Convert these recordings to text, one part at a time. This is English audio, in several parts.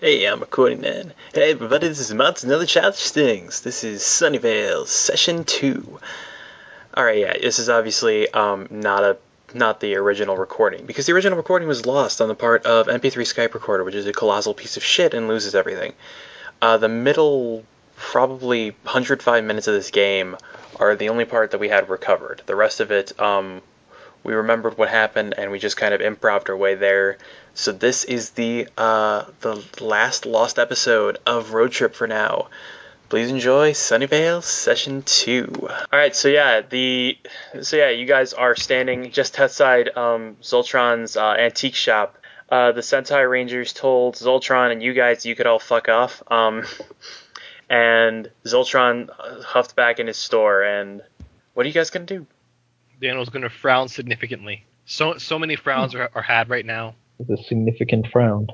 Hey, I'm recording, man. Hey, everybody, this is Mounts and Other Childish Things. This is Sunnyvale Session 2. Alright, yeah, this is obviously um, not a not the original recording, because the original recording was lost on the part of MP3 Skype Recorder, which is a colossal piece of shit and loses everything. Uh, the middle, probably 105 minutes of this game are the only part that we had recovered. The rest of it, um, we remembered what happened and we just kind of improvised our way there. So this is the uh, the last lost episode of Road Trip for now. Please enjoy Sunnyvale Session Two. All right, so yeah, the so yeah, you guys are standing just outside um, Zoltron's uh, antique shop. Uh, the Sentai Rangers told Zoltron and you guys you could all fuck off. Um, and Zoltron uh, huffed back in his store. And what are you guys gonna do? Daniel's going to frown significantly. So so many frowns are, are had right now. with a significant frown.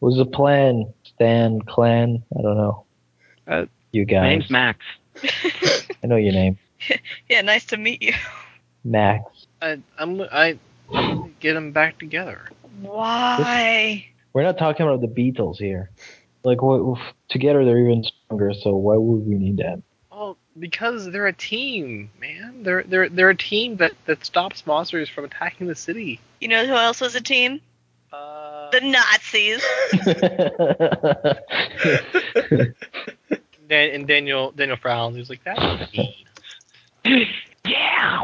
What's the plan, Stan Clan? I don't know. Uh, you My guys. name's Max. I know your name, yeah, nice to meet you. Max. I, I'm I I'm gonna get them back together. Why? We're not talking about the Beatles here. Like, what, oof, together they're even stronger. So why would we need that? Well, because they're a team, man. They're they're they're a team that that stops monsters from attacking the city. You know who else was a team? Uh, The Nazis. Dan, and Daniel Daniel frowns. He's like, "That's mean." Yeah.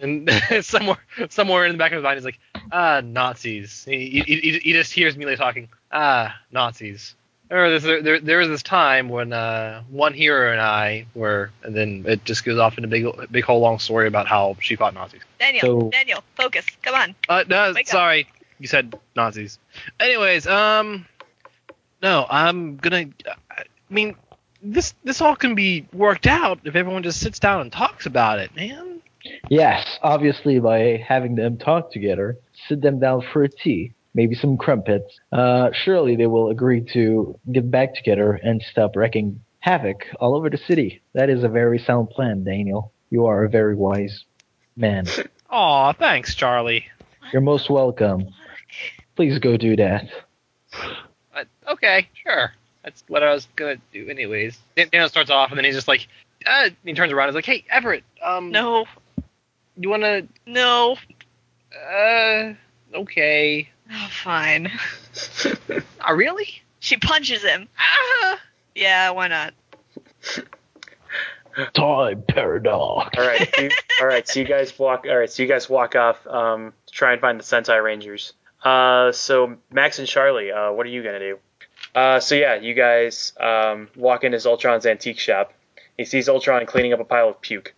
And somewhere somewhere in the back of his mind, he's like, "Ah, Nazis." He, he, he, he just hears Melee talking. Ah, Nazis. Or there's, there, there was this time when uh, one hero and I were, and then it just goes off into a big, big whole long story about how she fought Nazis. Daniel, So- Daniel, focus. Come on. Uh, no, Wake up. sorry, you said Nazis. Anyways, um, no, I'm gonna. I mean, this this all can be worked out if everyone just sits down and talks about it, man. yes, obviously by having them talk together, sit them down for a tea, maybe some crumpets. Uh, surely they will agree to get back together and stop wrecking havoc all over the city. That is a very sound plan, Daniel. You are a very wise man. Aw, thanks, Charlie. You're most welcome. Please go do that. Uh, okay, sure. That's what I was gonna do, anyways. Dan- Daniel starts off, and then he's just like, uh, he turns around, and is like, "Hey, Everett, um, No, you wanna, no. uh, okay, Oh, fine. uh, really? She punches him. Ah, Yeah, why not? Time paradox. All right, so you, all right. So you guys walk. All right, so you guys walk off um, to try and find the Sentai Rangers. Uh, so Max and Charlie, uh, what are you gonna do? Uh, so yeah, you guys um, walk into Ultron's antique shop. He sees Ultron cleaning up a pile of puke.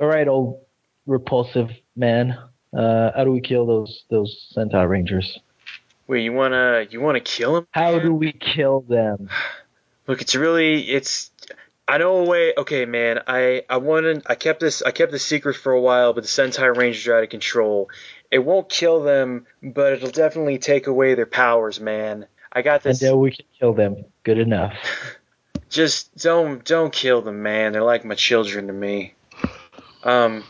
All right, old repulsive man. Uh, how do we kill those those Sentai Rangers? Wait, you wanna you wanna kill him? How do we kill them? Look, it's really it's. I know a way. Okay, man. I I wanted. I kept this. I kept this secret for a while, but the Sentai Rangers are out of control. It won't kill them, but it'll definitely take away their powers, man. I got And this. then we can kill them. Good enough. just don't don't kill them, man. They're like my children to me. Um,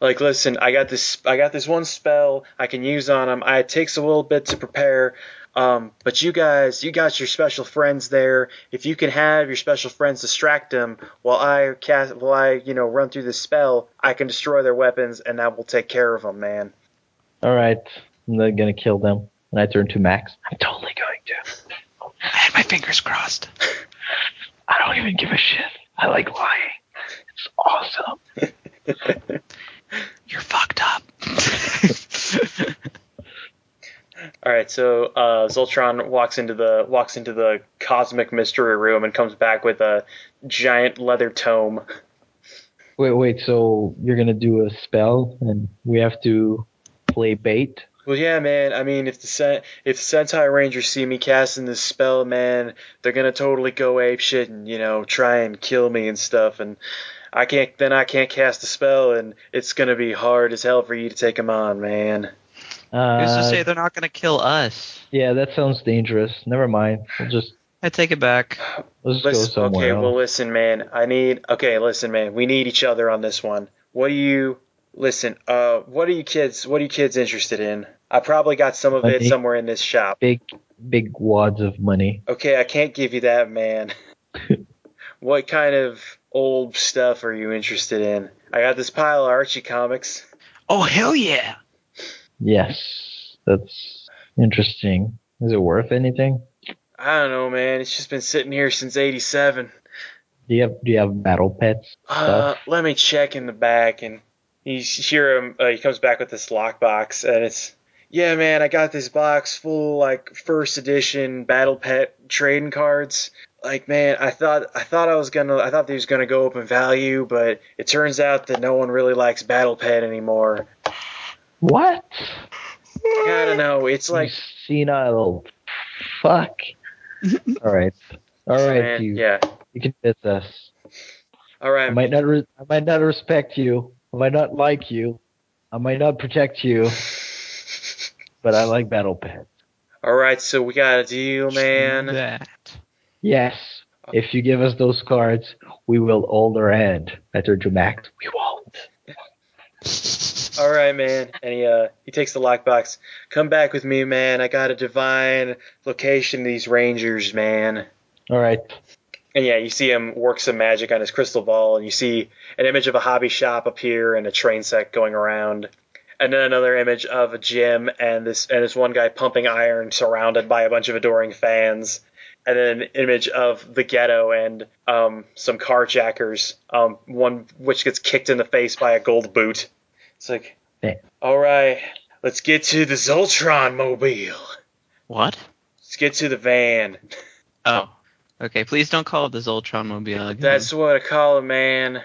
like listen, I got this I got this one spell I can use on them. I, it takes a little bit to prepare. Um, but you guys, you got your special friends there. If you can have your special friends distract them while I cast, while I you know run through this spell, I can destroy their weapons and that will take care of them, man. All right, I'm not gonna kill them. And I turn to Max. I'm totally going to. I had my fingers crossed. I don't even give a shit. I like lying. It's awesome. You're fucked up. All right, so uh, Zoltron walks into the walks into the cosmic mystery room and comes back with a giant leather tome. Wait, wait. So you're gonna do a spell, and we have to play bait. Well, yeah, man. I mean, if the Sen- if the Sentai Rangers see me casting this spell, man, they're gonna totally go ape shit and you know try and kill me and stuff. And I can't. Then I can't cast the spell, and it's gonna be hard as hell for you to take them on, man. Uh, Who's to say they're not gonna kill us? yeah, that sounds dangerous. Never mind. We'll just I take it back. let's go Listen, somewhere okay, else. well, listen, man. I need. Okay, listen, man. We need each other on this one. What do you? Listen. Uh, what are you kids? What are you kids interested in? I probably got some of I it think- somewhere in this shop. Big, big wads of money. Okay, I can't give you that, man. what kind of old stuff are you interested in? I got this pile of Archie comics. Oh hell yeah! Yes, that's interesting. Is it worth anything? I don't know, man. It's just been sitting here since 87. Do you have Do you have battle pets? Uh, let me check in the back, and you hear him. Uh, he comes back with this lockbox, and it's yeah, man. I got this box full of, like first edition Battle Pet trading cards. Like man, I thought I thought I was gonna I thought they was gonna go up in value, but it turns out that no one really likes Battle Pet anymore. What? I don't know. It's like you senile fuck. All right, all right. man, you yeah. you convince us. All right, I might not re- I might not respect you. I might not like you. I might not protect you. But I like battle pets. all right. So we got a deal, Oh, man. That. Yes. If you give us those cards, we will hold their hand. At their Jumact, we won't. All right, man. And he uh he takes the lockbox. Come back with me, man. I got a divine location. to These rangers, man. All right. And yeah, you see him work some magic on his crystal ball, and you see an image of a hobby shop appear and a train set going around, and then another image of a gym and this and this one guy pumping iron, surrounded by a bunch of adoring fans, and then an image of the ghetto and um, some carjackers, um, one which gets kicked in the face by a gold boot. It's like, Yeah. all right, let's get to the Zoltron mobile. What? Let's get to the van. Oh. Okay, please don't call it the Zoltron Mobile. again. That's what I call a man.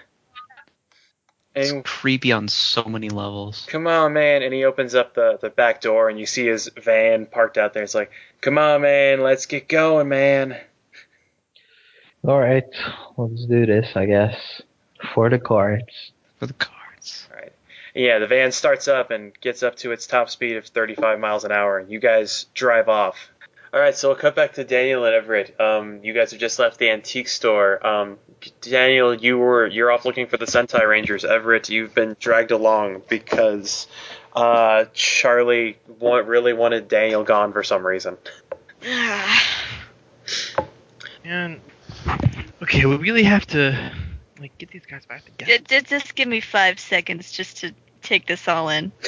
It's And creepy on so many levels. come on, man. And he opens up the, the back door, and you see his van parked out there. It's like, come on, man. Let's get going, man. All right. Let's do this, I guess. For the cards. For the cards. Yeah, the van starts up and gets up to its top speed of 35 miles an hour. You guys drive off. All right, so we'll cut back to Daniel and Everett. Um, you guys have just left the antique store. Um, Daniel, you were you're off looking for the Sentai Rangers. Everett, you've been dragged along because uh, Charlie wa- really wanted Daniel gone for some reason. And okay, we really have to like get these guys back together. Ju- ju- just give me five seconds just to take this all in.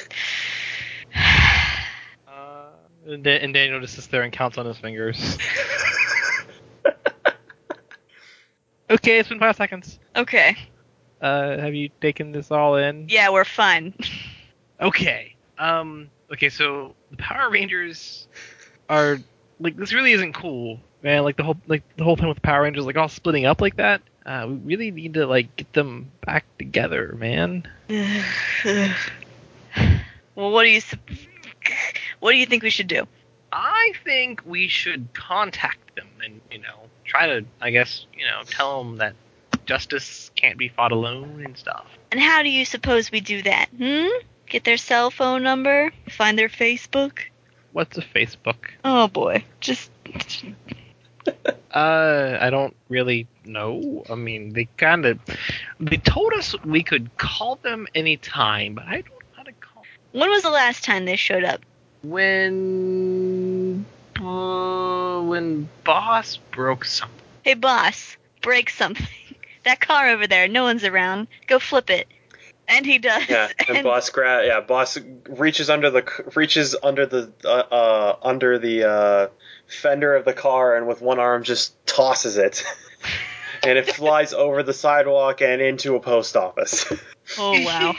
Uh, and, Da- and Daniel just sits there and counts on his fingers. okay, it's been five seconds. Okay. Uh, have you taken this all in? Yeah, we're fine. Okay. Um. Okay. So the Power Rangers are like this. Really isn't cool, man. Like the whole like the whole thing with the Power Rangers, like all splitting up like that. Uh, we really need to like get them back together, man. well, what do you sup- what do you think we should do? I think we should contact them and, you know, try to, I guess, you know, tell them that justice can't be fought alone and stuff. And how do you suppose we do that? Hmm? Get their cell phone number? Find their Facebook? What's a Facebook? Oh boy. Just Uh, I don't really know. I mean, they kind of they told us we could call them anytime, but I don't know how to call. when was the last time they showed up? When uh, when boss broke something. Hey boss, break something. That car over there, no one's around. Go flip it. And he does. Yeah, and, boss gra- yeah, boss reaches under the c- reaches under the uh, uh, under the uh, fender of the car and with one arm just tosses it. and it flies over the sidewalk and into a post office. oh wow.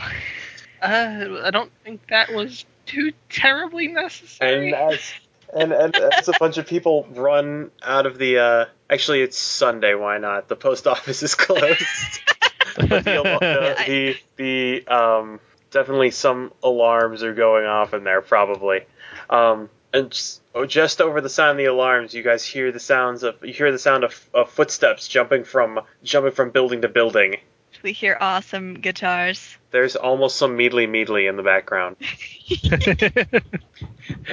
Uh, I don't think that was too terribly necessary. and as and, and as a bunch of people run out of the uh, actually it's Sunday, why not? The post office is closed. But the, al- the, the, the um, definitely some alarms are going off in there probably. Um, and just, oh, just over the sound of the alarms, you guys hear the sounds of you hear the sound of, of footsteps jumping from jumping from building to building. we hear awesome guitars. There's almost some meadly meadly in the background,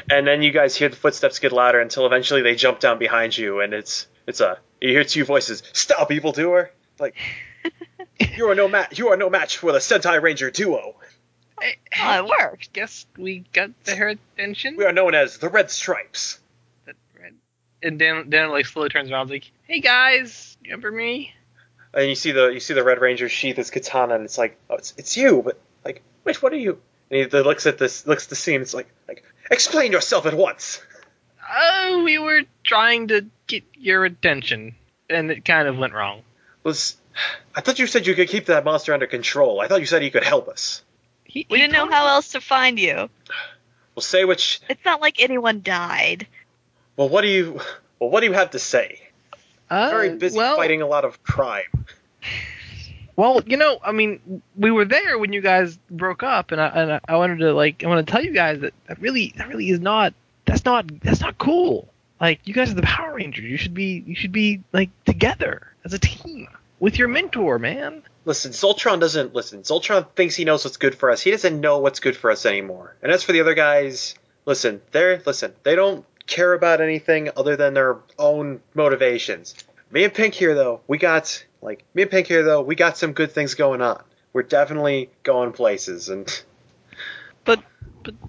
and then you guys hear the footsteps get louder until eventually they jump down behind you, and it's it's a you hear two voices. Stop, evildoer! Like you are no match. You are no match for the Sentai Ranger duo. I, I Oh, it worked. guess we got the her attention. We are known as the Red Stripes. That- right. And Dan, Dan like slowly turns around, like, "Hey guys, you remember me?" And you see the you see the Red Ranger sheath his katana, and it's like, oh, it's, it's you, but like, wait, what are you? And he then looks at this looks at the scene. It's like, like, explain yourself at once. Oh, we were trying to get your attention, and it kind of went wrong. Let's. I thought you said you could keep that monster under control. I thought you said he could help us. He, We he didn't know promised- how else to find you. Well, say which. It's not like anyone died. Well, what do you? Well, what do you have to say? Uh, Very busy well, fighting a lot of crime. Well, you know, I mean, we were there when you guys broke up, and I and I- I wanted to like I want to tell you guys that that really that really is not that's not that's not cool. Like you guys are the Power Rangers. You should be you should be like together as a team with your mentor, man. Listen, Zoltron doesn't listen. Zoltron thinks he knows what's good for us. He doesn't know what's good for us anymore. And as for the other guys, listen, they're listen. They don't care about anything other than their own motivations. Me and Pink here, though, we got like me and Pink here, though, we got some good things going on. We're definitely going places. And But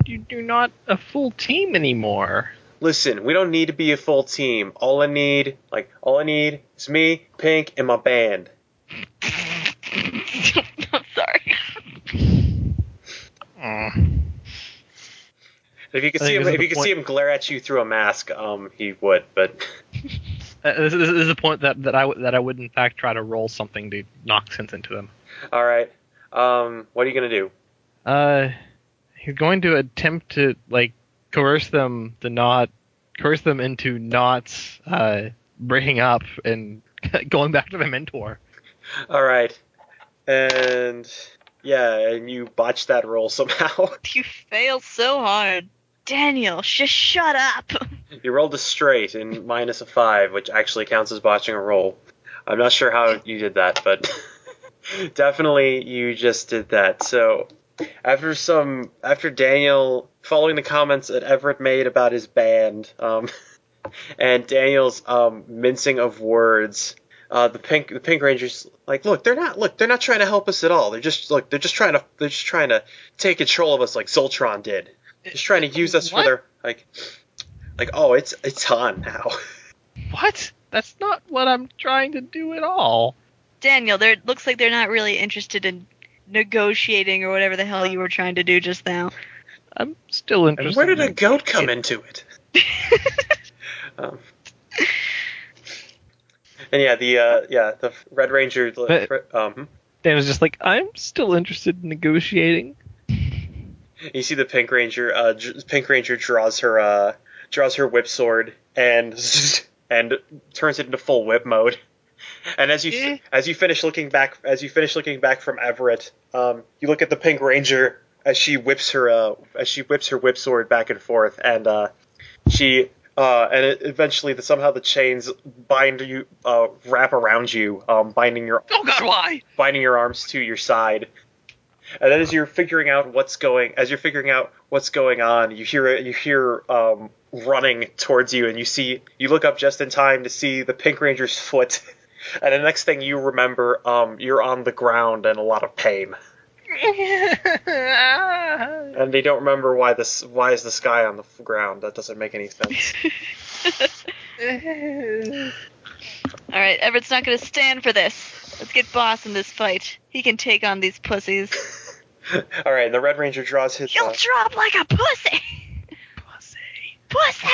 you, you're not a full team anymore. listen, we don't need to be a full team. All I need, like, all I need is me, Pink, and my band. I'm sorry. If you could I see think him, this is if the you could point- see him glare at you through a mask, um, he would. But Uh, this, is- this is the point that, that I w- that I would in fact try to roll something to knock sense into them. all right, um, what are you gonna do? Uh, he's going to attempt to like coerce them to not coerce them into not uh, breaking up and going back to the mentor. All right, and yeah, and you botched that roll somehow. You failed so hard. Daniel, just shut up. you rolled a straight and minus a five, which actually counts as botching a roll. I'm not sure how you did that, but definitely you just did that. So after some after Daniel following the comments that Everett made about his band, um, and Daniel's um, mincing of words, uh, the pink the Pink Rangers like look they're not look they're not trying to help us at all. They're just look they're just trying to they're just trying to take control of us like Zoltron did. Just trying to use us What? for their like like oh it's it's on now. What? That's not what I'm trying to do at all. Daniel, there looks like they're not really interested in negotiating or whatever the hell you were trying to do just now. I'm still And interested. where did a in- goat come into it? um, and yeah, the uh, yeah the Red Ranger. the- um, Dan was just like, I'm still interested in negotiating. you see the Pink Ranger. Uh, dr- Pink Ranger draws her uh, draws her whip sword and and turns it into full whip mode. And as you Eh. as you finish looking back as you finish looking back from Everett, um, you look at the Pink Ranger as she whips her uh, as she whips her whip sword back and forth, and uh, she uh, and it, eventually the, somehow the chains bind you uh, wrap around you, um, binding your Oh God, why? binding your arms to your side. And then as you're figuring out what's going as you're figuring out what's going on, you hear you hear um, running towards you and you see you look up just in time to see the Pink Ranger's foot. And the next thing you remember, um, you're on the ground in a lot of pain. And they don't remember why this why is the sky on the f- ground. That doesn't make any sense. All right, Everett's not going to stand for this. Let's get Boss in this fight. He can take on these pussies. All right, the Red Ranger draws his You'll uh, drop like a pussy. Pussy. Pussy!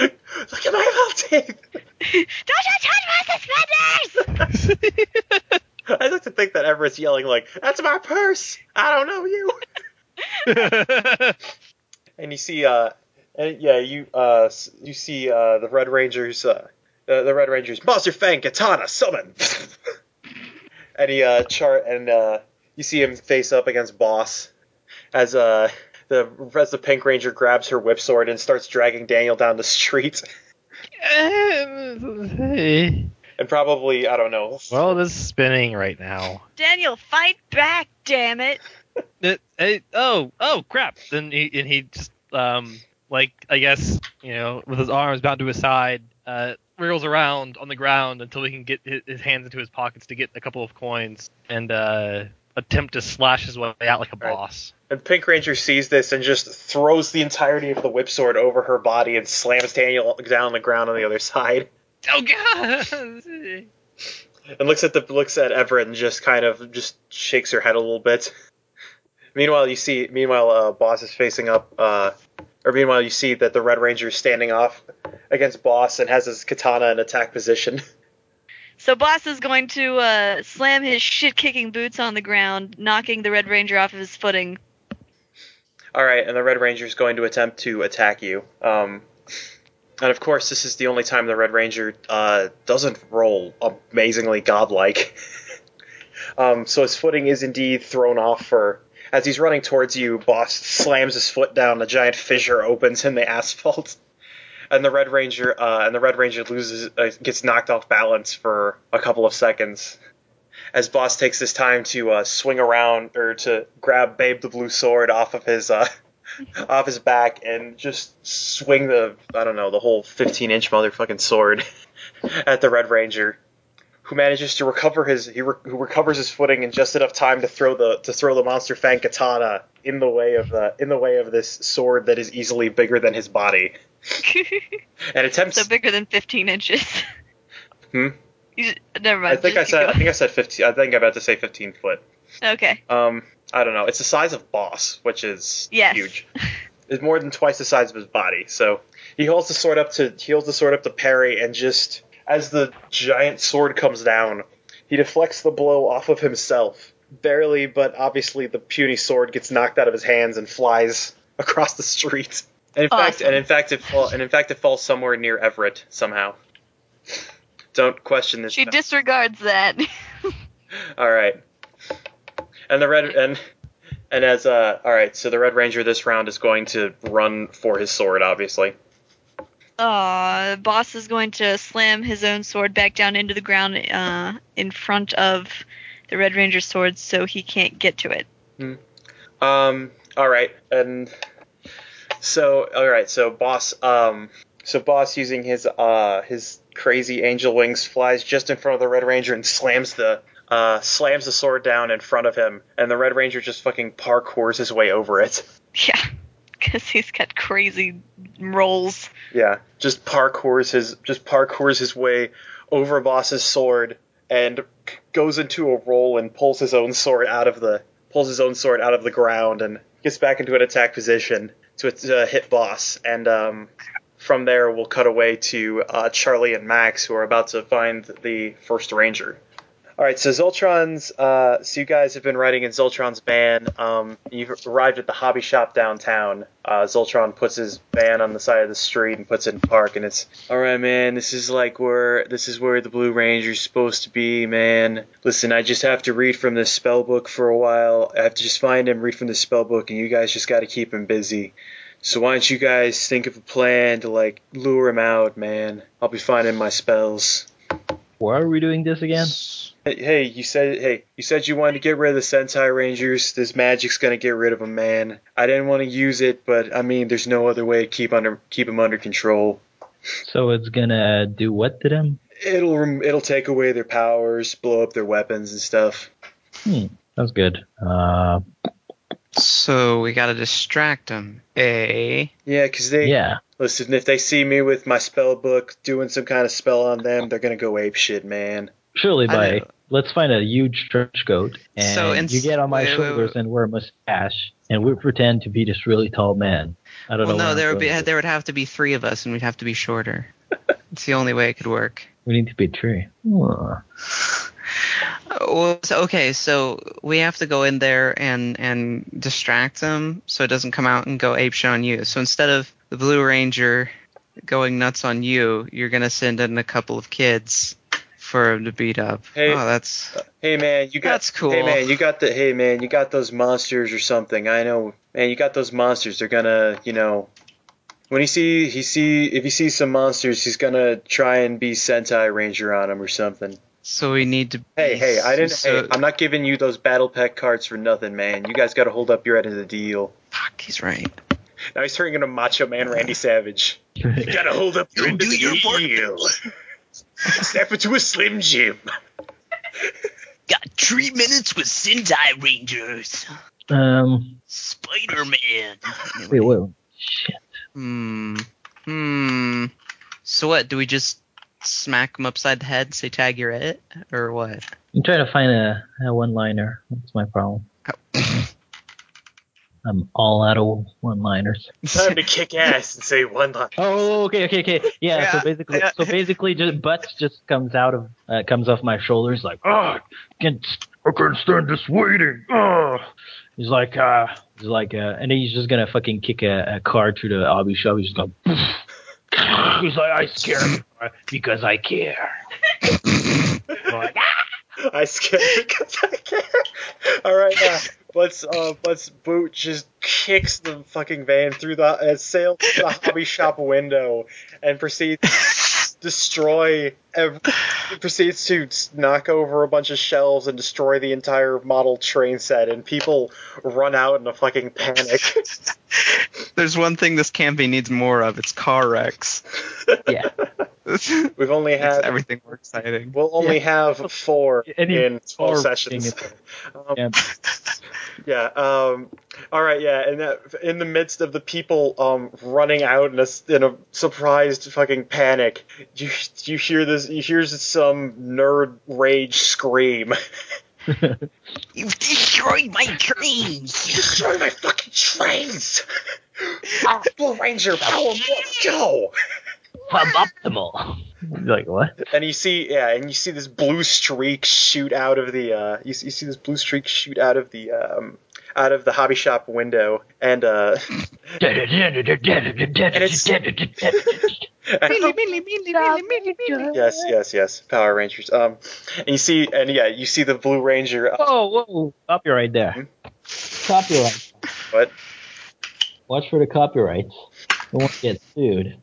Look at my tape. Don't you touch my suspenders! I like to think that Everett's yelling like, "That's my purse! I don't know you." and you see, uh, and yeah, you uh, s- you see uh, the Red Rangers, uh, the, the Red Rangers, Monster Fang Katana summon, and he uh, chart and uh, you see him face up against Boss as uh, the as the Pink Ranger grabs her whip sword and starts dragging Daniel down the street, and probably I don't know. well, this is spinning right now. Daniel, fight back, damn it! It, it- oh, oh crap! Then he and he just um like I guess you know with his arms bound to his side, uh, wriggles around on the ground until he can get his, his hands into his pockets to get a couple of coins and uh attempt to slash his way out like a Right. boss. And Pink Ranger sees this and just throws the entirety of the whip sword over her body and slams Daniel down on the ground on the other side. Oh god! And looks at the looks at Everett and just kind of just shakes her head a little bit. Meanwhile, you see meanwhile uh, Boss is facing up, uh, or meanwhile you see that the Red Ranger is standing off against Boss and has his katana in attack position. So Boss is going to uh, slam his shit-kicking boots on the ground, knocking the Red Ranger off of his footing. All right, and the Red Ranger is going to attempt to attack you. Um, and of course, this is the only time the Red Ranger uh, doesn't roll amazingly godlike. um, so his footing is indeed thrown off for. As he's running towards you, Boss slams his foot down. A giant fissure opens in the asphalt, and the Red Ranger uh, and the Red Ranger loses, uh, gets knocked off balance for a couple of seconds as Boss takes this time to uh, swing around or to grab Babe the Blue Sword off of his uh, off his back and just swing the I don't know the whole 15 inch motherfucking sword at the Red Ranger, who manages to recover his he re- who recovers his footing in just enough time to throw the to throw the monster fang katana in the way of the in the way of this sword that is easily bigger than his body and attempts. so bigger than 15 inches. Hmm? You just, never I mind. think I just said I keep think I said 15. I think I meant to say 15 foot. going. Okay. Um, I don't know. It's the size of Boss, which is Yes. huge. It's more than twice the size of his body. So he holds the sword up to he holds the sword up to parry, and just as the giant sword comes down, he deflects the blow off of himself barely, but obviously the puny sword gets knocked out of his hands and flies across the street. And in fact, Awesome. and in fact, it fall, and in fact, it falls somewhere near Everett somehow. Don't question this. She fact. disregards that. All right. And the red and and as uh all right, so the red ranger this round is going to run for his sword, obviously. Aw, boss is going to slam his own sword back down into the ground uh, in front of the Red Ranger's sword so he can't get to it. Um. All right. And so all right. So boss. Um. So boss using his uh his crazy angel wings flies just in front of the red ranger and slams the. Uh, slams the sword down in front of him, and the Red Ranger just fucking parkours his way over it. Yeah, because he's got crazy rolls. Yeah, just parkours his just parkours his way over Boss's sword and c- goes into a roll and pulls his own sword out of the pulls his own sword out of the ground and gets back into an attack position to uh, hit Boss. And um, from there, we'll cut away to uh, Charlie and Max who are about to find the first ranger. All right, so Zoltron's. Uh, so you guys have been riding in Zoltron's van. Um, you've arrived at the hobby shop downtown. Uh, Zoltron puts his van on the side of the street and puts it in park, and it's all right, man. This is like where this is where the Blue Ranger's supposed to be, man. Listen, I just have to read from this spell book for a while. I have to just find him, read from the spell book, and you guys just got to keep him busy. So why don't you guys think of a plan to like lure him out, man? I'll be finding my spells. Why are we doing this again? Hey, hey, you said hey, you said you wanted to get rid of the Sentai Rangers. This magic's gonna get rid of them, man. I didn't want to use it, but I mean, there's no other way to keep under keep them under control. So it's gonna do what to them? It'll rem- it'll take away their powers, blow up their weapons and stuff. That's good. Uh, So we gotta distract him. A. Yeah, 'cause they yeah. listen. If they see me with my spell book doing some kind of spell on them, they're gonna go ape shit, man. Surely I by know. let's find a huge trench coat and So in- you get on my wait, wait, shoulders wait. and wear a mustache and we pretend to be this really tall man. I don't Well, know. where no, I'm there would be going with there would have to be three of us, and we'd have to be shorter. it's the only way it could work. this. We need to be three. Huh. Uh, Well, so, okay, so we have to go in there and and distract them so it doesn't come out and go ape shit on you. So instead of the Blue Ranger going nuts on you, you're gonna send in a couple of kids for him to beat up. Hey. Oh, that's Hey man, you got That's cool. Hey man, you got the hey man, you got those monsters or something. I know, man, you got those monsters. They're gonna, you know, when he see he see if he sees some monsters, he's gonna try and be Sentai Ranger on him or something. so we need to. Hey hey, I didn't. So, hey, I'm not giving you those battle pack cards for nothing, man. You guys got to hold up your end of the deal. fuck, he's right. Now he's turning into Macho Man Randy Savage. You gotta hold up your end of the deal. Snap into a Slim Jim. Got three minutes with Sendai Rangers. Um, Spider Man. wait, wait. Shit. Hmm. Hmm. So what? Do we just smack him upside the head, say tag you're it, or what? I'm trying to find a, a one-liner. That's my problem. I'm all out of one-liners. Time to kick ass and say one line. Oh, okay, okay, okay. Yeah. Yeah, so basically, yeah. so basically, just butts just comes out of uh, comes off my shoulders like, oh, can't, I can't stand this waiting. Oh, he's like, uh, he's like, uh, and he's just gonna fucking kick a, a car through the obby shop. He's going, poof. he's like, I scare because I care. I scared because I care. All right, uh, let's uh, let's boot just kicks the fucking van through the uh, sail through the hobby shop window and proceeds to destroy. Every, proceeds to s- knock over a bunch of shelves and destroy the entire model train set, and people run out in a fucking panic. There's one thing this campaign needs more of. It's car wrecks. Yeah. It's We've only had everything more exciting. we'll only have four Any in twelve horror sessions. thing Um, Yeah. Yeah. Um, all right. Yeah. And that, in the midst of the people um, running out in a, s- in a surprised fucking panic, you you hear this. You hear some nerd rage scream. You've destroyed my dreams. Destroy my fucking trains! Ah, Blue Ranger, power morph, go! Suboptimal. He's like, what? And you see, yeah, and you see this blue streak shoot out of the. Uh, you, see- you see this blue streak shoot out of the. Um, out of the hobby shop window, and uh, and Yes, yes, yes. Power Rangers. Um, and you see, and yeah, you see the Blue Ranger. Uh, Whoa, Oh, whoa! Copyright there. Copyright. Hmm? What? Watch for the copyrights. You won't get sued.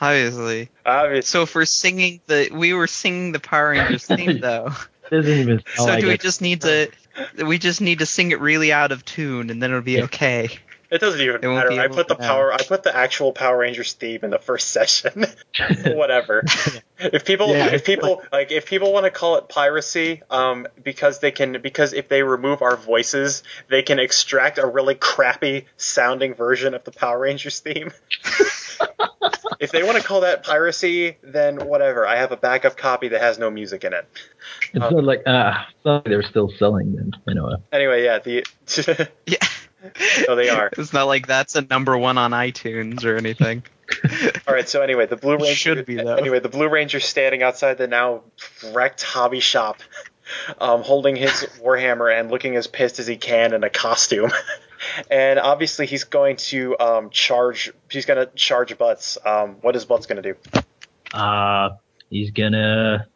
Obviously. Obviously, So if we're singing the, we were singing the Power Rangers theme though. This isn't even sound so like do we it. just need to, we just need to sing it really out of tune, and then it'll be okay. it doesn't even They won't matter. be I able put the to know. power. I put the actual Power Rangers theme in the first session. Whatever. If people, Yeah. if people like, if people want to call it piracy, um, because they can, because if they remove our voices, they can extract a really crappy sounding version of the Power Rangers theme. if they want to call that piracy, then whatever. I have a backup copy that has no music in it. It's not like ah, it's not like they're still selling them. You know. Anyway, yeah, the Yeah. Oh, they are. It's not like that's a number one on iTunes or anything. All right. So anyway, the Blue Ranger Should be, though. Anyway, the Blue Ranger standing outside the now wrecked hobby shop, um, holding his warhammer and looking as pissed as he can in a costume, and obviously he's going to um, charge. He's going to charge Butts. Um, what is Butts going to do? Uh, he's gonna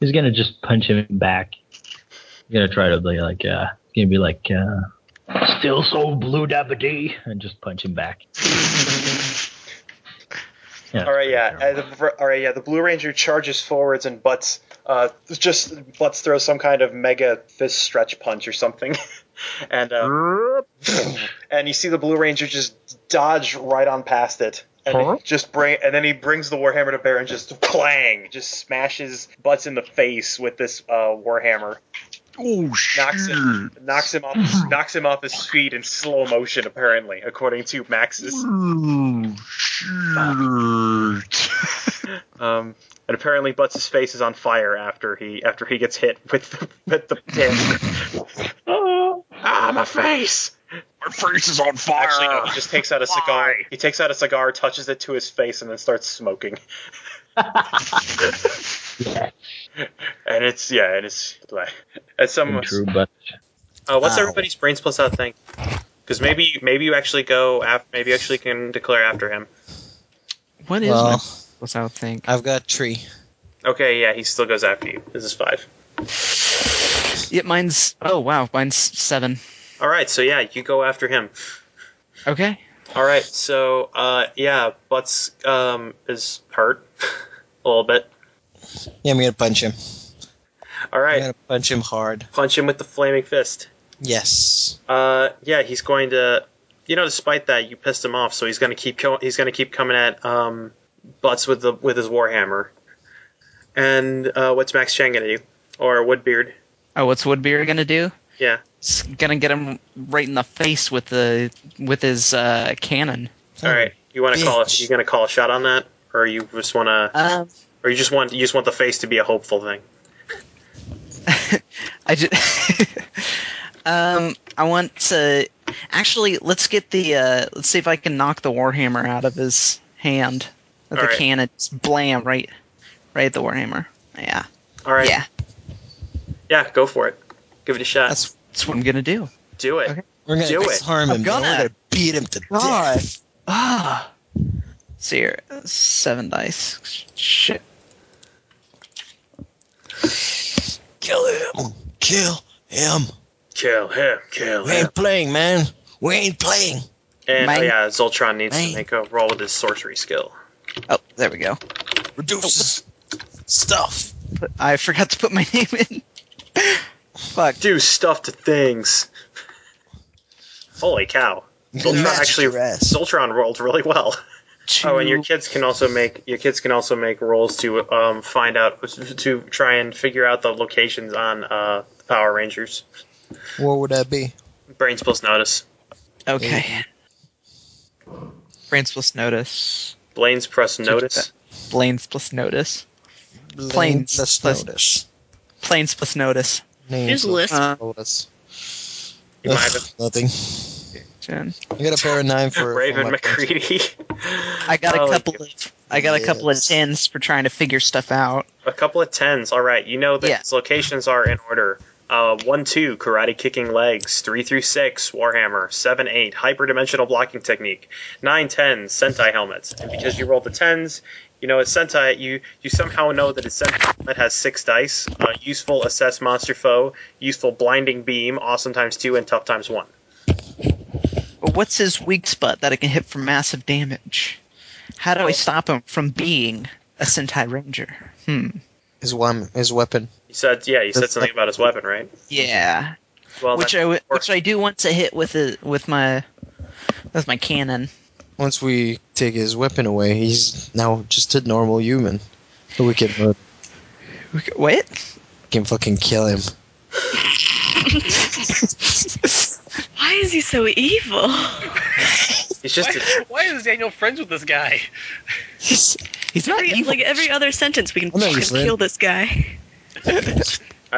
he's gonna just punch him back. He's gonna try to be like uh, he's gonna be like uh, still so blue dabba dee, and just punch him back. Yeah, All right, yeah. that's uh, the, all right, yeah. The Blue Ranger charges forwards and Butts. Uh, just Butts throws some kind of mega fist stretch punch or something, and uh, and you see the Blue Ranger just dodge right on past it, and Huh? he just bring, and then he brings the warhammer to bear and just clang, just smashes butts in the face with this uh, warhammer, Oh knocks shit! him, knocks him off, knocks him off his feet in slow motion, apparently, according to Max's. Oh shit! Um, and apparently Butts' face is on fire after he after he gets hit with the, with the pin. ah, my face! My face is on fire. Actually, no, he just takes out a cigar. Why? He takes out a cigar, touches it to his face, and then starts smoking. and it's yeah, and it's like at some. pretty True, but Uh, what's Ow. everybody's brains plus out thing? Because maybe maybe you actually go after maybe you actually can declare after him. What is Well- my without think? I've got tree. Okay, yeah, he still goes after you. This is five. Yeah, mine's oh wow, mine's seven. All right, so yeah, you go after him. Okay. All right, so uh, yeah, Butts um, is hurt a little bit. Yeah, I'm gonna punch him. All I'm right, gonna punch him hard. punch him with the flaming fist. Yes. Uh, yeah, he's going to. You know, despite that, you pissed him off, so he's going to keep co- he's going to keep coming at um, Butts with the with his warhammer. And uh, what's Max Chang going to do, or Woodbeard? Oh, what's Woodbeer gonna do? Yeah. It's gonna get him right in the face with the with his uh, cannon. All right. You want to call? Hmm. bitch. You gonna call a shot on that, or you just want to? Um, Or you just want you just want the face to be a hopeful thing? I just um, I want to actually let's get the uh, let's see if I can knock the warhammer out of his hand. With All the right. cannon, just blam right, right at the warhammer. Yeah, All right. yeah, Yeah, Go for it. Give it a shot. That's that's what I'm gonna do. Do it. okay. we're gonna Do it. disarm I'm him. man. gonna. We're gonna beat him to God. death. Ah, see here, seven dice. Shit. Kill him. Kill him. Kill him. Kill We him. ain't playing, man. We ain't playing. And oh Mine- yeah, Zoltron needs Mine- to make a roll with his sorcery skill. Oh, there we go. Reduce stuff. Put- I forgot to put my name in. Fuck. Do stuff to things. Holy cow! Zoltron Magic actually your ass. Zoltron rolled really well. Two. Oh, and your kids can also make your kids can also make rolls to um, find out to try and figure out the locations on uh, the Power Rangers. What would that be? Brains plus notice. Okay. Brains plus notice. Blaine's press notice. Blaines plus notice. Blame Planes. the Plus- notice. Planes plus notice. Names Here's a list. Uh, notice. You might Ugh, have nothing. Jen. I got a pair of nine for Raven for my punch. McCready. Oh I got a Oh, couple of I got a couple of Yes. tens for trying to figure stuff out. A couple of tens. All right, you know that Yeah. its locations are in order. Uh, one, two, karate kicking legs. Three through six, warhammer. Seven, eight, hyperdimensional blocking technique. Nine, ten, sentai helmets. And because you rolled the tens, you know it's sentai. You you somehow know that its sentai helmet has six dice. Uh, useful assess monster foe. Useful blinding beam. Awesome times two and tough times one. But what's his weak spot that I can hit for massive damage? How do I stop him from being a Sentai Ranger? Hmm. His one, his weapon. You said yeah. You said something about his weapon, right? Yeah. Well, Which I that's- w- which I do want to hit with a, with my with my cannon. Once we take his weapon away, he's now just a normal human. But we can uh, We c- What? can fucking kill him. Why is he so evil? he's just a Why, why is Daniel friends with this guy? He's he's not Every, evil. like every other sentence, we can I'm not fucking evil. kill this guy. I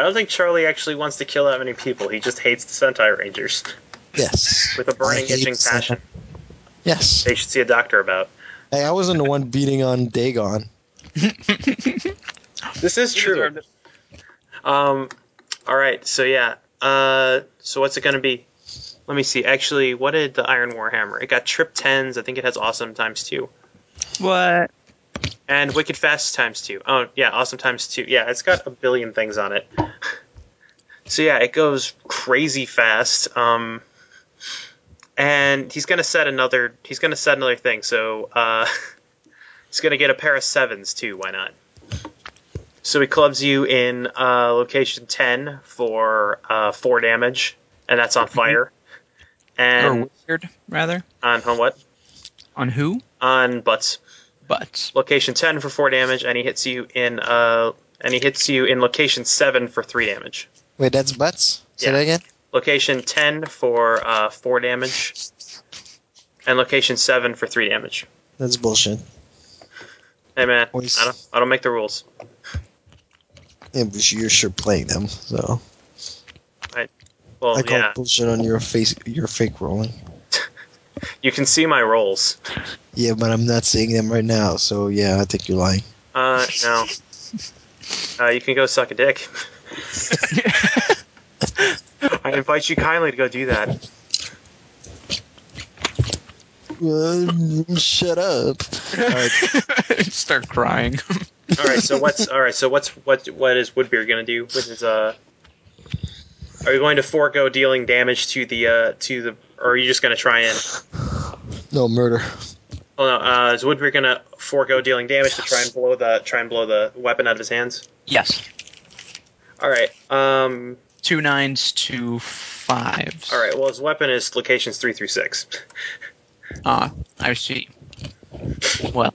don't think Charlie actually wants to kill that many people. He just hates the Sentai Rangers Yes. with a burning, I hate itching Sentai. passion. Yes. They should see a doctor about. Hey, I wasn't the one beating on Dagon. This is He true. deserved it. Um, all right. So yeah. Uh, so what's it gonna be? Let me see. Actually, what did the Iron Warhammer? It got trip tens. I think it has awesome times two What? and wicked fast times two. Oh yeah, awesome times two. Yeah, it's got a billion things on it. So yeah, it goes crazy fast. Um, and he's gonna set another. He's gonna set another thing. So uh, he's gonna get a pair of sevens too. Why not? So he clubs you in uh, location ten for uh, four damage, and that's on fire. And or weird, rather. on on what? On who? On butts. But location 10 for 4 damage and he hits you in uh and he hits you in location 7 for 3 damage Wait, that's butts. Say Yeah. that again. location 10 for uh, 4 damage and location 7 for 3 damage That's bullshit. hey man i Always- don't, I don't make the rules Yeah, but you're sure playing them, so well I call yeah bullshit on your face, your fake rolling. you can see my rolls Yeah, but I'm not seeing them right now, so yeah, I think you're lying. uh no uh, you can go suck a dick i invite you kindly to go do that Um, shut up. Alright, start crying. all right so what's all right so what's what what is woodbeer gonna do with his uh are you going to forego dealing damage to the uh to the or are you just gonna try and no murder. Oh no! Uh, is Woodbury gonna forego dealing damage to try and blow the try and blow the weapon out of his hands? Yes. All right. Um. Two nines, two fives. All right. Well, his weapon is locations three through six. Ah, I see. Well,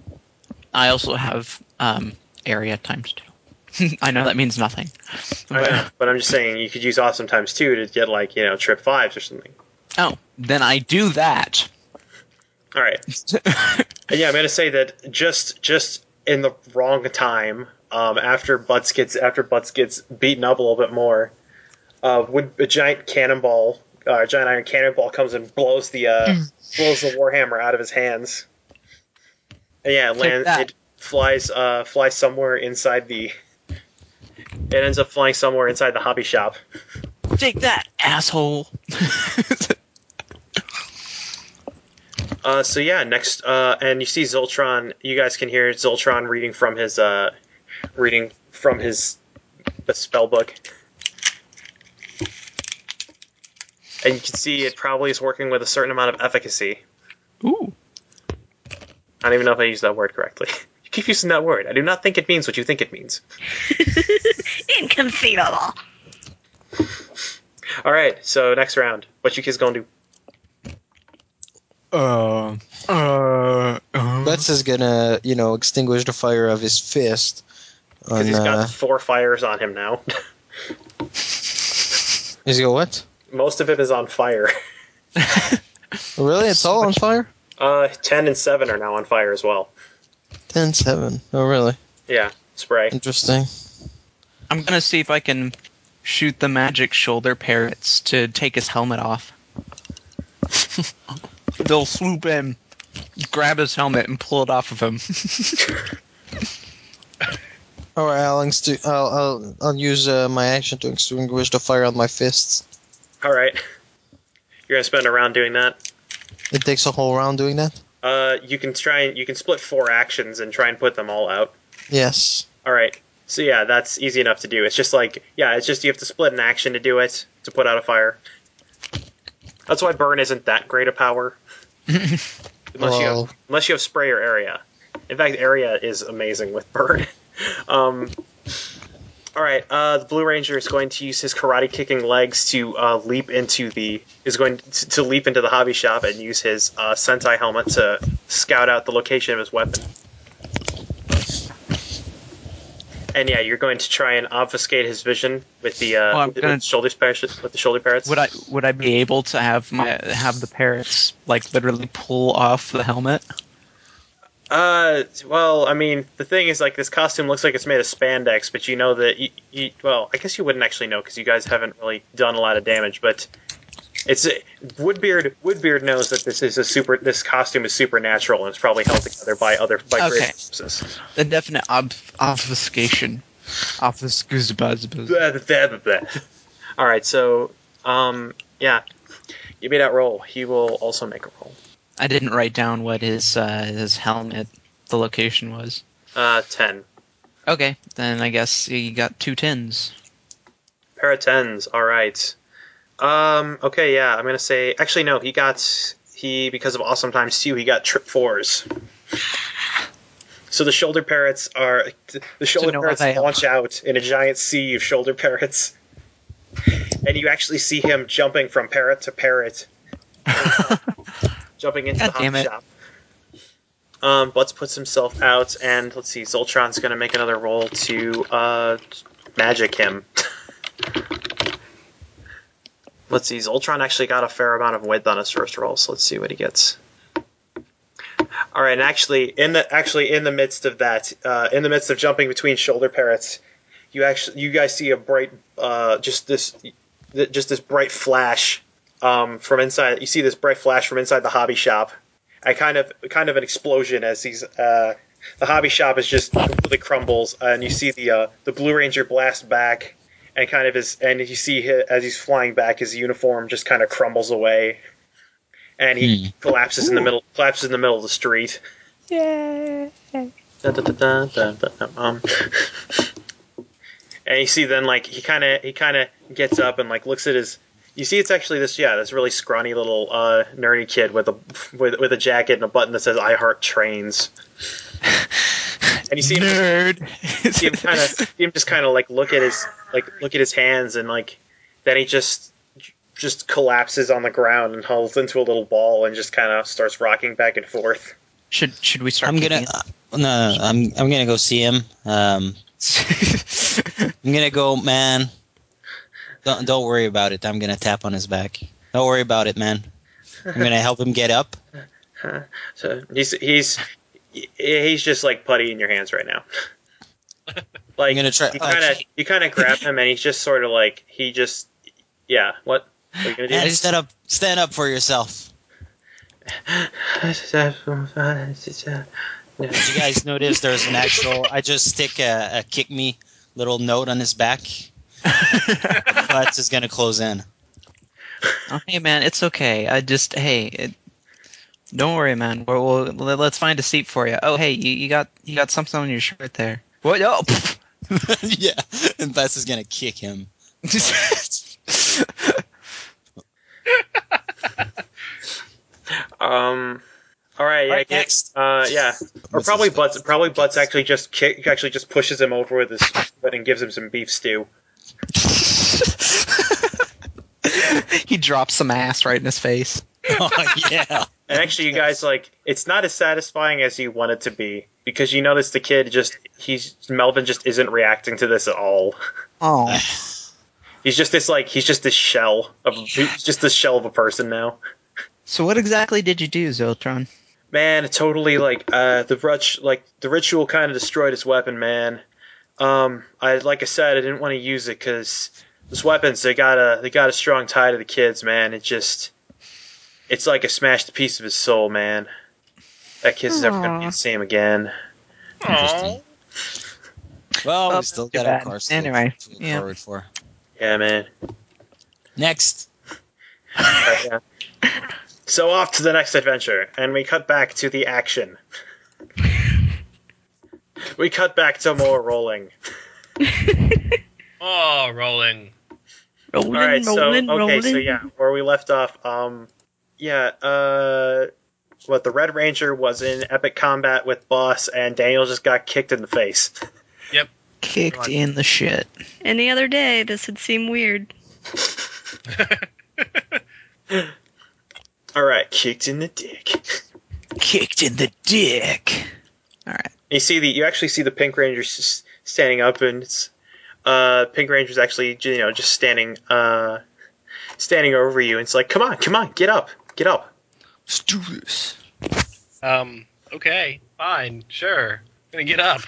I also have um, area times two. I know that means nothing. I know, but I'm just saying you could use awesome times two to get like you know trip fives or something. Oh, then I do that. All right, and yeah, I'm gonna say that just just in the wrong time. Um, after Butts gets after Butts gets beaten up a little bit more, uh, when a giant cannonball, uh, a giant iron cannonball comes and blows the uh, blows the warhammer out of his hands. And yeah, it lands. that. It flies uh, flies somewhere inside the. It ends up flying somewhere inside the hobby shop. Take that, asshole. Uh, so yeah, next, uh, and you see Zoltron. You guys can hear Zoltron reading from his uh, reading from his the spell book, and you can see it probably is working with a certain amount of efficacy. Ooh. I don't even know if I used that word correctly. You keep using that word. I do not think it means what you think it means. Inconceivable. All right, so next round, what you kids gonna do? Uh, uh, Butts is gonna, you know, extinguish the fire of his fist. Because On, he's uh, got four fires on him now. he's got what? Most of it is on fire. Really? It's all on fire? Uh, ten and seven are now on fire as well. 10 7. Oh, really? Yeah, spray. Interesting. I'm gonna see if I can shoot the magic shoulder parrots to take his helmet off. They'll swoop in, grab his helmet, and pull it off of him. All right, I'll, instu- I'll, I'll, I'll use uh, my action to extinguish the fire on my fists. All right. You're gonna spend a round doing that. It takes a whole round doing that? Uh, you can try and you can split four actions and try and put them all out. Yes. All right. So yeah, that's easy enough to do. It's just like yeah, it's just you have to split an action to do it to put out a fire. That's why burn isn't that great a power. unless you Well- have, unless you have spray or area. In fact, area is amazing with burn. um, all right. Uh, the Blue Ranger is going to use his karate kicking legs to uh, leap into the is going to, to leap into the hobby shop and use his uh, Sentai helmet to scout out the location of his weapon. And yeah, you're going to try and obfuscate his vision with the uh, Well, I'm with, gonna- with shoulder parachutes, with the shoulder parrots. would I would I be able to have my have the parrots like literally pull off the helmet? Uh, well, I mean, the thing is, like, this costume looks like it's made of spandex, but you know that you, you well, I guess you wouldn't actually know because you guys haven't really done a lot of damage, but it's uh, Woodbeard. Woodbeard knows that this is a super. This costume is supernatural and it's probably held together by other by Okay. greater purposes. The definite ob- obfuscation. Obfuscuzbuzz. Blah, blah, blah, blah, blah. All right, so um, yeah, give me that roll. He will also make a roll. I didn't write down what his uh, his helmet the location was. Uh, ten. Okay, then I guess he got two tens. Pair of tens. All right. Um. Okay. Yeah. I'm gonna say. Actually, no. He got he because of awesome times two. He got trip fours. So the shoulder parrots are the shoulder no parrots avail. launch out in a giant sea of shoulder parrots, and you actually see him jumping from parrot to parrot, jumping into God the hobby damn it. shop. Um, Butts puts himself out, and let's see, Zoltron's gonna make another roll to uh, magic him. Let's see. Zoltron actually got a fair amount of width on his first roll, so let's see what he gets. All right, and actually, in the actually in the midst of that, uh, in the midst of jumping between shoulder parrots, you actually you guys see a bright, uh, just this, th- just this bright flash um, from inside. You see this bright flash from inside the hobby shop, and kind of kind of an explosion as these. Uh, the hobby shop is just completely crumbles, and you see the uh, the Blue Ranger blast back, and kind of his and you see hi as he's flying back his uniform just kind of crumbles away and he collapses in the middle collapses in the middle of the street Dun, dun, dun, dun, dun, dun, dun, um. and you see then like he kind of he kind of gets up and like looks at his you see it's actually this yeah this really scrawny little uh, nerdy kid with a with, with a jacket and a button that says i heart trains and you see him see him Nerd. kind of see him just kind of like look at his like look at his hands and like then he just just collapses on the ground and hulls into a little ball and just kind of starts rocking back and forth. should should we start? I'm gonna kicking uh, no, no, no, I'm I'm gonna go see him. Um, it? I'm gonna go, man. Don't don't worry about it. I'm gonna tap on his back. Don't worry about it, man. I'm gonna help him get up. So he's he's he's just like putty in your hands right now. like I'm gonna try. uh, you like, kind of you kind of grab him and he's just sort of like he just yeah what, what are you gonna do? man, stand up, stand up for yourself. Did you guys notice there's an actual? I just stick a, a kick me little note on his back. Klutz is gonna close in. Oh, hey man, it's okay. I just hey, it, don't worry, man. We're, we'll let- let's find a seat for you. Oh hey, you, you got you got something on your shirt there. What? Oh, pff. yeah, and Bess is gonna kick him. Um. All right. Yeah. Alright, I next. guess, Uh. Yeah. Or Mrs. probably Butts. butts. Probably butts actually just kick. Actually just pushes him over with his foot and gives him some beef stew. he drops some ass right in his face. oh yeah. And actually, you guys like it's not as satisfying as you want it to be because you notice the kid just he's Melvin just isn't reacting to this at all. Oh, He's just this like he's just this shell of he's just this shell of a person now. so what exactly did you do, Zoltron? Man, totally like uh the rich like the ritual kind of destroyed his weapon, man. Um, I like I said, I didn't want to use it because those weapons they got a they got a strong tie to the kids, man. It just it's like I smashed a piece of his soul, man. That kid's never gonna be Aw. the same again. Interesting. Well, Well, Oh, we still too got our bad. cars Anyway, to look yeah. forward for. Yeah, man. Next, Yeah. so off to the next adventure, and we cut back to the action. we cut back to more rolling. Oh, rolling. Rolling, All right, so rolling, okay, rolling. so yeah, where we left off, um, yeah, uh, what the Red Ranger was in epic combat with boss, and Daniel just got kicked in the face. Kicked in the shit. Any other day, this would seem weird. All right, kicked in the dick. Kicked in the dick. You see the you actually see the Pink Ranger s- standing up, and it's, uh, Pink Ranger's actually you know just standing uh, standing over you, and it's like, come on, come on, get up, get up. Let's do this. Um. Okay. Fine. Sure. Gonna get up.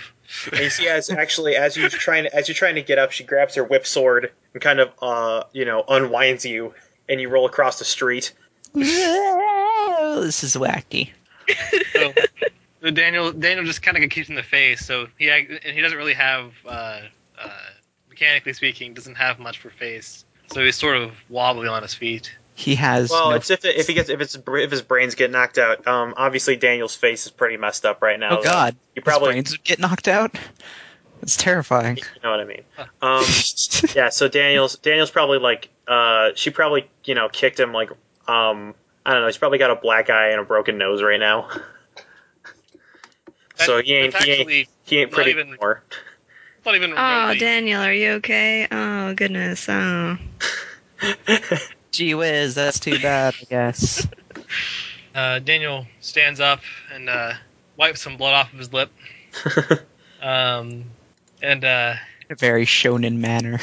And you see as actually as you're trying to, as you're trying to get up, she grabs her whip sword and kind of uh you know unwinds you, and you roll across the street. this is wacky. So, so Daniel Daniel just kind of keeps in the face. So he act- and he doesn't really have uh, uh, mechanically speaking doesn't have much for face. So he's sort of wobbly on his feet. He has Well, no it's if if he gets if it's if his brains get knocked out. Um, obviously Daniel's face is pretty messed up right now. Oh God! you His probably brains would get knocked out. It's terrifying. you know what I mean. Um, yeah. So Daniel's Daniel's probably like uh she probably you know kicked him like um I don't know he's probably got a black eye and a broken nose right now. so he ain't That's he ain't actually he ain't not pretty even- anymore. not even Oh, remotely. Daniel, are you okay? Oh, goodness. Oh. Gee whiz, that's too bad. I guess. Uh, Daniel stands up and uh, wipes some blood off of his lip. Um, and uh, a very shonen manner.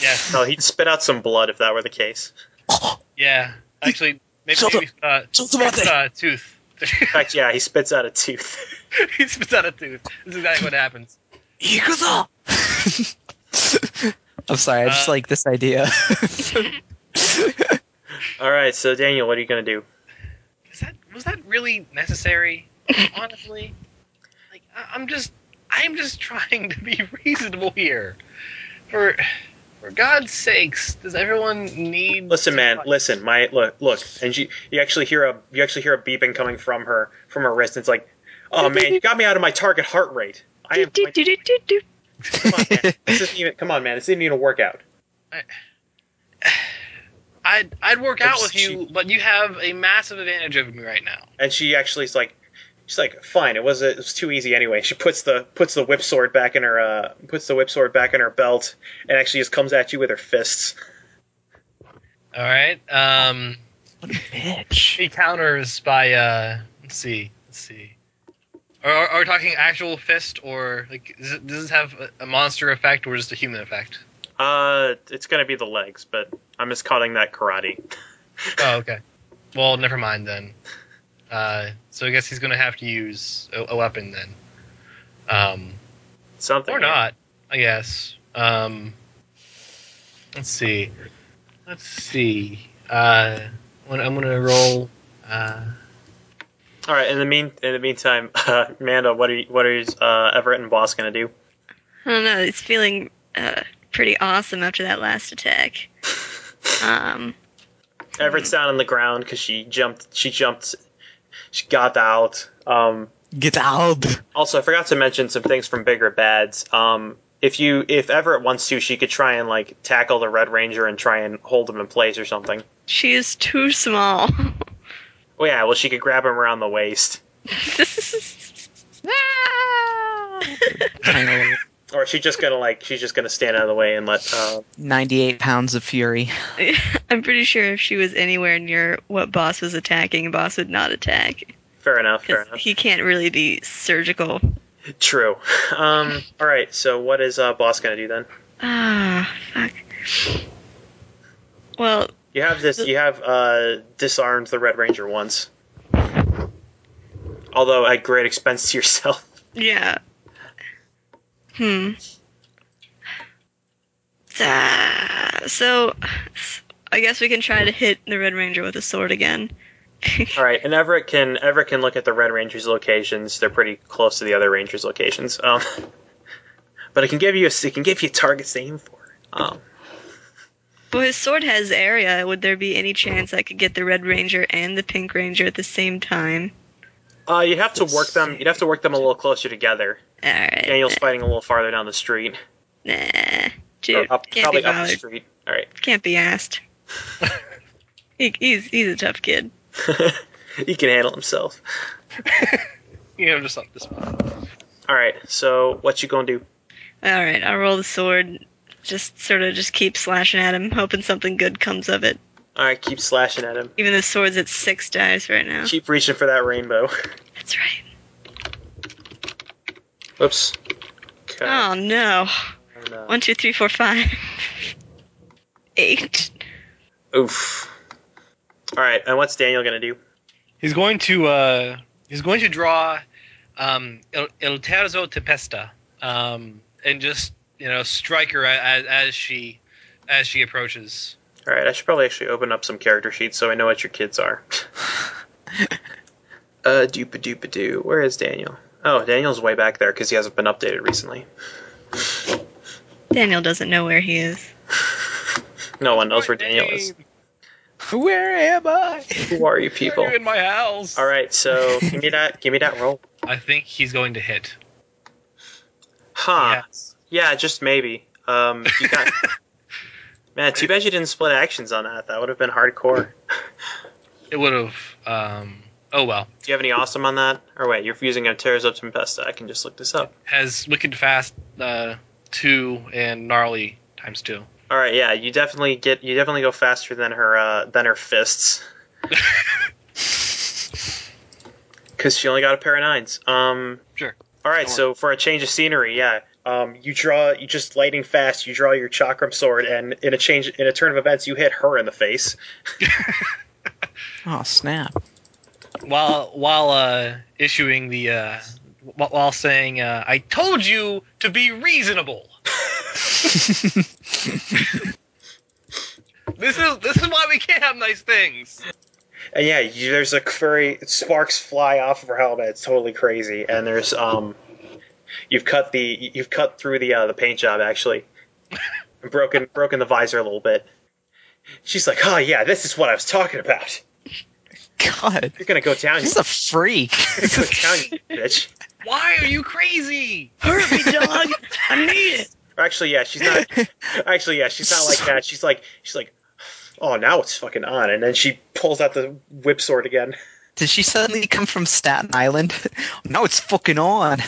yeah, No, he'd spit out some blood if that were the case. yeah. Actually, maybe, Shut maybe uh, spits out a tooth. In fact, yeah, he spits out a tooth. he spits out a tooth. This is exactly what happens. I'm sorry, I just Uh, like this idea. All right, so Daniel, what are you gonna do? Is that was that really necessary? Honestly, like I, I'm just I'm just trying to be reasonable here. For for God's sakes, does everyone need? Listen, to man, fight? listen. My look, look, and you, you actually hear a you actually hear a beeping coming from her from her wrist. It's like, oh man, you got me out of my target heart rate. I Do, am. do, do, do, do, do. Come on, man. This isn't even. Come on, man. This isn't even a workout. I'd I'd work I'm out just with you, but you have a massive advantage over me right now. And she actually is like, she's like, fine. It was it was too easy anyway. She puts the puts the whip sword back in her uh puts the whip sword back in her belt, and actually just comes at you with her fists. All right. Um, Bitch. he counters by uh, let's see, let's see. Are, are, are we talking actual fist or like does, it, does this have a, a monster effect or just a human effect? Uh, it's gonna be the legs, but I'm miscalling that karate. Oh, okay. Well, never mind then. Uh, so I guess he's gonna have to use a, a weapon then, um, Something. or not? I guess. Um, let's see. Let's see. Uh, I'm gonna- I'm gonna roll. Uh, All right. In the mean, in the meantime, uh, Amanda, what are you, what is uh, Everett and Boss gonna do? I don't know. It's feeling uh, pretty awesome after that last attack. Um, Hmm. Everett's down on the ground because she jumped. She jumped. She got out. Um, Get out. also, I forgot to mention some things from Bigger Bads. Um, if you if Everett wants to, she could try and like tackle the Red Ranger and try and hold him in place or something. she is too small. Oh yeah, well she could grab him around the waist, or she's just gonna like she's just gonna stand out of the way and let. Uh, 98 pounds of fury. I'm pretty sure if she was anywhere near what boss was attacking, boss would not attack. fair enough. Fair 'Cause enough. He can't really be surgical. True. Um, all right. So what is uh, Boss gonna do then? Ah, fuck. Well, You have this. You have uh, disarmed the Red Ranger once, although at great expense to yourself. yeah. Hmm. Ah, So, I guess we can try to hit the Red Ranger with a sword again. All right, and Everett can Everett can look at the Red Ranger's locations. They're pretty close to the other Rangers' locations. Um, but it can give you a, it can give you targets to aim for. Um, Well, his sword has area. Would there be any chance I could get the Red Ranger and the Pink Ranger at the same time? uh, you'd have to work them. You'd have to work them a little closer together. All right. Daniel's fighting a little farther down the street, Nah, or dude, up, can't be probably up the bothered. street. All right, Can't be asked. he, he's he's a tough kid. he can handle himself. You know, just like this. All right, so what you gonna do? All right, I'll roll the sword. Just sort of just keep slashing at him, hoping something good comes of it. All right, keep slashing at him. Even the sword's at six dice right now. Keep reaching for that rainbow. That's right. Oops. Okay. Oh no! And, uh, One, two, three, four, five, eight. Oof. All right, and what's Daniel gonna do? He's going to uh, he's going to draw um, El, El Terzo Tempesta um, and just you know strike her as, as she as she approaches. All right, I should probably actually open up some character sheets so I know what your kids are. uh, doopa doopa doo. Where is Daniel? Oh, Daniel's way back there because he hasn't been updated recently. Daniel doesn't know where he is. No one knows where Daniel is. Where am I? Who are you people? in my house. All right, so give me that. Give me that roll. I think he's going to hit. Huh? Yes. Yeah, just maybe. Um, you got. Man, too bad you didn't split actions on that. That would have been hardcore. It would have. Um, oh well. Do you have any awesome on that? Or wait, you're using a Terrors of Tempesta. I can just look this up. Has wicked fast uh, two and gnarly times two. All right, yeah, you definitely get you definitely go faster than her uh, than her fists. Because she only got a pair of nines. Um, Sure. All right, Don't so for a change of scenery, yeah, um, you draw you just lightning fast. You draw your chakram sword, and in a change in a turn of events, you hit her in the face. Oh, snap. While while uh, issuing the uh, wh- while saying uh, I told you to be reasonable. This is this is why we can't have nice things. And yeah, you, there's a furry sparks fly off of her helmet. It's totally crazy. And there's um, you've cut the you've cut through the uh, the paint job actually, and broken broken the visor a little bit. She's like, oh yeah, this is what I was talking about. God. You're gonna go down, you He's a freak. you're gonna go down, you bitch. Why are you crazy? Hurry, dog. I need it. Or Actually, yeah, she's not. Actually, yeah, she's not like that. She's like, she's like, oh, now it's fucking on. And then she pulls out the whip sword again. Did she suddenly come from Staten Island? Now it's fucking on.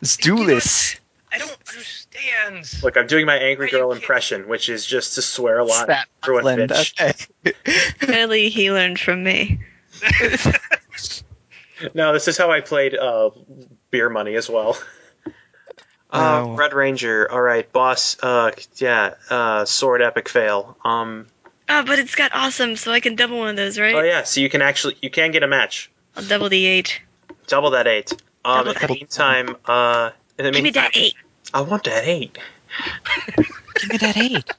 Let's do this. I don't understand. Look, I'm doing my angry Are you girl kidding? impression, which is just to swear a lot. Staten Everyone, Island. bitch. Okay. Clearly, he learned from me. No, this is how I played uh, Beer Money as well. Uh, Oh. Red Ranger. All right, boss. Uh, yeah. Uh, sword epic fail. Um. Oh, but it's got awesome, so I can double one of those, right? Oh yeah. So you can actually you can get a match. I'll double the eight. Double that eight. Um. Double In the that. meantime. Uh. In the Give me meantime, that eight. I want that eight. Give me that eight.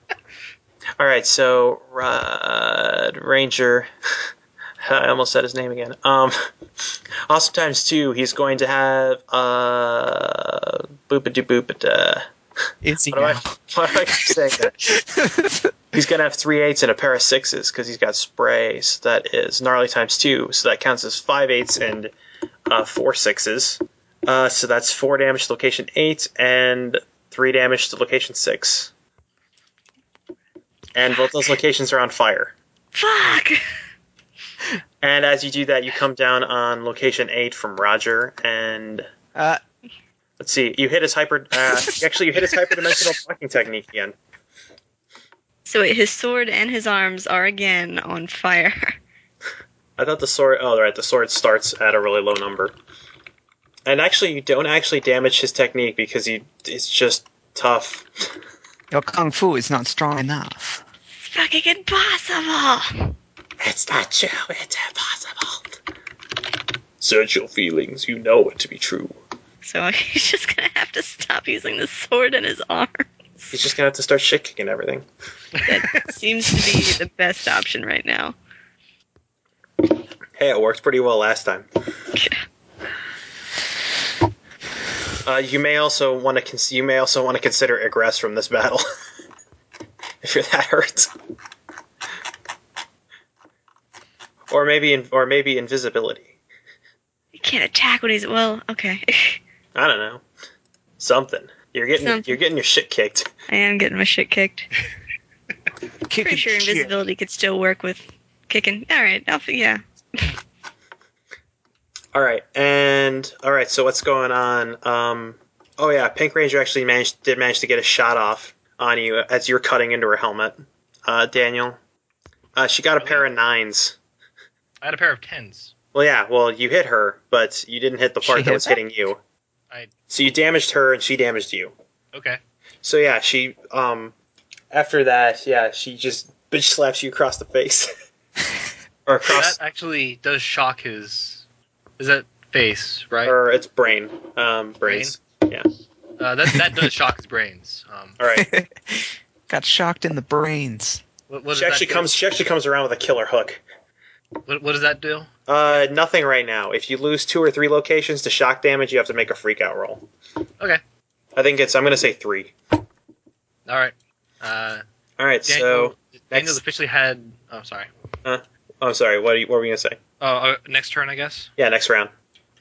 All right. So Red Ranger. I almost said his name again. Um. Also times two. He's going to have uh. Boopa doo boopa. Is he What do I? now? Why do I keep saying that? He's gonna have three eights and a pair of sixes because he's got spray. So that is gnarly times two. So that counts as five eights and uh, four sixes. Uh, so that's four damage to location eight and three damage to location six. And both those locations are on fire. Fuck! And as you do that, you come down on location eight from Roger, and Uh, let's see, you hit his hyper. Uh, actually, you hit his hyperdimensional blocking technique again. So wait, his sword and his arms are again on fire. I thought the sword. Oh, right. The sword starts at a really low number. And actually, you don't actually damage his technique because you. It's just tough. your kung fu is not strong enough. It's fucking impossible! It's not true. It's impossible. Search your feelings. You know it to be true. So he's just gonna have to stop using the sword and his arm. He's just gonna have to start shit kicking everything. That seems to be the best option right now. Hey, it worked pretty well last time. Uh, you may also want to. Cons- you may also want to consider egress from this battle. if you're that hurt. Or maybe, in- or maybe invisibility. He can't attack when he's well. Okay, I don't know. Something. You're getting Something. you're getting your shit kicked. I am getting my shit kicked. Pretty Kicking sure shit. invisibility could still work with kicking. All right, I'll, f- yeah. All right, and all right. So what's going on? Um. Oh yeah, Pink Ranger actually managed did manage to get a shot off on you as you're cutting into her helmet. Uh, Daniel. Uh, she got a pair of nines. I had a pair of tens. Well, yeah. Well, you hit her, but you didn't hit the part She that hit was her? hitting you. I- So you damaged her, and she damaged you. Okay. So yeah, she um after that, yeah, she just bitch slaps you across the face. or across That actually does shock his. Is that face right? or it's brain. Um, brains. Uh, that that does shock his brains. Um, All right. Got shocked in the brains. what, what does she actually that do? comes. She actually comes around with a killer hook. What, what does that do? Uh, nothing right now. If you lose two or three locations to shock damage, you have to make a freak out roll. Okay. I think it's. I'm gonna say three. All right. Uh, All Daniel, right. So Daniel's next- officially had. Oh, sorry. I'm sorry. What, are you, what were we gonna say? Oh, uh, next turn, I guess. Yeah, next round.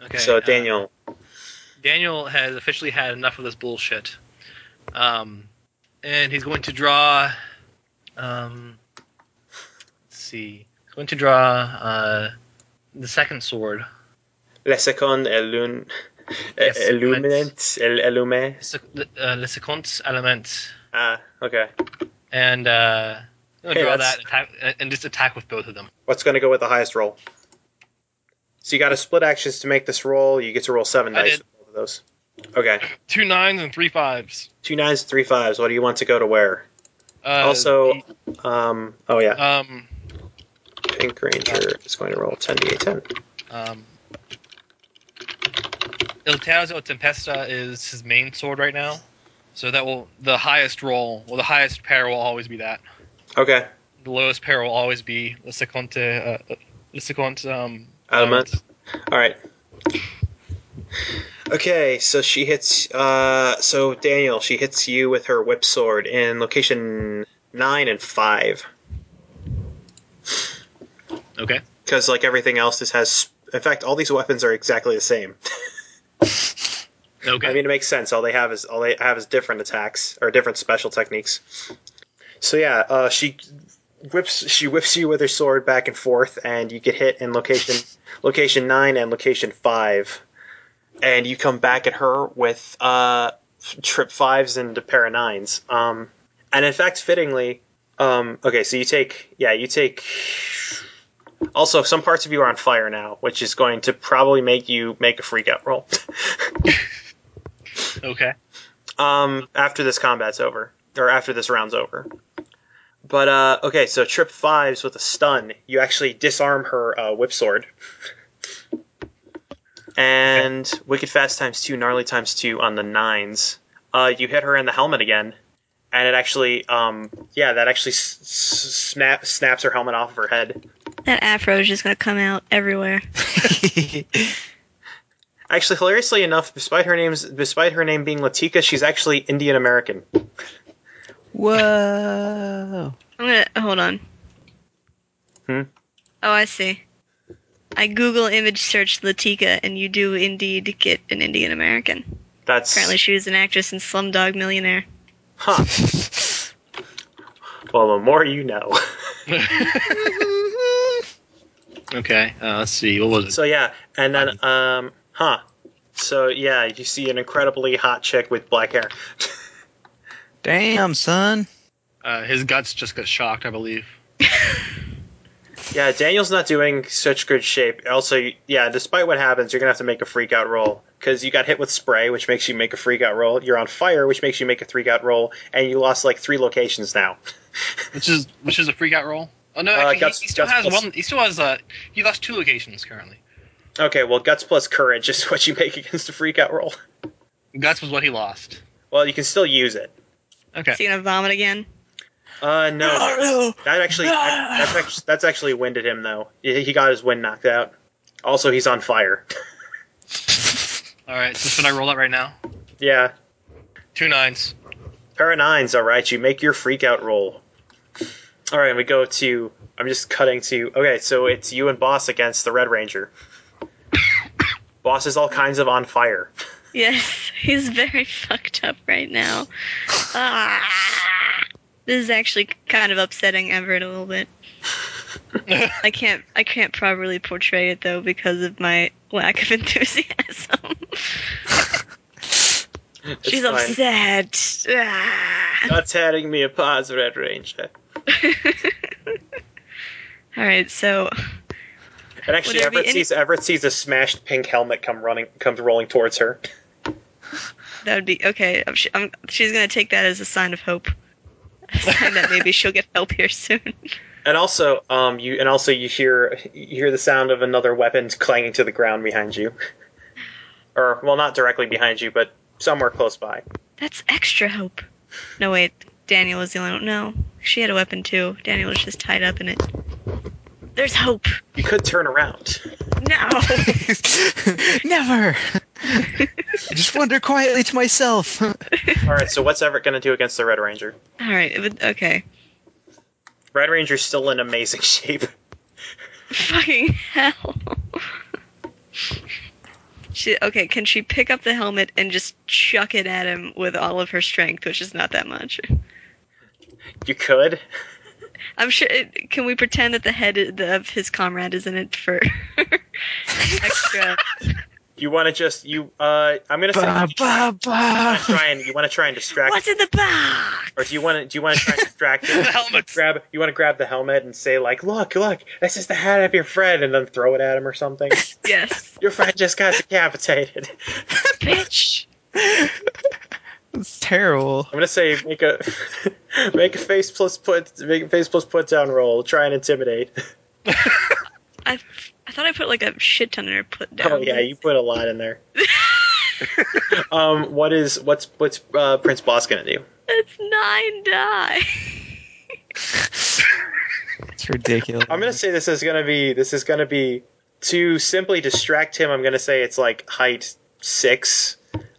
Okay. so uh, Daniel. Daniel has officially had enough of this bullshit, um, and he's going to draw. Um, let's see. He's going to draw uh, the second sword. Le second elun, Yes, illuminant, el illume. It's a- Uh, Le Second Element, Ah, okay. and uh, I'm gonna Hey, draw that's- that and, attack, and just attack with both of them. What's gonna go with the highest roll? So you got to split actions to make this roll. You get to roll seven I dice. did. for both of those. Okay. Two nines and three fives. Two nines, three fives. What do you want to go to where? Uh, also, um, oh yeah, um, Pink Ranger is going to roll 10d8 10. um, Il Terzo Tempesta is his main sword right now, so that will the highest roll. Well, the highest pair will always be that. Okay, The lowest pair will always be Le Seconde. Uh, uh, Le Seconde. Um, Adamant. all right. Okay, so she hits. Uh, so Daniel, she hits you with her whip sword in location nine and five, Okay. because like everything else, this has. In fact, all these weapons are exactly the same. Okay. I mean, it makes sense. All they have is all they have is different attacks or different special techniques. So yeah, uh, she whips she whips you with her sword back and forth, and you get hit in location location nine and location five, and you come back at her with uh, trip fives and a pair of nines. Um, and in fact, fittingly, um, okay, so you take yeah you take Also, some parts of you are on fire now, which is going to probably make you make a freak out roll. Okay. um, after this combat's over, or after this round's over. But uh, okay, so trip fives with a stun. You actually disarm her uh, whip sword. And wicked fast times two, gnarly times two on the nines. Uh, you hit her in the helmet again, and it actually, um, yeah, that actually s- s- snap snaps her helmet off of her head. That afro is just gonna come out everywhere. Actually, hilariously enough, despite her name's despite her name being Latika, she's actually Indian American. Whoa. I'm gonna hold on. Hmm? Oh, I see. I Google image search Latika, and you do indeed get an Indian American. That's Apparently, she was an actress in Slumdog Millionaire. Huh. well, the more you know. Okay. Uh, let's see. What was it? so yeah, and then um, huh. So yeah, you see an incredibly hot chick with black hair. Damn, son. Uh, his guts just got shocked, I believe. Yeah, Daniel's not doing such good shape. Also, yeah, despite what happens, you're gonna have to make a freak out roll because you got hit with spray, which makes you make a freak out roll. You're on fire, which makes you make a freak out roll, and you lost like three locations now. Which is which is a freak out roll. Oh no, Uh, actually, he- guts- he, still guts has plus- one. He still has uh, he lost two locations currently. Okay, well, guts plus courage is what you make against a freak out roll. Guts was what he lost. Well, you can still use it. Okay. Is he gonna vomit again? Uh, no. That actually, that's actually that's actually winded him though. He he got his wind knocked out. Also, he's on fire. All right. So should I roll it right now? yeah, Two nines. pair of nines. All right, you make your freak out roll. All right, we go to. I'm just cutting to. Okay, so it's you and Boss against the Red Ranger. Boss is all kinds of on fire. Yes, he's very fucked up right now. Ah. This is actually kind of upsetting Everett a little bit. I can't I can't properly portray it though because of my lack of enthusiasm. It's She's fine. upset. Ah. Not tearing me apart, Red Ranger. All right, so And actually, there be Everett any- sees Everett sees a smashed pink helmet come running, comes rolling towards her. that would be okay. I'm, sh- I'm, she's gonna take that as a sign of hope, a sign that maybe she'll get help here soon. And also, um, you and also you hear you hear the sound of another weapon clanging to the ground behind you, or well, not directly behind you, but somewhere close by. That's extra hope. No wait, Daniel was the only one. No, she had a weapon too. Daniel was just tied up in it. There's hope. You could turn around. No. Never. I just wonder quietly to myself. All right, so what's Everett going to do against the Red Ranger? All right. it would- Okay. Red Ranger's still in amazing shape. Fucking hell. She, okay, can she pick up the helmet and just chuck it at him with all of her strength, which is not that much? You could. I'm sure. It, can we pretend that the head of his comrade is in it for extra? You want to just you. Uh, I'm going to say. Ba, ba, you ba. wanna Try and you want to try and distract, What's in the box? or do you want to do you want to try and distract him? Helmets. grab you want to grab the helmet and say like, look, look, this is the hat of your friend, and then throw it at him or something. Yes, Your friend just got decapitated. bitch. It's terrible. I'm gonna say make a make a face plus put make a face plus put down roll. Try and intimidate. I, I thought I put like a shit ton in her put down. Oh yeah, you put a lot in there. um, what is what's what's uh, Prince Boss gonna do? It's nine die. It's ridiculous. I'm gonna say this is gonna be this is gonna be to simply distract him. I'm gonna say it's like height six.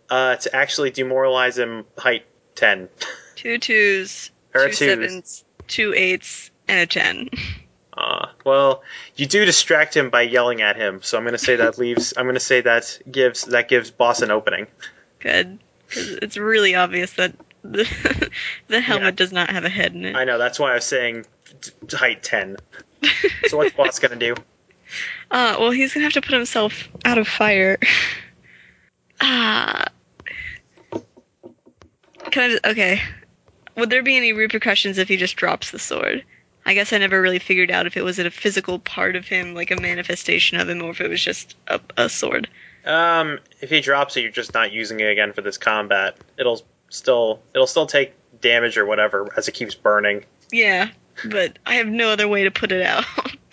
Uh, to actually demoralize him, height ten. Two twos, Her two twos. sevens, two eights, and a ten. Uh, well, you do distract him by yelling at him, so I'm gonna say that leaves. I'm gonna say that gives that gives Boss an opening. Good, 'Cause it's really obvious that the, the helmet Yeah. does not have a head in it. I know. That's why I was saying t- t- height ten. so what's boss gonna do? Uh, well, he's gonna have to put himself out of fire. Ah. Can I just, okay. Would there be any repercussions if he just drops the sword? I guess I never really figured out if it was a physical part of him, like a manifestation of him, or if it was just a, a sword. Um, if he drops it, you're just not using it again for this combat. It'll still it'll still take damage or whatever as it keeps burning. Yeah, but I have no other way to put it out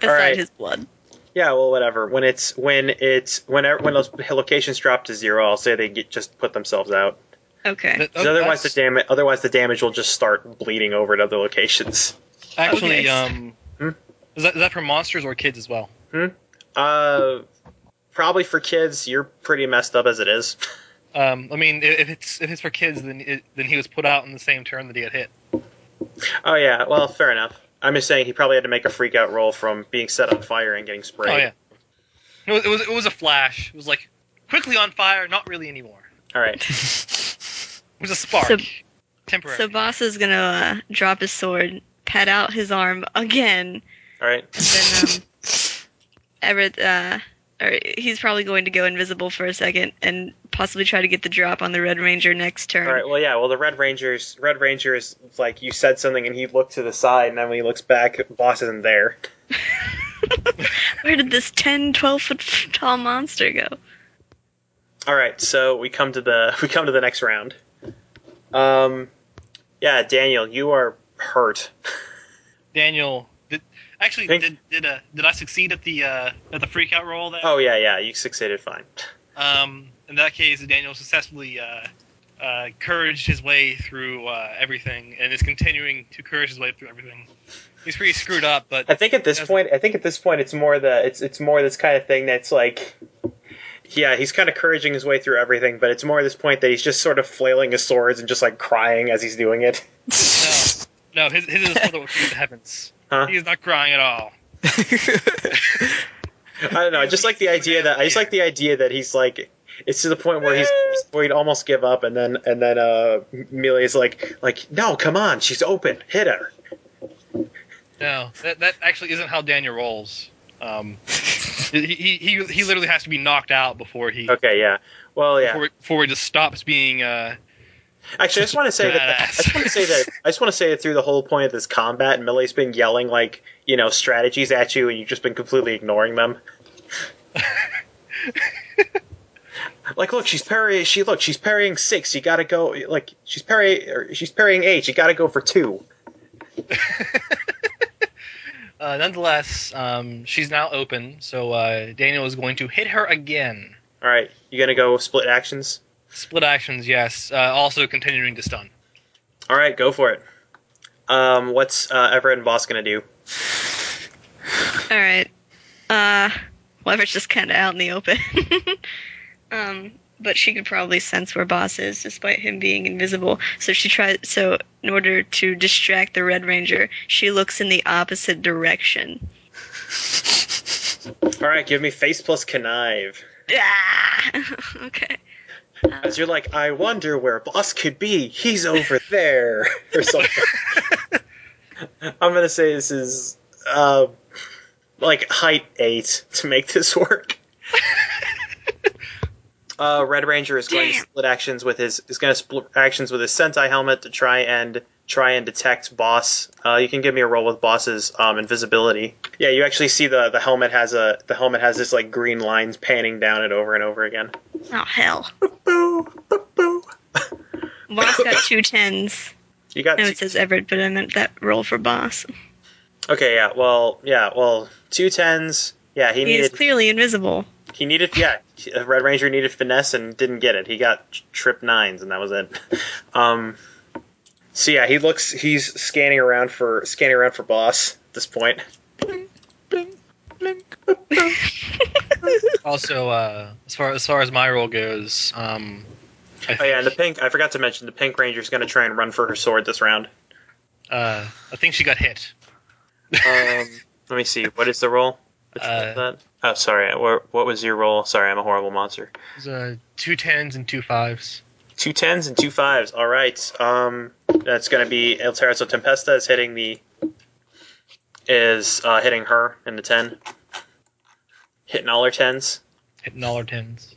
beside right. his blood. Yeah, well, whatever. When it's when it's when e- when those locations drop to zero, I'll say they get, just put themselves out. Okay. Oh, 'Cause otherwise, the damage otherwise the damage will just start bleeding over to other locations. Actually, Okay. um, Hmm? is, that, is that for monsters or kids as well? Uh, probably for kids, you're pretty messed up as it is. Um, I mean, i- if it's if it's for kids, then it, then he was put out in the same turn that he got hit. Oh yeah, well, fair enough. I'm just saying he probably had to make a freak out roll from being set on fire and getting sprayed. Oh yeah, it was, it was it was a flash. It was like quickly on fire, not really anymore. All right. It was a spark, So- temporary. So Boss is gonna uh, drop his sword, pat out his arm again, All right. and then um, Everett, uh, or he's probably going to go invisible for a second and possibly try to get the drop on the Red Ranger next turn. All right. Well, yeah. Well, the Red Rangers, Red Ranger is like you said something, and he looked to the side, and then when he looks back, boss isn't there. Where did this 10, 12 foot f- tall monster go? All right. So we come to the we come to the next round. Um, yeah, Daniel, you are hurt. Daniel, did, actually, Thank- did did, uh, did I succeed at the uh, at the freak out roll? There. Oh yeah, yeah. You succeeded fine. Um, in that case, Daniel successfully uh, uh, couraged his way through uh, everything, and is continuing to courage his way through everything. He's pretty screwed up, but I think at this Yes. point, I think at this point, it's more the it's it's more this kind of thing that's like, yeah, he's kind of couraging his way through everything, but it's more at this point that he's just sort of flailing his swords and just like crying as he's doing it. no, no, his, his is for the the heavens. Huh? He's not crying at all. I don't know. I just like the idea that I just like the idea that he's like. It's to the point where he's where he'd almost give up, and then and then uh, Melia's like like no, come on, she's open, hit her. No, that that actually isn't how Daniel rolls. Um, he, he he he literally has to be knocked out before he Okay, yeah. Well, yeah. before, before he just stops being. Uh, Actually, I just want to say that I Badass. just want to say that I just want to say that through the whole point of this combat, Millie's been yelling like you know strategies at you, and you've just been completely ignoring them. like, look, she's parrying. She look, she's parrying six. You gotta go. Like, she's parry. Or she's parrying eight. You gotta go for two. uh, nonetheless, um, she's now open, so uh, Daniel is going to hit her again. All right, you gonna go split actions. Split actions, yes. Uh, also continuing to stun. All right, go for it. Um, what's uh, Everett and Boss gonna do? All right. Uh, well, Everett's just kind of out in the open. um, but she could probably sense where Boss is, despite him being invisible. So she tries. So in order to distract the Red Ranger, she looks in the opposite direction. All right, give me face plus connive. Ah! okay. As you're like, I wonder where Boss could be. He's over there, or something. I'm gonna say this is uh, like height eight to make this work. uh, Red Ranger is going Damn. to split actions with his is going to split actions with his Sentai helmet to try and try and detect Boss. Uh, you can give me a roll with Boss's um, invisibility. Yeah, you actually see the the helmet has a the helmet has this like green lines panning down it over and over again. Oh hell. Boo, boo, boo. Boss got two tens. You got No, two- it says Everett, but I meant that roll for Boss. Okay, yeah. Well, yeah. Well, two tens. Yeah, he He is needed. clearly invisible. He needed. Yeah, uh, Red Ranger needed finesse and didn't get it. He got tr- trip nines, and that was it. Um. So yeah, he looks. He's scanning around for scanning around for boss at this point. Also, uh, as far as far as my role goes, um, I Oh yeah, and the think, pink. I forgot to mention the pink ranger's going to try and run for her sword this round. uh, I think she got hit. Um. let me see. What is the roll? Which Uh, was that? Oh, sorry. What, what was your roll? Sorry, I'm a horrible monster. It was, uh, two tens and two fives. Two tens and two fives. All right. Um, that's going to be El Terzo Tempesta is hitting the is uh, hitting her in the ten, hitting all her tens. Hitting all her tens.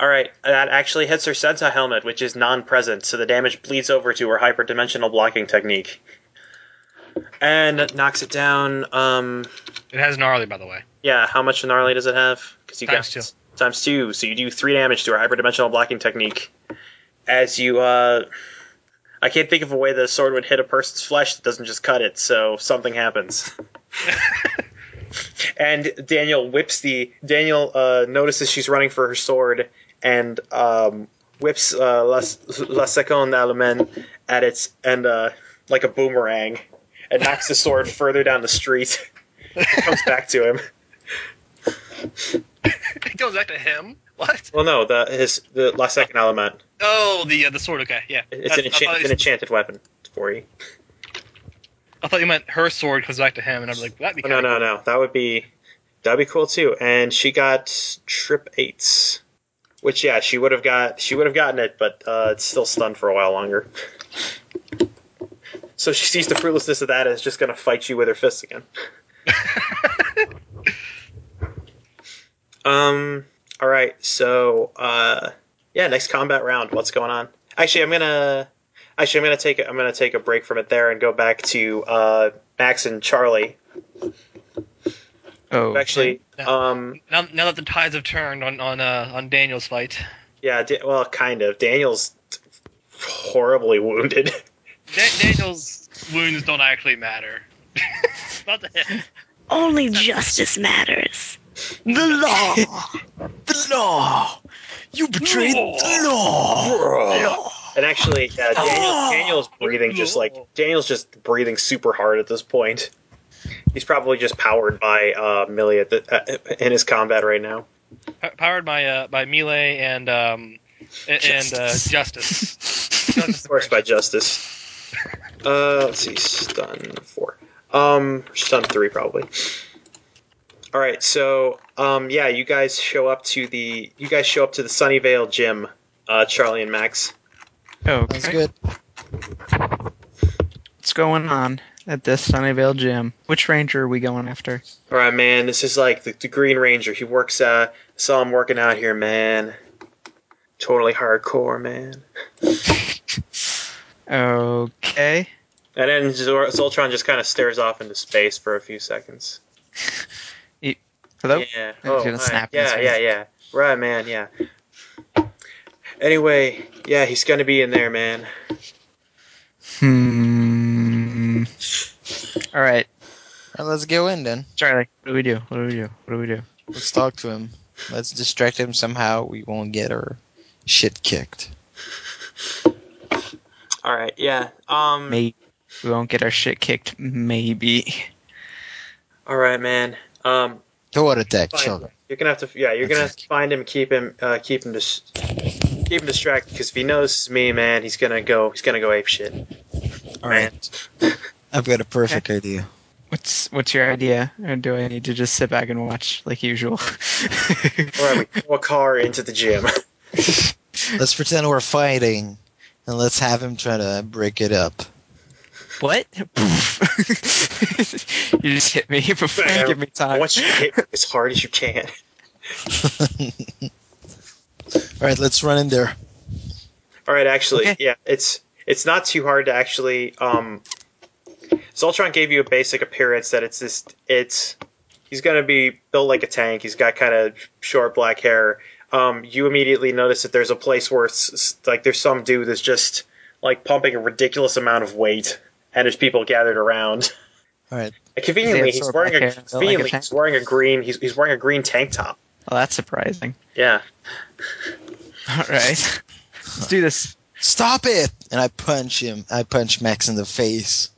All right, that actually hits her Sensa helmet, which is non-present, so the damage bleeds over to her hyperdimensional blocking technique. and knocks it down. Um, It has gnarly, by the way. yeah, how much gnarly does it have? Because you Times got times two, so you do three damage to our hyperdimensional blocking technique. As you, uh, I can't think of a way that a sword would hit a person's flesh that doesn't just cut it. So something happens. and Daniel whips the Daniel uh, notices she's running for her sword and um, whips uh, La, La Seconde Allemagne at its and uh, like a boomerang and knocks the sword further down the street. It comes back to him. It goes back to him. What? Well, no, the his the last second element. Oh, the uh, the sword. Okay, yeah. It's That's- an, enchant, I, it's thought an you- enchanted weapon for you. I thought you meant her sword comes back to him, and I'm like, that'd be Oh, no, kinda no, cool. no. That would be that'd be cool too. And she got trip eights, which yeah, she would have got she would have gotten it, but uh, it's still stunned for a while longer. So she sees the fruitlessness of that and is just going to fight you with her fists again. um. All right. So uh, yeah, next combat round. What's going on? Actually, I'm gonna. Actually, I'm gonna take a- I'm gonna take a break from it there and go back to uh, Max and Charlie Oh, actually Yeah. um Now, now that the tides have turned on on uh, on Daniel's fight, yeah da- well kind of daniel's horribly wounded Dan- Daniel's wounds don't actually matter. Not to him. Only justice matters. The law. the law. You betrayed the law. and actually yeah daniel Oh, daniel's breathing just like daniel's just breathing super hard at this point he's probably just powered by uh millie at the, uh, in his combat right now P- powered by uh, by melee and um a- and uh, justice. justice. of course by justice uh let's see stun four um stun three probably all right so um yeah you guys show up to the you guys show up to the sunnyvale gym uh charlie and max okay. Sounds good. What's going on at this Sunnyvale gym? Which ranger are we going after? All right, man. This is like the, the Green Ranger. He works. Uh, saw him working out here, man. Totally hardcore, man. Okay. And then Zor- Zoltron just kind of stares off into space for a few seconds. Hello. Yeah. I was gonna hi. snap in his Yeah, face. yeah, yeah. Right, man. Yeah. Anyway, yeah, he's gonna be in there, man. Hmm. All right, All right, let's go in then. Charlie. What do we do? What do we do? What do we do? Let's talk to him. Let's distract him somehow. We won't get our shit kicked. All right. Yeah. Um. Maybe we won't get our shit kicked. Maybe. All right, man. Um. Don't attack Fine. children. You're gonna have to, yeah. You're gonna have to find him, keep him, uh, keep him, dis- keep him distracted. Because if he knows it's me, man, he's gonna go, he's gonna go ape shit. All right. I've got a perfect idea. What's What's your idea? Or do I need to just sit back and watch like usual? All right, we throw a car into the gym. Let's pretend we're fighting, and let's have him try to break it up. What? Poof. you just hit me before you give me time. Once you hit as hard as you can. All right, let's run in there. All right, actually, Okay. yeah, it's it's not too hard to actually. Um, Zoltron gave you a basic appearance that it's this. It's he's gonna be built like a tank. He's got kind of short black hair. Um, you immediately notice that there's a place where it's s- like there's some dude that's just like pumping a ridiculous amount of weight, and there's people gathered around. All right. And conveniently, Does he he's have short wearing black a hair, built like a conveniently tank? he's wearing a green he's, he's wearing a green tank top. Well, that's surprising. Yeah. All right, let's do this. Stop it! And I punch him. I punch Max in the face.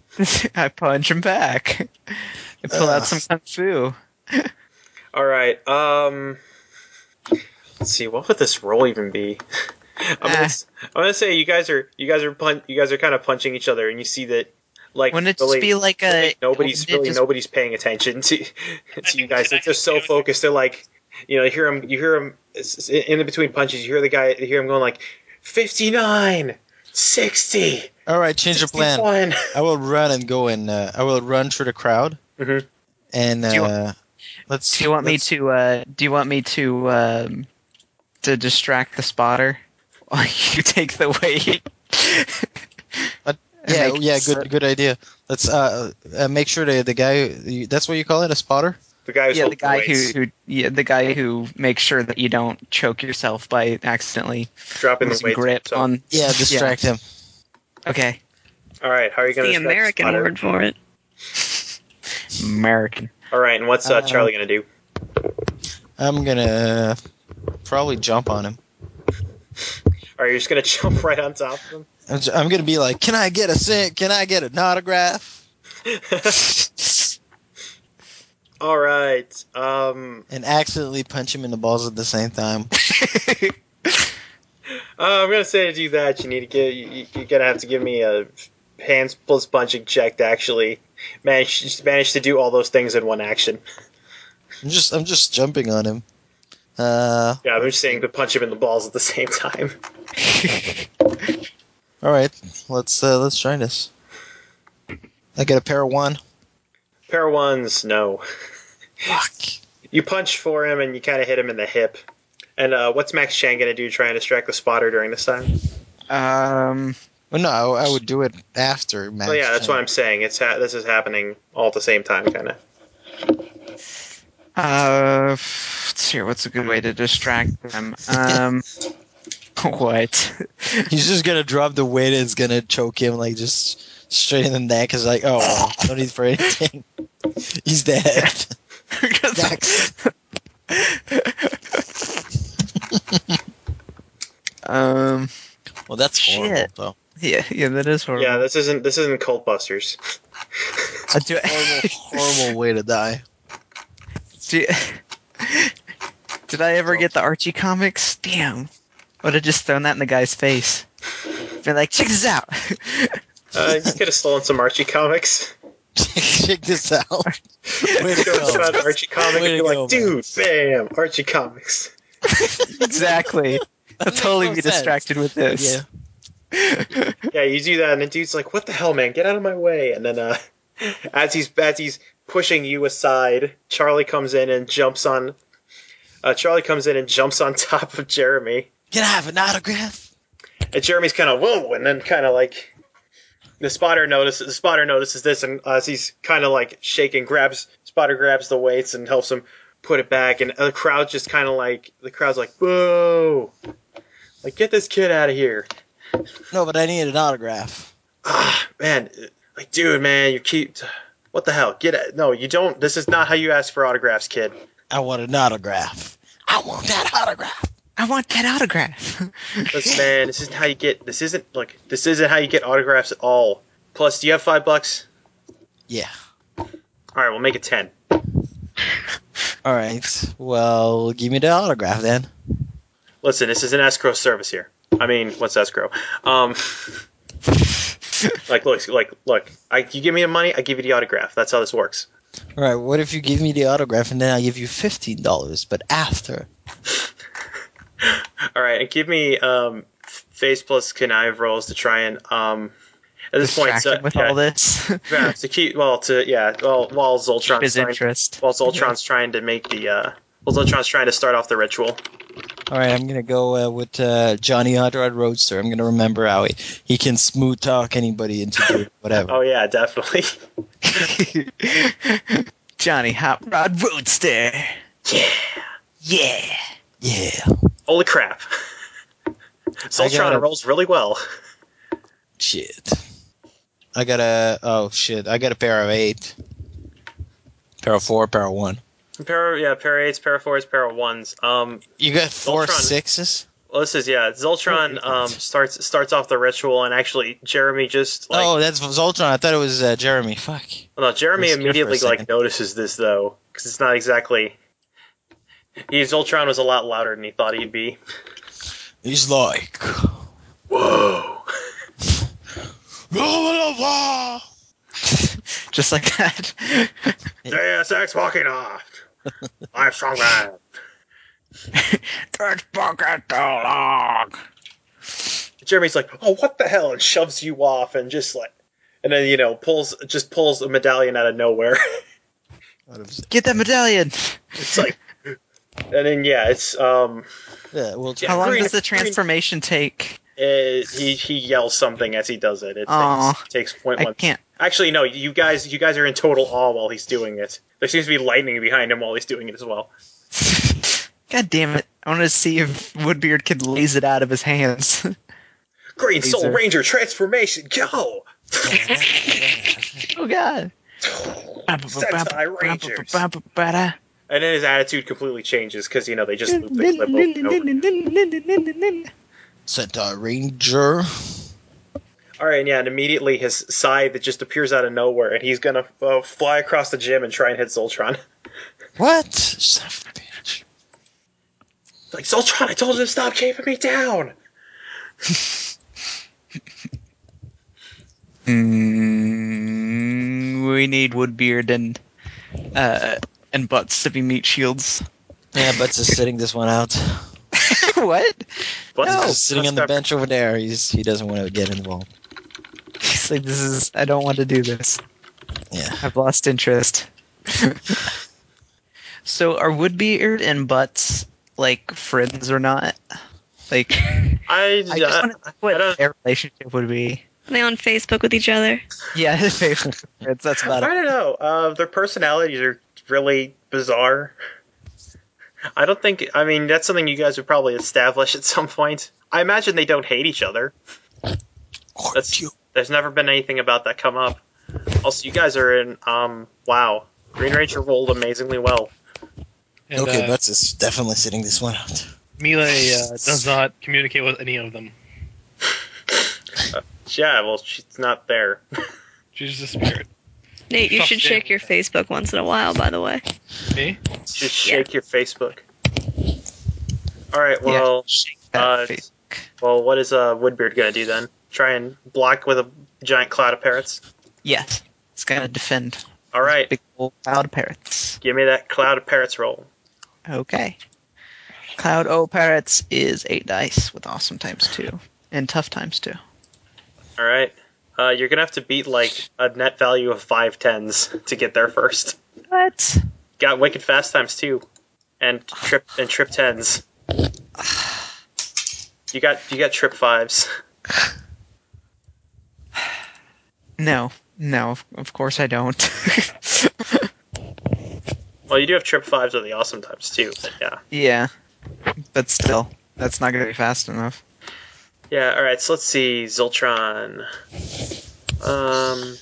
I punch him back. I pull Ugh. out some kung fu. All right. Um, let's see. What would this roll even be? I'm, gonna, Ah. s- I'm gonna say you guys are you guys are pun- you guys are kind of punching each other, and you see that like Wouldn't it just really, be like a nobody's wouldn't it really just- nobody's paying attention to to you think guys. it's Like, they're so actually- focused. They're like, you know, you hear them. You hear them in in between punches. You hear the guy. You hear him going like, 59, 60, All right, change your plan. 61. I will run and go and uh, I will run through the crowd. Mhm. And Mm-hmm. Do you want- uh, let's. Do you want me let's- to? Uh, do you want me to? Um, to distract the spotter? you take the weight. Yeah, Make- yeah, good, good idea. Let's uh, uh make sure the the guy that's what you call it a spotter. The guy who's yeah, the holding guy who, weights, who yeah, the guy who makes sure that you don't choke yourself by accidentally dropping the losing weights. grip So- on. Yeah, distract him. Okay, All right, how are you going the to American word for it. American. All right, and what's uh, Uh, Charlie going to do? I'm gonna probably jump on him. Are you just going to jump right on top of him? I'm, j am gonna be like, can I get a cent? Can I get an autograph? All right. Um, And accidentally punch him in the balls at the same time. uh, I'm going to say to do that, you need to get you, you- you're going to have to give me a hands plus punching check to actually manage just manage to do all those things in one action. I'm just I'm just jumping on him. Uh, Yeah, I'm just saying to punch him in the balls at the same time. all right, let's uh, let's try this. I get a pair of one. Pair of ones, no. Fuck. You punch for him and you kind of hit him in the hip. And uh, what's Max Chan going to do trying to distract the spotter during this time? Um, Well, no, I, I would do it after Max. Well, yeah, that's Chan. what I'm saying. It's ha- this is happening all at the same time, kind of. uh, let's see. What's a good way to distract them? Um, what? He's just gonna drop the weight and it's gonna choke him like just straight in the neck. It's like, oh, well, no need for anything. He's dead. Next. um, Well, that's horrible, Shit. though. yeah, yeah, that is horrible. Yeah, this isn't this isn't Cult Busters. I do. Horrible, horrible way to die. Do- Did I ever get the Archie comics? Damn. Would have just thrown that in the guy's face. Been like, check this out. Uh, you could have stolen some Archie comics. Check this out. Way to Go go. inside an Archie comic Way and to be like, go, dude, bam, Archie comics. exactly. I'll makes totally no be sense. distracted with this. Yeah. Yeah, you do that, and the dude's like, "What the hell, man? Get out of my way!" And then, uh, as he's as he's pushing you aside, Charlie comes in and jumps on. Uh, Charlie comes in and jumps on top of Jeremy, Can I have an autograph? and Jeremy's kind of whoa, and then kind of like the spotter notices. The spotter notices this, and as he's kind of like shaking, grabs spotter grabs the weights and helps him put it back, and the crowd just kind of like the crowd's like whoa, like get this kid out of here. No, but I need an autograph. ah, man, like, dude, man, you keep. What the hell? Get it? No, you don't. This is not how you ask for autographs, kid. I want an autograph. I want that autograph. I want that autograph. This man, this isn't how you get. This isn't like. This isn't how you get autographs at all. Plus, do you have five bucks? Yeah. All right, we'll make it ten. All right. Well, give me the autograph then. Listen, this is an escrow service here. I mean, what's escrow? Um, like, look, like, look. I, you give me the money, I give you the autograph. That's how this works. All right. What if you give me the autograph and then I give you fifteen dollars, but after? All right, and give me um, face plus connive rolls to try and um. At this point, Distracted so- with yeah, all this. Yeah, to keep well to yeah well while Keep Zoltron's his trying, interest. while Zoltron's trying to make the uh while Zoltron's trying to start off the ritual. All right. I'm gonna go uh, with uh, Johnny Hot Rod Roadster. I'm gonna remember how he, he can smooth talk anybody into doing whatever. Oh yeah, definitely. Johnny Hot Rod Roadster. Yeah. Yeah. Yeah. Holy crap. gotta- Zoltron rolls really well. Shit. I got a oh shit. I got a pair of eight. Pair of four. Pair of one. Pair yeah, pair eights, pair fours, pair ones. Um You got four Voltron. sixes. well, this is yeah, Zoltron Oh, um starts starts off the ritual and actually Jeremy just like oh, that's Zoltron. I thought it was uh, Jeremy. Fuck. Oh. Well, no, Jeremy Let's do it for a immediately like second. notices this though, because it's not exactly. He, Zoltron was a lot louder than he thought he'd be. He's like. Whoa! Just like that. Deus Ex Machina. I'm strongman. That's fucking too long. Jeremy's like, oh, what the hell, and shoves you off, and just like, and then you know pulls just pulls a medallion out of nowhere. Out of, Get that medallion. it's like, and then yeah, it's um, yeah, well, Yeah, How long green- does the green- transformation take? Uh, he he yells something as he does it. It Aw. takes, takes point I one. can't. Actually, no. You guys, you guys are in total awe while he's doing it. There seems to be lightning behind him while he's doing it as well. God damn it! I want to see if Woodbeard can laze it out of his hands. Green Soul Laser. Ranger transformation, go! oh God! Sentai Rangers. And then his attitude completely changes because you know they just loop the clip over and over. Sentai Ranger. All right, and yeah, and immediately his scythe that just appears out of nowhere, and he's gonna uh, fly across the gym and try and hit Zoltron. What? Son of a bitch. Like Zoltron, I told you to stop keeping me down. Mm, we need Woodbeard and uh, and Butts to be meat shields. Yeah, Butts is sitting this one out. what? But No. He's just sitting on the bench over there. He's, he doesn't want to get involved. He's like, this is. I don't want to do this. Yeah. I've lost interest. so are Woodbeard and Butts like friends or not? Like, I, I just want to know I what don't- their relationship would be. Are they on Facebook with each other? Yeah, that's that's I about it. don't know. Uh, their personalities are really bizarre. I don't think. I mean, that's something you guys would probably establish at some point. I imagine they don't hate each other. That's, there's never been anything about that come up. Also, you guys are in. Um, wow, Green Ranger rolled amazingly well. And, okay, uh, Butts is definitely sitting this one out. Melee uh, does not communicate with any of them. Yeah, well, she's not there. She's just a spirit. Nate, Oh, you Fuck should you. check your Facebook once in a while, by the way. Me? Just shake your Facebook. All right. Well, That uh, face. well, what is uh, Woodbeard gonna do then? Try and block with a giant cloud of parrots. Yes, it's gonna defend All right. big old cloud of parrots. Give me that cloud of parrots roll. Okay. Cloud O parrots is eight dice with awesome times two and tough times two. All right. Uh, you're gonna have to beat like a net value of five tens to get there first. What? Got wicked fast times two, and trip and trip tens. You got you got trip fives. No, no, of- of course I don't. Well, you do have trip fives with the awesome times too. But yeah. yeah, but still, that's not gonna be fast enough. Yeah. All right. So let's see Zoltron. Um.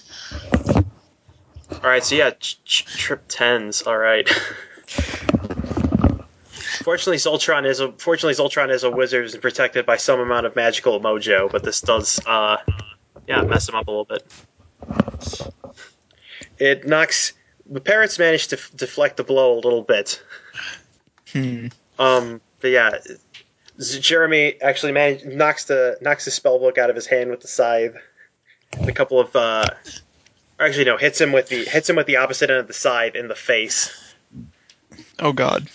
All right. So yeah, ch- ch- trip tens. All right. Fortunately, Zoltron is a fortunately Zoltron is a wizard and protected by some amount of magical mojo, but this does uh, yeah, mess him up a little bit. It knocks the parrots manage to f- deflect the blow a little bit. Hmm. Um, but yeah, Z- Jeremy actually managed, knocks the knocks the spell book out of his hand with the scythe. A couple of uh, or actually no, hits him with the hits him with the opposite end of the scythe in the face. Oh God.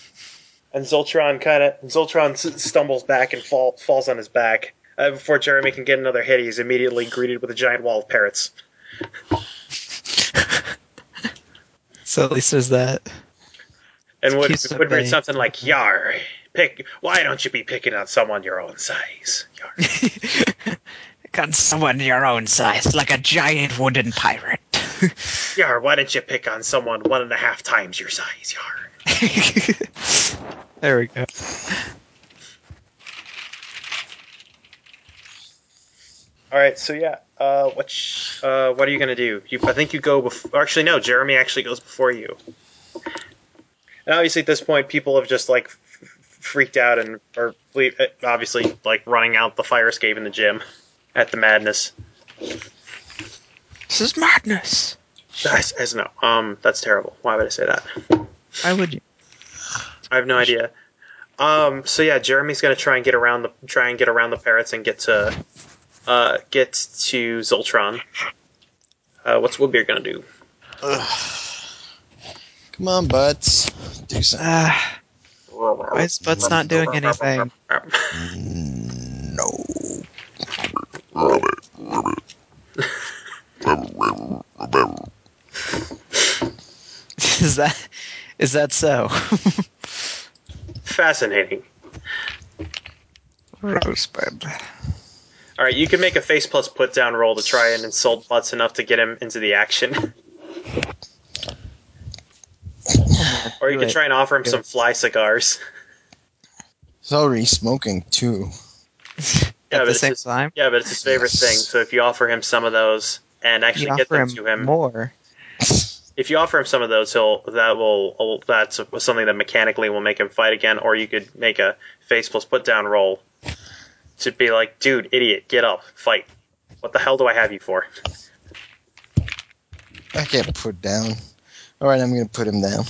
And Zoltron kind of Zoltron s- stumbles back and fall, falls on his back. Uh, before Jeremy can get another hit, he's immediately greeted with a giant wall of parrots. So at least there's that. And would Kiss would read somebody. something like "Yar, pick. Why don't you be picking on someone your own size?" Yar. Got someone your own size, like a giant wooden pirate. Yar, why don't you pick on someone one and a half times your size? Yar. there we go. All right, so yeah, uh, what sh- uh, what are you gonna do? You, I think you go before. Actually, no, Jeremy actually goes before you. And obviously, at this point, people have just like f- f- freaked out and are ble- uh, obviously like running out the fire escape in the gym at the madness. This is madness. Guys, guys, no, um, that's terrible. Why would I say that? Why would you? I have no idea. Um, so yeah, Jeremy's gonna try and get around the try and get around the parrots and get to uh, get to Zoltron. Uh, what's Woodbeard gonna do? Come on, Butts. Do something. Uh, why is Butts not doing anything? No. Is that is that so? Fascinating. Rosebud. All right, you can make a face plus put down roll to try and insult Butts enough to get him into the action. or you Do can it. try and offer him some fly cigars. He's already smoking Yeah, too. at but the it's same just- time. Yeah, but it's his favorite Yes. thing. So if you offer him some of those and You actually get offer them him, to him, more. if you offer him some of those, he'll that will that's something that mechanically will make him fight again. Or you could make a face plus put down roll to be like, dude, idiot, get up, fight. What the hell do I have you for? I can't put down. All right, I'm gonna put him down.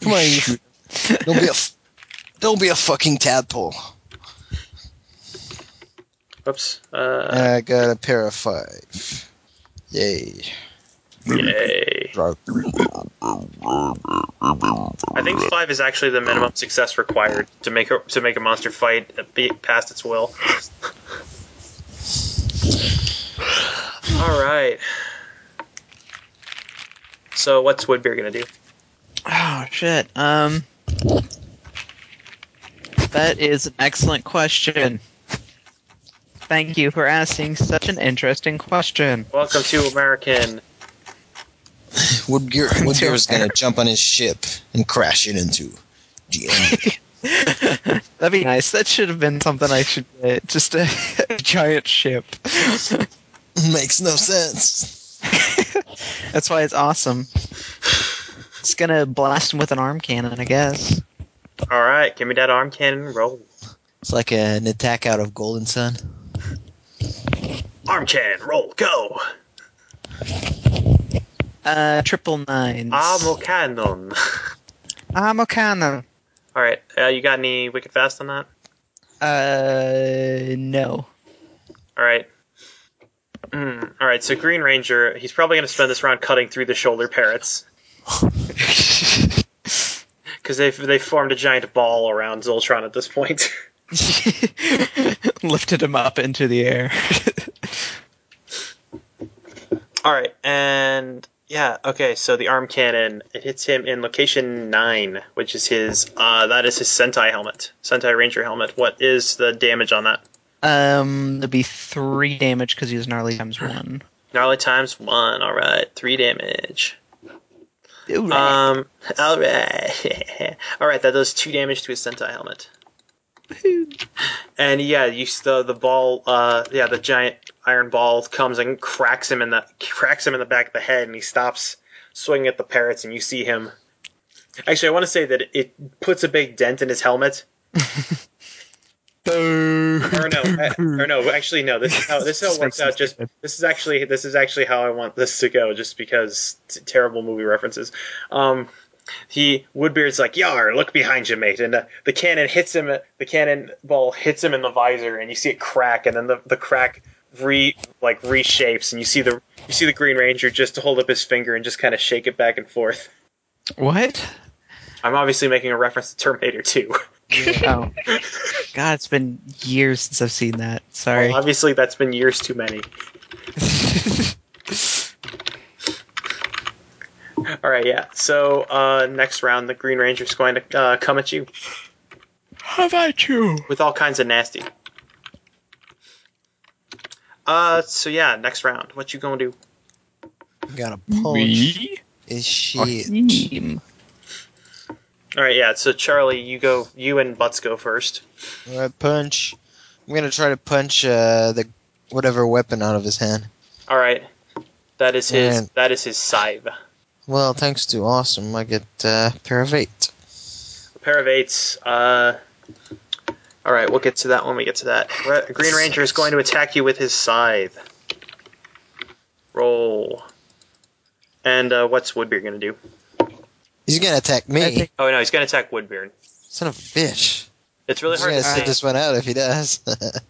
Come on, you. Don't be a. f- Don't be a fucking tadpole. Oops. Uh, I got a pair of five. Yay. yay. Drug. I think five is actually the minimum success required to make a, to make a monster fight be past its will. All right. So what's Woodbeer gonna do? Oh shit. Um. That is an excellent question. Thank you for asking such an interesting question. Welcome to American. Woodgear, Woodgear was gonna jump on his ship and crash it into. GM. That'd be nice. That should have been something I should get. Just a, a giant ship. Makes no sense. That's why it's awesome. It's gonna blast him with an arm cannon, I guess. All right, give me that arm cannon. Roll It's like an attack out of Golden Sun. arm cannon. Roll go. Uh, triple nines. Arm cannon. I'm a cannon. All right, uh, you got any wicked fast on that? Uh, no. All right. Mm, all right. So Green Ranger, he's probably gonna spend this round cutting through the shoulder parrots because they they formed a giant ball around Zoltron at this point. Lifted him up into the air. All right, and yeah, okay. So the arm cannon it hits him in location nine, which is his uh that is his Sentai helmet, Sentai Ranger helmet. What is the damage on that? um, that'd be three damage because he was gnarly times one. Gnarly times one. All right, three damage. Ooh, Um, all right, all right. That does two damage to his Sentai helmet. And yeah, you s- the the ball, uh, yeah, the giant iron ball comes and cracks him in the cracks him in the back of the head, and he stops swinging at the parrots, and you see him. Actually, I want to say that it puts a big dent in his helmet. or no, uh, or no. Actually, no. This is how this is how it works out. Just this is actually this is actually how I want this to go. Just because t- terrible movie references. Um, he Woodbeard's like, "Yar, look behind you, mate!" And uh, the cannon hits him. uh, The cannonball hits him in the visor, and you see it crack, and then the, the crack re like reshapes, and you see the you see the Green Ranger just hold up his finger and just kind of shake it back and forth. What? I'm obviously making a reference to Terminator 2. Oh. God, it's been years since I've seen that. Sorry. Well, obviously, that's been years too many. All right, yeah. So uh, next round, the Green Ranger's going to uh, come at you How about you? with all kinds of nasty. Uh, so yeah, next round, what you gonna do? Gotta punch his shit. Team. All right, yeah. So Charlie, you go. You and Butts go first. All right, punch. I'm gonna try to punch uh, the whatever weapon out of his hand. All right. That is his. Man. That is his scythe. Well, thanks to awesome, I get uh, pair of eight. A pair of eights. Uh. All right, we'll get to that when we get to that. Re- Green Ranger is going to attack you with his scythe. Roll. And uh, what's Woodbeard gonna do? He's gonna attack me. I think- Oh no, he's gonna attack Woodbeard. Son of a bitch. It's really He's hard gonna to sit say. this one out if he does.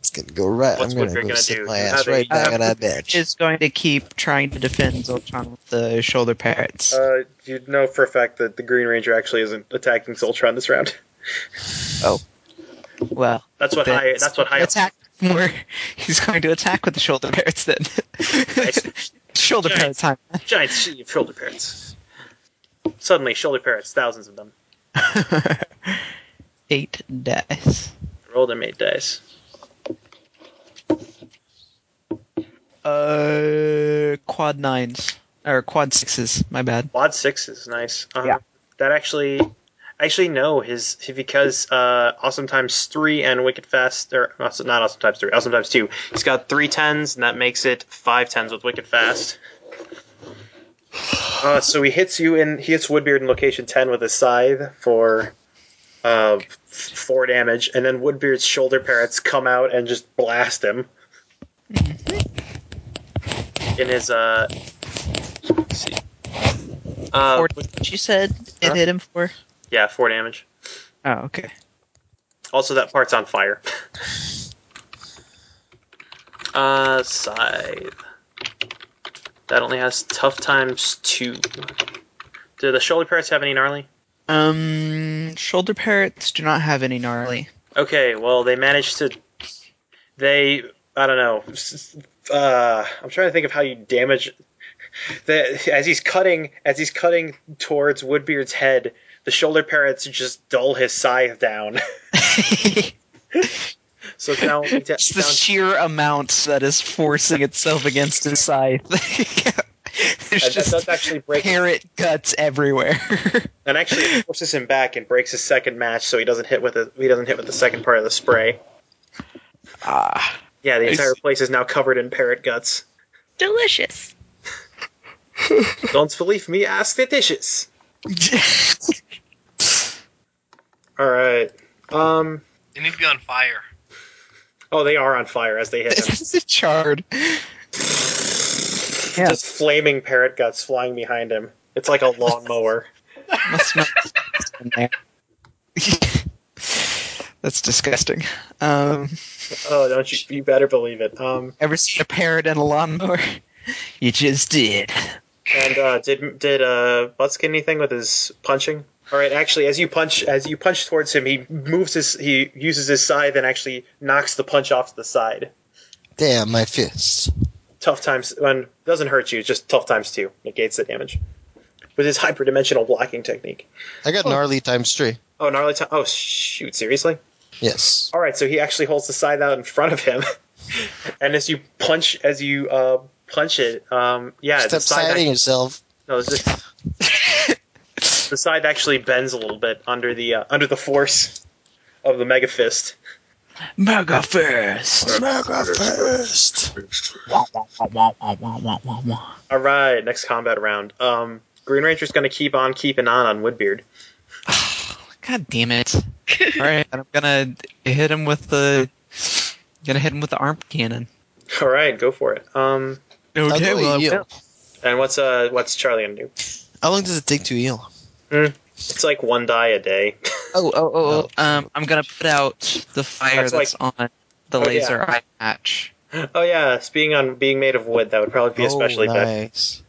it's gonna go right. What's I'm gonna Woodbeard go gonna sit do? my You ass have a- right back Uh, on that bitch. Is going to keep trying to defend Zoltron with the shoulder parrots. Uh, you know for a fact that the Green Ranger actually isn't attacking Zoltron this round. well, That's what then I. That's what I. attack more. He's going to attack with the shoulder parrots then. shoulder Nice. parrots time. giant sea of shoulder parrots. Suddenly, shoulder parrots, thousands of them. eight dice. Roll them eight dice. Uh, quad nines or quad sixes. My bad. Quad six is nice. Um, Yeah. That actually, actually no, his because uh, awesome times three and wicked fast or not not awesome times three, awesome times two. He's got three tens and that makes it five tens with wicked fast. Uh, so he hits you in he hits Woodbeard in location ten with a scythe for uh, f- four damage, and then Woodbeard's shoulder parrots come out and just blast him. In his uh, let's see. Uh, Four, what you said uh, it Huh? hit him for? Yeah, four damage. Oh, okay. Also, that part's on fire. uh, scythe. That only has tough times two. Do the shoulder parrots have any gnarly? Um, shoulder parrots do not have any gnarly. Okay, well they managed to. They, I don't know. s- s- Uh, I'm trying to think of how you damage. The, as he's cutting, as he's cutting towards Woodbeard's head, the shoulder parrots just dull his scythe down. so it's now only da- It's the down sheer amount that is forcing itself against his scythe. And There's that just does actually break. parrot guts everywhere. And actually, it forces him back and breaks his second match, so he doesn't hit with the he doesn't hit with the second part of the spray. ah, Yeah, the I entire see. place is now covered in parrot guts. Delicious. Don't believe me? Ask the dishes. All right. Um. They need to be on fire. Oh, they are on fire as they hit him. this is a chard. Yeah. Just flaming parrot guts flying behind him. It's like a lawnmower. Must smell in there. That's disgusting. Um, oh, don't you? You better believe it. Um. ever seen a parrot and a lawnmower? You just did. And uh, did did uh, Butsk anything with his punching? All right, actually, as you punch as you punch towards him, he moves his he uses his scythe and actually knocks the punch off to the side. Damn, my fist. Tough times when doesn't hurt you, it's just tough times two negates the damage with his hyperdimensional blocking technique. I got gnarly times three. Oh, gnarly time! Oh, shoot! Seriously? Yes. All right, so he actually holds the scythe out in front of him, and as you punch as you uh, punch it, um, yeah, the Stop scythe siding yourself. No, it's just the side actually bends a little bit under the uh, under the force of the mega fist. Mega first. Mega fist. All right, next combat round. Um, Green Ranger's going to keep on keeping on on Woodbeard. God damn it! All right, I'm gonna hit him with the. Gonna hit him with the arm cannon. All right, go for it. Um, How, do I heal? and what's uh what's Charlie going to do? How long does it take to heal? It's like one die a day. Oh, oh, oh, oh. Um, I'm gonna put out the fire That's that's, on the Oh, yeah. laser eye patch. oh yeah, it's being on being made of wood that would probably be especially oh, bad. nice.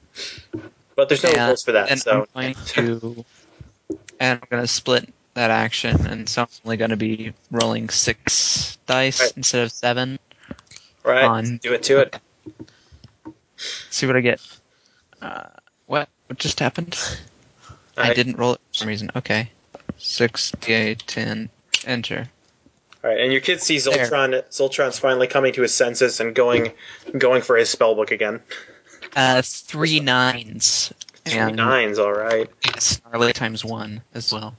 But there's no Yeah, rules for that, and so I'm going to, and I'm gonna split that action, and so I'm only gonna be rolling six dice Right. instead of seven. all right, on- do it to it. See what I get. Uh, what? What just happened? I Alright. didn't roll it for some reason. Okay, six, d8, ten. Enter. All right, and your kid sees There. Zoltron. Zoltron's finally coming to his senses and going going for his spellbook again. Uh, three nines. Three and nines, all right. Snarly times one as well.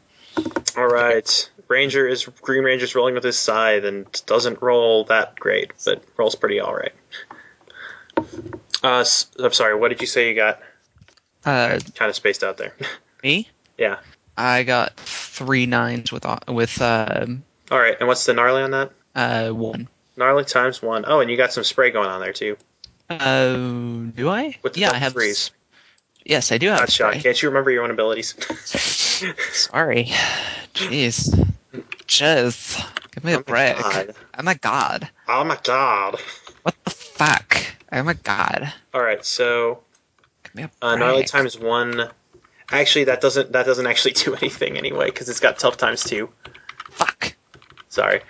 All right. Ranger is Green Ranger's rolling with his scythe and doesn't roll that great, but rolls pretty all right. Uh, s- I'm sorry. What did you say you got? Uh, Kind of spaced out there. me? Yeah. I got three nines with au- with um All right. And what's the gnarly on that? uh one. Gnarly times one. Oh, and you got some spray going on there too. Uh, do I? With the yeah, double I have. threes. Yes, I do have. Not shot. spray. Oh, Can't you remember your own abilities? Sorry. Jeez. Jizz. Give me a Oh my break. God. I'm a god. oh my god. What the fuck? Oh I'm a god. All right. So Give me a break. uh, gnarly times one. Actually, that doesn't that doesn't actually do anything anyway because it's got tough times two. Fuck. Sorry.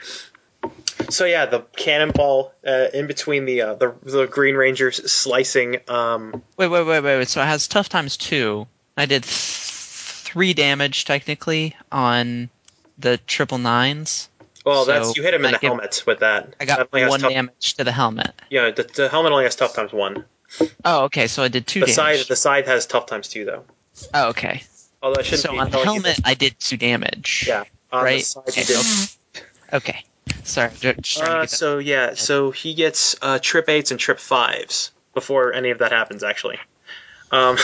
So yeah, the cannonball uh, in between the, uh, the the Green Rangers slicing. Um, Wait, wait, wait, wait, wait. So it has tough times two. I did th- three damage technically on the triple nines. Well, So, that's you hit him in I the get- helmet with that. I got Definitely has one tough- damage to the helmet. Yeah, the, the helmet only has tough times one. Oh, okay. So I did two The side damage. the side has tough times two though. Oh, okay. Although I shouldn't So be on the telling you helmet, this. I did two damage. Yeah, on the right? side Okay. you did. Okay. Sorry. ju- Just trying Uh, to get that. so yeah, so he gets uh, trip eights and trip fives before any of that happens, actually. Um,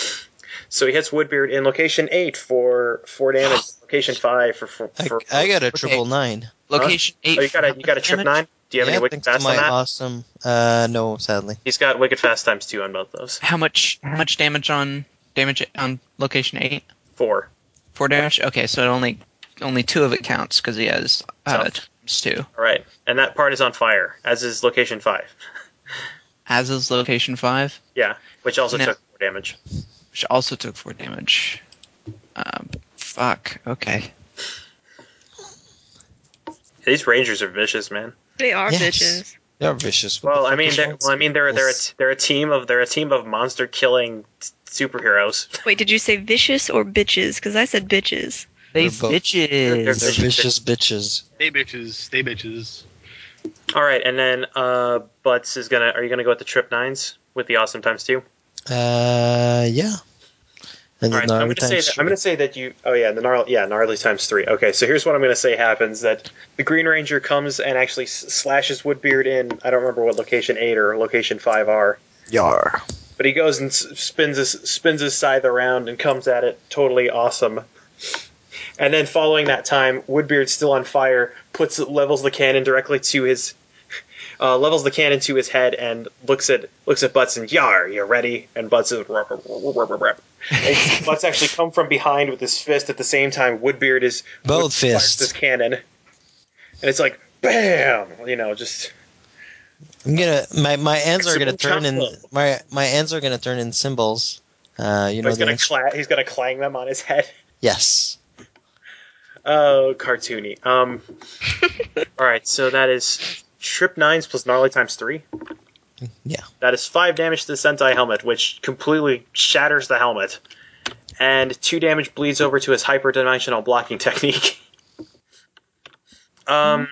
so he hits Woodbeard in location eight for four damage. Location five for four. I, For, I got a triple nine. Location eight. oh, you got a for you got a how trip much nine. damage? Do you have yeah, any wicked thanks to fast on my that? awesome. Uh, no, sadly. He's got wicked fast times two on both those. How much? How much damage on damage on location eight? Four. Four damage. Okay, so it only only two of it counts because he has uh, Tough. times two. All right, and that part is on fire, as is location five. As is location five, Yeah, which also Now- took four damage. which also took four damage. Um, fuck. Okay. These rangers are vicious, man. They are Yes. bitches. They're vicious. What Well, the I fuck mean, is they're, wrong well, I with mean, they're they're a, this? they're a team of they're a team of monster killing superheroes. Wait, did you say vicious or bitches? Because I said bitches. They They're both- they're bitches. They're vicious bitches. They bitches. They bitches. All right, and then uh, Butts is gonna. Are you gonna go with the trip nines with the awesome times two? Uh, yeah. And All right, so I'm gonna say that, I'm gonna say that you. Oh yeah, the gnarly. Yeah, gnarly times three. Okay, so here's what I'm gonna say happens: that the Green Ranger comes and actually s- slashes Woodbeard in. I don't remember what location eight or location five are, Yar. but he goes and s- spins his spins his scythe around and comes at it totally awesome. And then following that time, Woodbeard's still on fire. Puts levels the cannon directly to his uh, levels the cannon to his head and looks at looks at Butts and Yar, you ready? And Butts is rup, rup, rup, rup, rup, rup. And Butts actually come from behind with his fist at the same time. Woodbeard is Both Woodbeard fires fists. his cannon, and it's like bam, you know, just I'm gonna my my hands are gonna Exhibition turn in combo. my my hands are gonna turn in symbols. Uh, you know he's the gonna answer- cla- he's gonna clang them on his head. yes. Oh, cartoony. Um, all right, so that is trip nines plus gnarly times three. Yeah. That is five damage to the Sentai helmet, which completely shatters the helmet. And two damage bleeds over to his hyperdimensional blocking technique. um,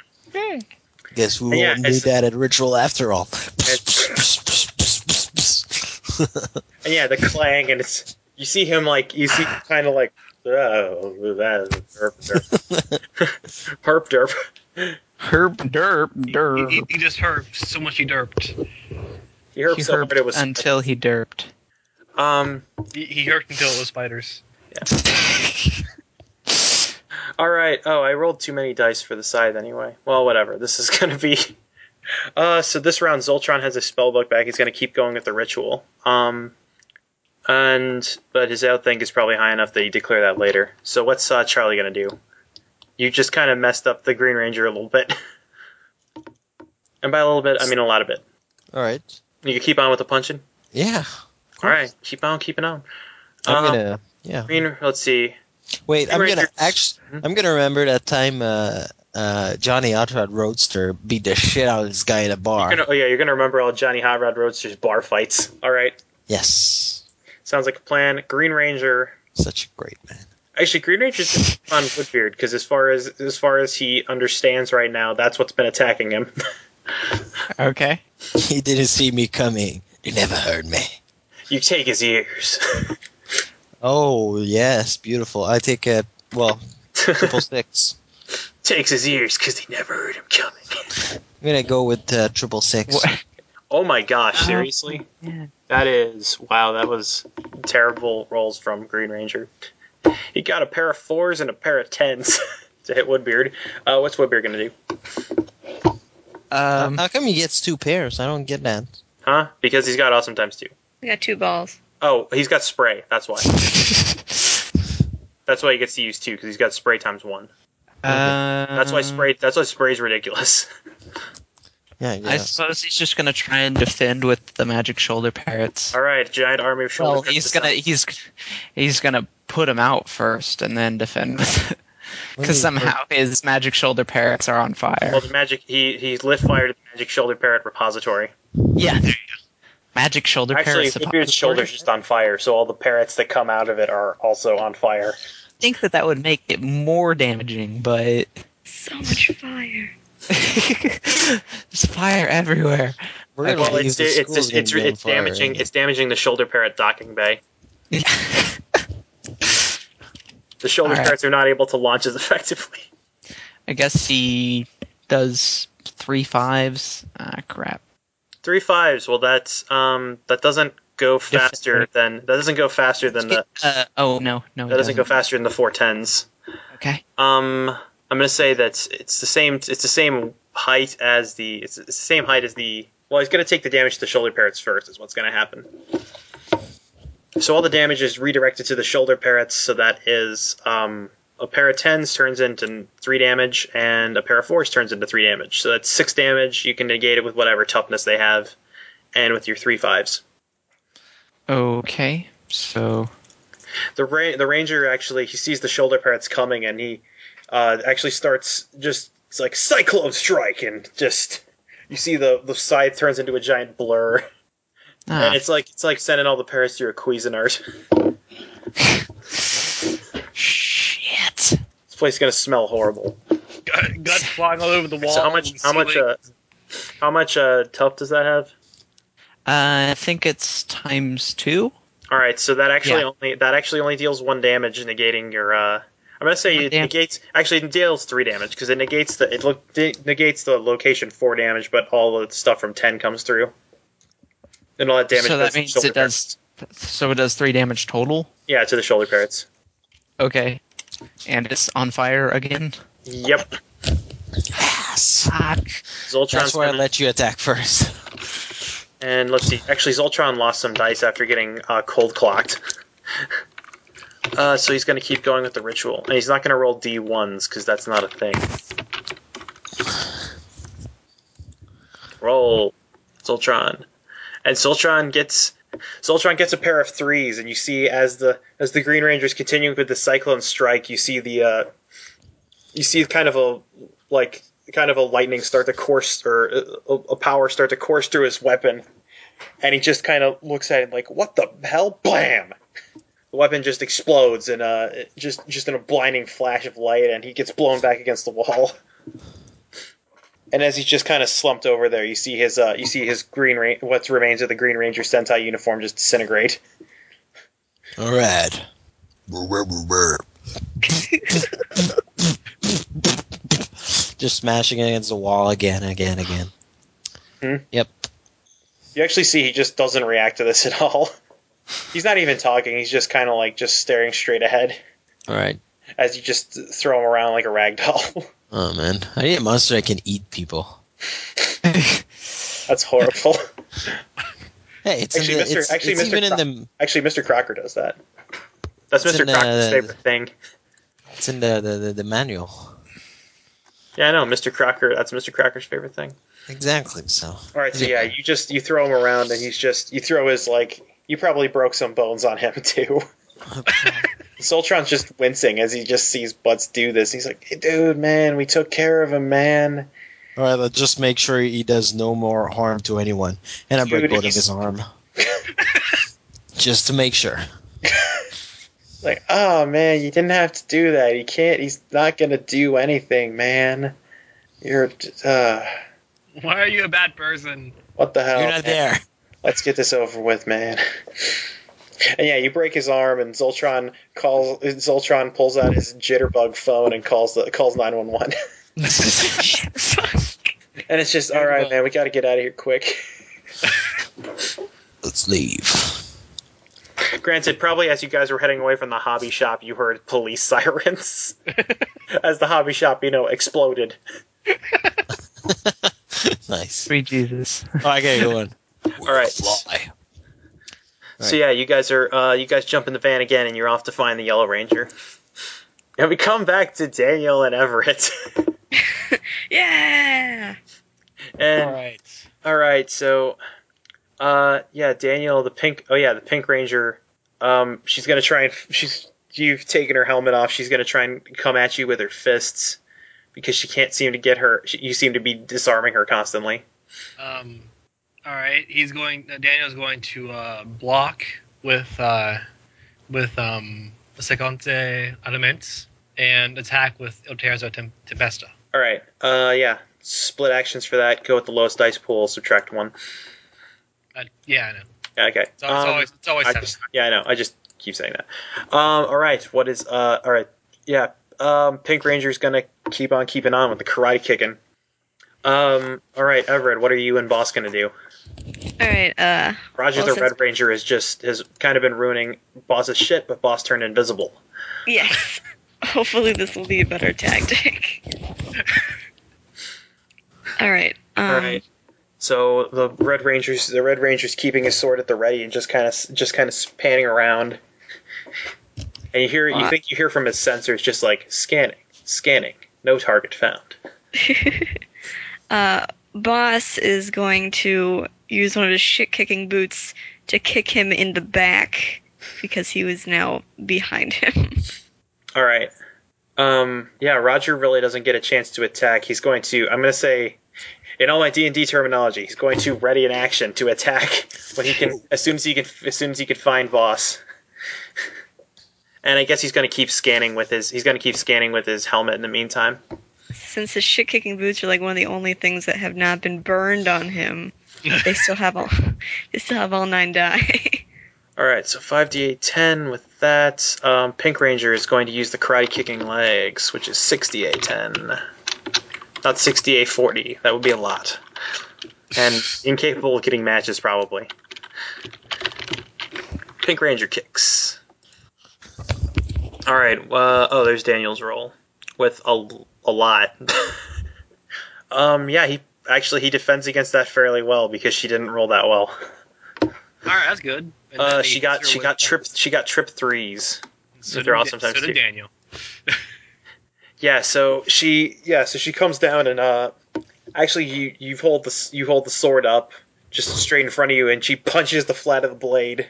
Guess we And yeah, won't need it's- that at ritual after all. and yeah, the clang, and it's you see him like you see kind of like oh that derp derp herp derp. Herb derp He, he, derp. he just herped so much he derped. He herped He so hard herped it was until he derped. um. He, he herped until it was spiders. All right. Oh, I rolled too many dice for the scythe anyway. Well, whatever. This is gonna be. Uh, so this round, Zoltron has his spellbook back. He's gonna keep going with the ritual. Um, and but his outthink is probably high enough that you declare that later. So what's uh, Charlie gonna do? You just kind of messed up the Green Ranger a little bit. and by a little bit, I mean a lot of bit. all right. You can keep on with the punching. Yeah. All right, keep on keeping on. I'm Um, gonna. Yeah. Green. Let's see. Wait. I'm Green gonna Ranger- actually. Mm-hmm. I'm gonna remember that time. Uh, uh, Johnny Otrod Roadster beat the shit out of this guy in a bar. You're gonna, oh yeah, you're gonna remember all Johnny Hot Rod Roadster's bar fights. All right. Yes. Sounds like a plan. Green Ranger. Such a great man. Actually, Green Ranger's on Woodbeard because as far as as far as he understands right now, that's what's been attacking him. Okay. He didn't see me coming. He never heard me. you take his ears. Oh yes, beautiful. I take a well, triple six. Takes his ears because he never heard him coming. I'm gonna go with uh, triple six. What? Oh my gosh! Seriously, yeah. that is wow. That was terrible rolls from Green Ranger. He got a pair of fours and a pair of tens to hit Woodbeard. Uh, what's Woodbeard gonna do? Um, Uh, How come he gets two pairs? I don't get that. Huh? Because he's got awesome times two. I got two balls. Oh, he's got spray. That's why. that's why he gets to use two because he's got spray times one. That's why spray. That's why spray's ridiculous. Yeah, yeah. I suppose he's just gonna try and defend with the magic shoulder parrots. All right, giant army of shoulder. Well, crits he's to gonna stop. he's he's gonna put him out first and then defend with it. because somehow his magic shoulder parrots are on fire. Well, the magic. He he lit fire to the magic shoulder parrot repository. Yeah, magic shoulder Actually, parrots. Woodbeard's shoulder's just on fire, so all the parrots that come out of it are also on fire. think that that would make it more damaging, but So much fire. there's fire everywhere. We're gonna Well, leave it's the it's it's, school's gonna it's, be on it's fire. damaging it's damaging the shoulder parrot docking bay. The shoulder All right. parrots are not able to launch as effectively. I guess he does three fives. Ah, crap. Three fives. Well, that's um that doesn't go faster than that doesn't go faster than the Uh, oh no, no, that it doesn't go faster than the four tens. Okay. Um, I'm gonna say that it's the same. It's the same height as the. It's the same height as the. Well, he's gonna take the damage to the shoulder parrots first. Is what's gonna happen. So all the damage is redirected to the shoulder parrots. So that is um, a pair of tens turns into three damage, and a pair of fours turns into three damage. So that's six damage. You can negate it with whatever toughness they have, and with your three fives. Okay. So the ra- the ranger actually he sees the shoulder parrots coming and he uh, actually starts just it's like cyclone strike and just you see the the side turns into a giant blur ah, and it's like it's like sending all the parrots through a Cuisinart. shit. This place is gonna smell horrible. Gut- Guts flying all over the wall. So how much how much uh how much uh tough does that have? Uh, I think it's times two. All right, so that actually Yeah. only that actually only deals one damage, negating your. uh I'm gonna say it Damn. negates. Actually, it deals three damage because it negates the it lo- de- negates the location four damage, but all the stuff from ten comes through. And all that damage. goes so to that the means shoulder it does. So it does three damage total. parrots. Yeah, to the shoulder parrots. Okay. And it's on fire again. Yep. Yes. Fuck. Zoltron's That's why I coming. let you attack first. And let's see. Actually, Zoltron lost some dice after getting uh, cold clocked. uh, so he's going to keep going with the ritual, and he's not going to roll d1s because that's not a thing. Roll, Zoltron, and Zoltron gets Zoltron gets a pair of threes, and you see as the as the Green Ranger's continuing with the Cyclone Strike, you see the uh, you see kind of a like kind of a lightning start to course or a, a- a power start to course through his weapon and he just kind of looks at it like what the hell blam the weapon just explodes in a just just in a blinding flash of light and he gets blown back against the wall and as he's just kind of slumped over there you see his uh, you see his green ra- what remains of the green ranger sentai uniform just disintegrate All right. Just smashing it against the wall again, again, again. Hmm? Yep. you actually see he just doesn't react to this at all he's not even talking he's just kind of like just staring straight ahead All right. as you just throw him around like a rag doll. Oh man, I need a monster that can eat people. That's horrible. Hey, it's Actually, in the, Mr. It's, actually, it's Mr. even Cro- in the Actually, Mr. Crocker does that. That's It's Mr. in, uh, Crocker's favorite thing. it's in the, the, the, the manual. Yeah, I know, Mr. Crocker. That's Mr. Crocker's favorite thing. Exactly. So All right, so yeah, you just you throw him around, and he's just you throw his like you probably broke some bones on him too. Soltron's just wincing as he just sees Butts do this. He's like, "Hey, "Dude, man, we took care of him, man." All right. Let's just make sure he does no more harm to anyone, and I break Dude, both of he's- his arm. just to make sure. It's Like, oh man, you didn't have to do that. He can't. He's not gonna do anything, man. You're, uh, Why are you a bad person? what the hell? you're not man? there. let's get this over with, man. And yeah, you break his arm, and Zoltron calls. Zoltron pulls out his jitterbug phone and calls the calls nine one one. And it's just all right, man. We got to get out of here quick. Let's leave. Granted, probably as you guys were heading away from the hobby shop, you heard police sirens as the hobby shop, you know, exploded. Nice. Sweet Jesus. Oh, I gotta go in. All right. Fly. So yeah, you guys are uh, you guys jump in the van again, and you're off to find the Yellow Ranger. And we come back to Daniel and Everett. Yeah. and all right. All right, so, uh, yeah, Daniel, the pink. Oh yeah, the pink ranger. Um, she's gonna try and she's you've taken her helmet off. She's gonna try and come at you with her fists because she can't seem to get her. She, you seem to be disarming her constantly. Um, all right. He's going. Uh, Daniel's going to uh, block with uh, with um, Secante Elements, and attack with Il Terzo Tem- Tempesta. All right. Uh, yeah. Split actions for that. Go with the lowest dice pool. Subtract one. Uh, yeah, I know. Yeah, okay. It's, al- it's Um, always it's always I seven. just- yeah, I know. I just keep saying that. Um, all right. What is? Uh, all right. Yeah. Um, Pink Ranger's gonna keep on keeping on with the karate kicking. Um, all right, Everett. What are you and Boss gonna do? All right. Uh, Roger Well, the since- Red Ranger is just has kind of been ruining Boss's shit, but Boss turned invisible. yes. Hopefully, this will be a better tactic. All right. Um, All right. So the Red Ranger's the Red Ranger's keeping his sword at the ready and just kind of just kind of panning around. And you hear you Alright. think you hear from his sensors just like scanning, scanning, no target found. uh, boss is going to use one of his shit kicking boots to kick him in the back because he was now behind him. All right. Um, yeah, Roger really doesn't get a chance to attack. He's going to. I'm going to say, in all my D and D terminology, he's going to ready an action to attack when he can, as soon as he can, as soon as he can find boss. And I guess he's going to keep scanning with his. He's going to keep scanning with his helmet in the meantime. Since his shit kicking boots are like one of the only things that have not been burned on him, they still have all they still have all nine die. All right, so five d eight ten with that. Um, Pink Ranger is going to use the karate kicking legs, which is six d eight ten, not six d eight forty. That would be a lot, and incapable of getting matches probably. Pink Ranger kicks. All right. Uh, oh, there's Daniel's roll with a, a lot. um, yeah, he actually he defends against that fairly well because she didn't roll that well. All right, that's good. And Uh, then she he got hits her she with got the- trip she got trip threes. So they're did all Da- sometimes So did too. Daniel. Yeah, so she yeah, so she comes down and uh actually you you hold the s- you hold the sword up just straight in front of you and she punches the flat of the blade.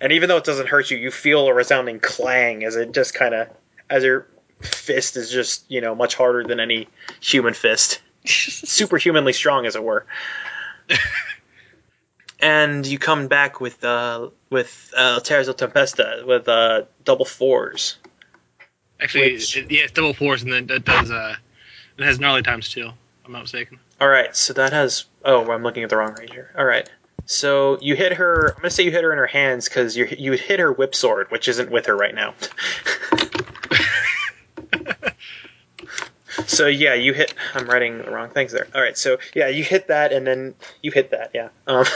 And even though it doesn't hurt you, you feel a resounding clang as it just kind of as her fist is just, you know, much harder than any human fist. Superhumanly strong as it were. and you come back with uh with uh Terzo Tempesta with uh double fours. Actually, Which- it, yeah, it's double fours, and then it does uh, it has gnarly times too. If I'm not mistaken. All right, so that has. Oh, I'm looking at the wrong ranger. All right, so you hit her. I'm gonna say you hit her in her hands because you you hit her whip sword, which isn't with her right now. so yeah, you hit. I'm writing the wrong things there. All right, so yeah, you hit that, and then you hit that. Yeah. Um,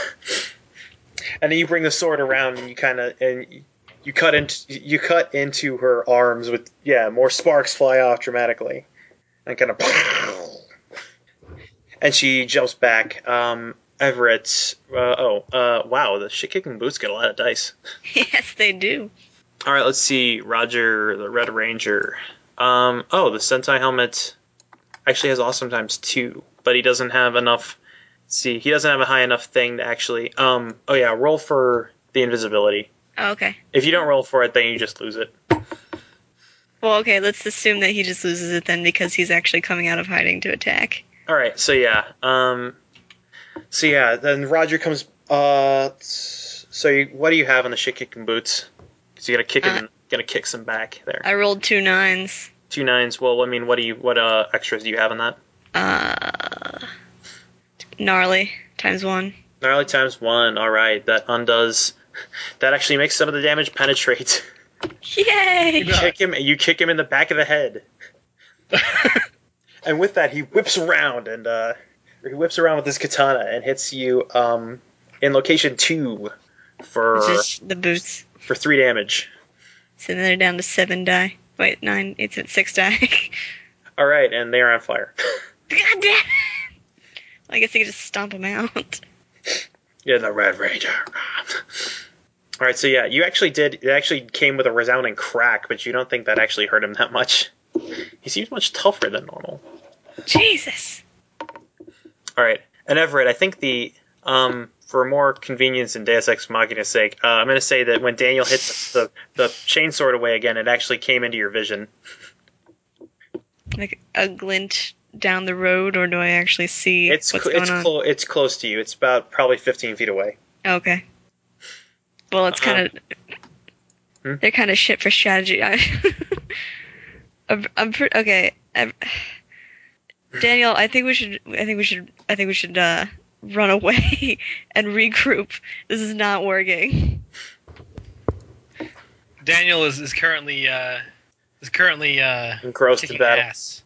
and then you bring the sword around, and you kind of and you- you cut into you cut into her arms with yeah more sparks fly off dramatically, and kind of. and she jumps back. Um, Everett. Uh, oh, uh, wow! The shit kicking boots get a lot of dice. yes, they do. All right, let's see. Roger, the Red Ranger. Um, oh, the Sentai helmet actually has awesome times two, but he doesn't have enough. let's see, he doesn't have a high enough thing to actually. Um, oh yeah, roll for the invisibility. Oh, okay. If you don't roll for it, then you just lose it. Well, okay. Let's assume that he just loses it then because he's actually coming out of hiding to attack. All right, so yeah, um, so yeah, then Roger comes. Uh, so you, what do you have on the shit kicking boots? Because you gotta kick him, gonna kick some back there. I rolled two nines. Two nines. Well, I mean, what do you, what uh extras do you have on that? Uh, gnarly times one. Gnarly times one. All right, that undoes. That actually makes some of the damage penetrate. Yay! You kick him. You kick him in the back of the head. and with that, he whips around and uh, he whips around with his katana and hits you um, in location two for Just the boots. for three damage. So then they're down to seven die. Wait, nine. It's at six die. All right, and they are on fire. God damn. I guess you could just stomp him out. Yeah, the Red Ranger. All right, so yeah, you actually did. It actually came with a resounding crack, but you don't think that actually hurt him that much. He seems much tougher than normal. Jesus. All right, and Everett, I think the um for more convenience and Deus Ex Machina's sake, uh, I'm going to say that when Daniel hits the the chainsword away again, it actually came into your vision. Like a glint down the road, or do I actually see It's what's cl- going it's on? clo- it's close to you. It's about probably 15 feet away. Okay. Well, it's Uh-huh. kind of Hmm? They're kind of shit for strategy. I, I'm, I'm pre- okay. i Daniel, I think we should. I think we should. I think we should uh, run away and regroup. This is not working. Daniel is, is currently uh, is currently uh, Engrossed in kicking battle. ass.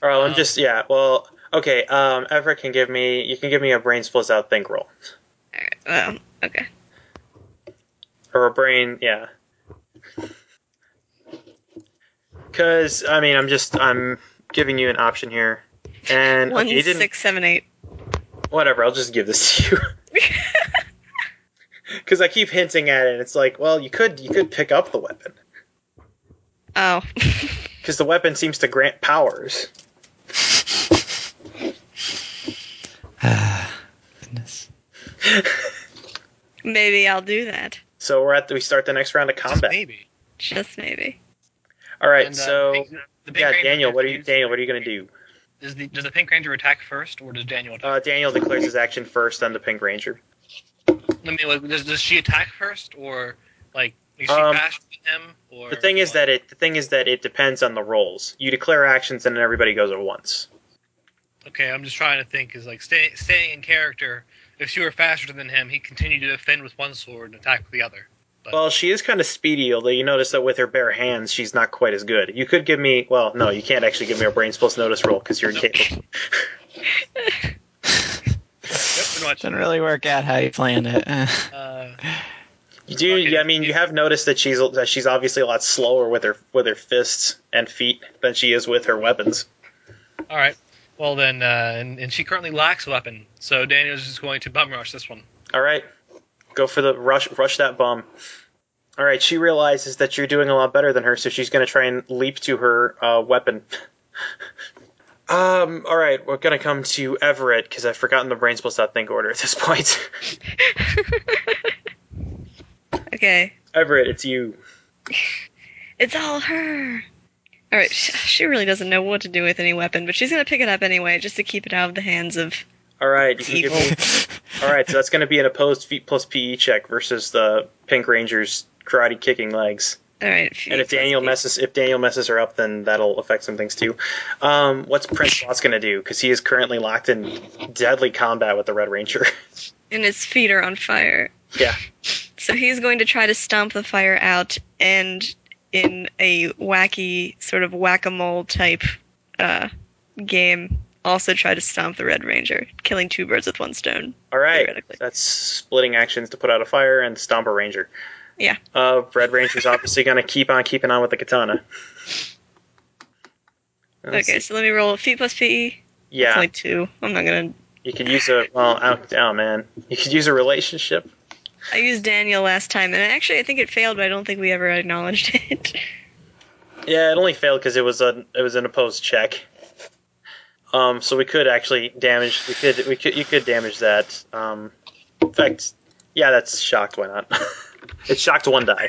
All right, I'm Um, just yeah. Well, okay. Um, Everett can give me. You can give me a brain splits out think roll Well, Um, okay. or a brain. Yeah. Because I mean, I'm just I'm giving you an option here, and One, okay, you didn't. six, seven, eight. Whatever. I'll just give this to you. Because I keep hinting at it, and it's like, well, you could you could pick up the weapon Oh, because the weapon seems to grant powers. Goodness. maybe I'll do that. So we're at we start the next round of combat. Maybe. Just maybe. All right. And, uh, so the Pink- the Pink yeah, Ranger Daniel, what are you confused. Daniel? What are you gonna do? Does the does the Pink Ranger attack first, or does Daniel attack? Uh, Daniel declares his action first, then the Pink Ranger. I mean, like, does, does she attack first, or like is she Um, faster than him? Or The thing is that it the thing is that it depends on the rolls. You declare actions, and then everybody goes at once. okay, I'm just trying to think. Is like stay, staying in character. If she were faster than him, he'd continue to defend with one sword and attack with the other. Well, she is kind of speedy, although you notice that with her bare hands, she's not quite as good. You could give me well, no, you can't actually give me a brain plus notice roll because you're incapable. Yep, pretty much. Didn't really work out how you planned it. eh. Uh, You do. yeah, I mean, you have noticed that she's that she's obviously a lot slower with her with her fists and feet than she is with her weapons. all right. Well then, uh, and, and she currently lacks a weapon, so Daniel's just going to bum rush this one. All right, go for the rush. Rush that bum. All right, she realizes that you're doing a lot better than her, so she's gonna try and leap to her uh, weapon. um. All right, we're gonna come to Everett because I've forgotten the brain spell dot think order at this point. Okay. Everett, it's you. It's all her. All right, sh- she really doesn't know what to do with any weapon, but she's gonna pick it up anyway, just to keep it out of the hands of. All right, you can give me. All right, so that's gonna be an opposed feet plus PE check versus the Pink Ranger's karate kicking legs. All right. And if Daniel messes, if Daniel messes her up, then that'll affect some things too. Um, what's Prince Lot's gonna do? Because he is currently locked in deadly combat with the Red Ranger. and his feet are on fire. Yeah. So he's going to try to stomp the fire out, and in a wacky sort of whack-a-mole type uh, game, also try to stomp the Red Ranger, killing two birds with one stone. All right, Theoretically. that's splitting actions to put out a fire and stomp a ranger. Yeah. Uh, Red Ranger's obviously gonna keep on keeping on with the katana. Let's okay, see. so let me roll feet plus PE. It's Yeah, only two. I'm not gonna. you could use a well, out, oh man, you could use a relationship. I used Daniel last time, and actually I think it failed, but I don't think we ever acknowledged it. Yeah, it only failed because it was an it was an opposed check. Um, so we could actually damage. We could we could you could damage that. Um, in fact, yeah, that's shocked. Why not? it's shocked one die.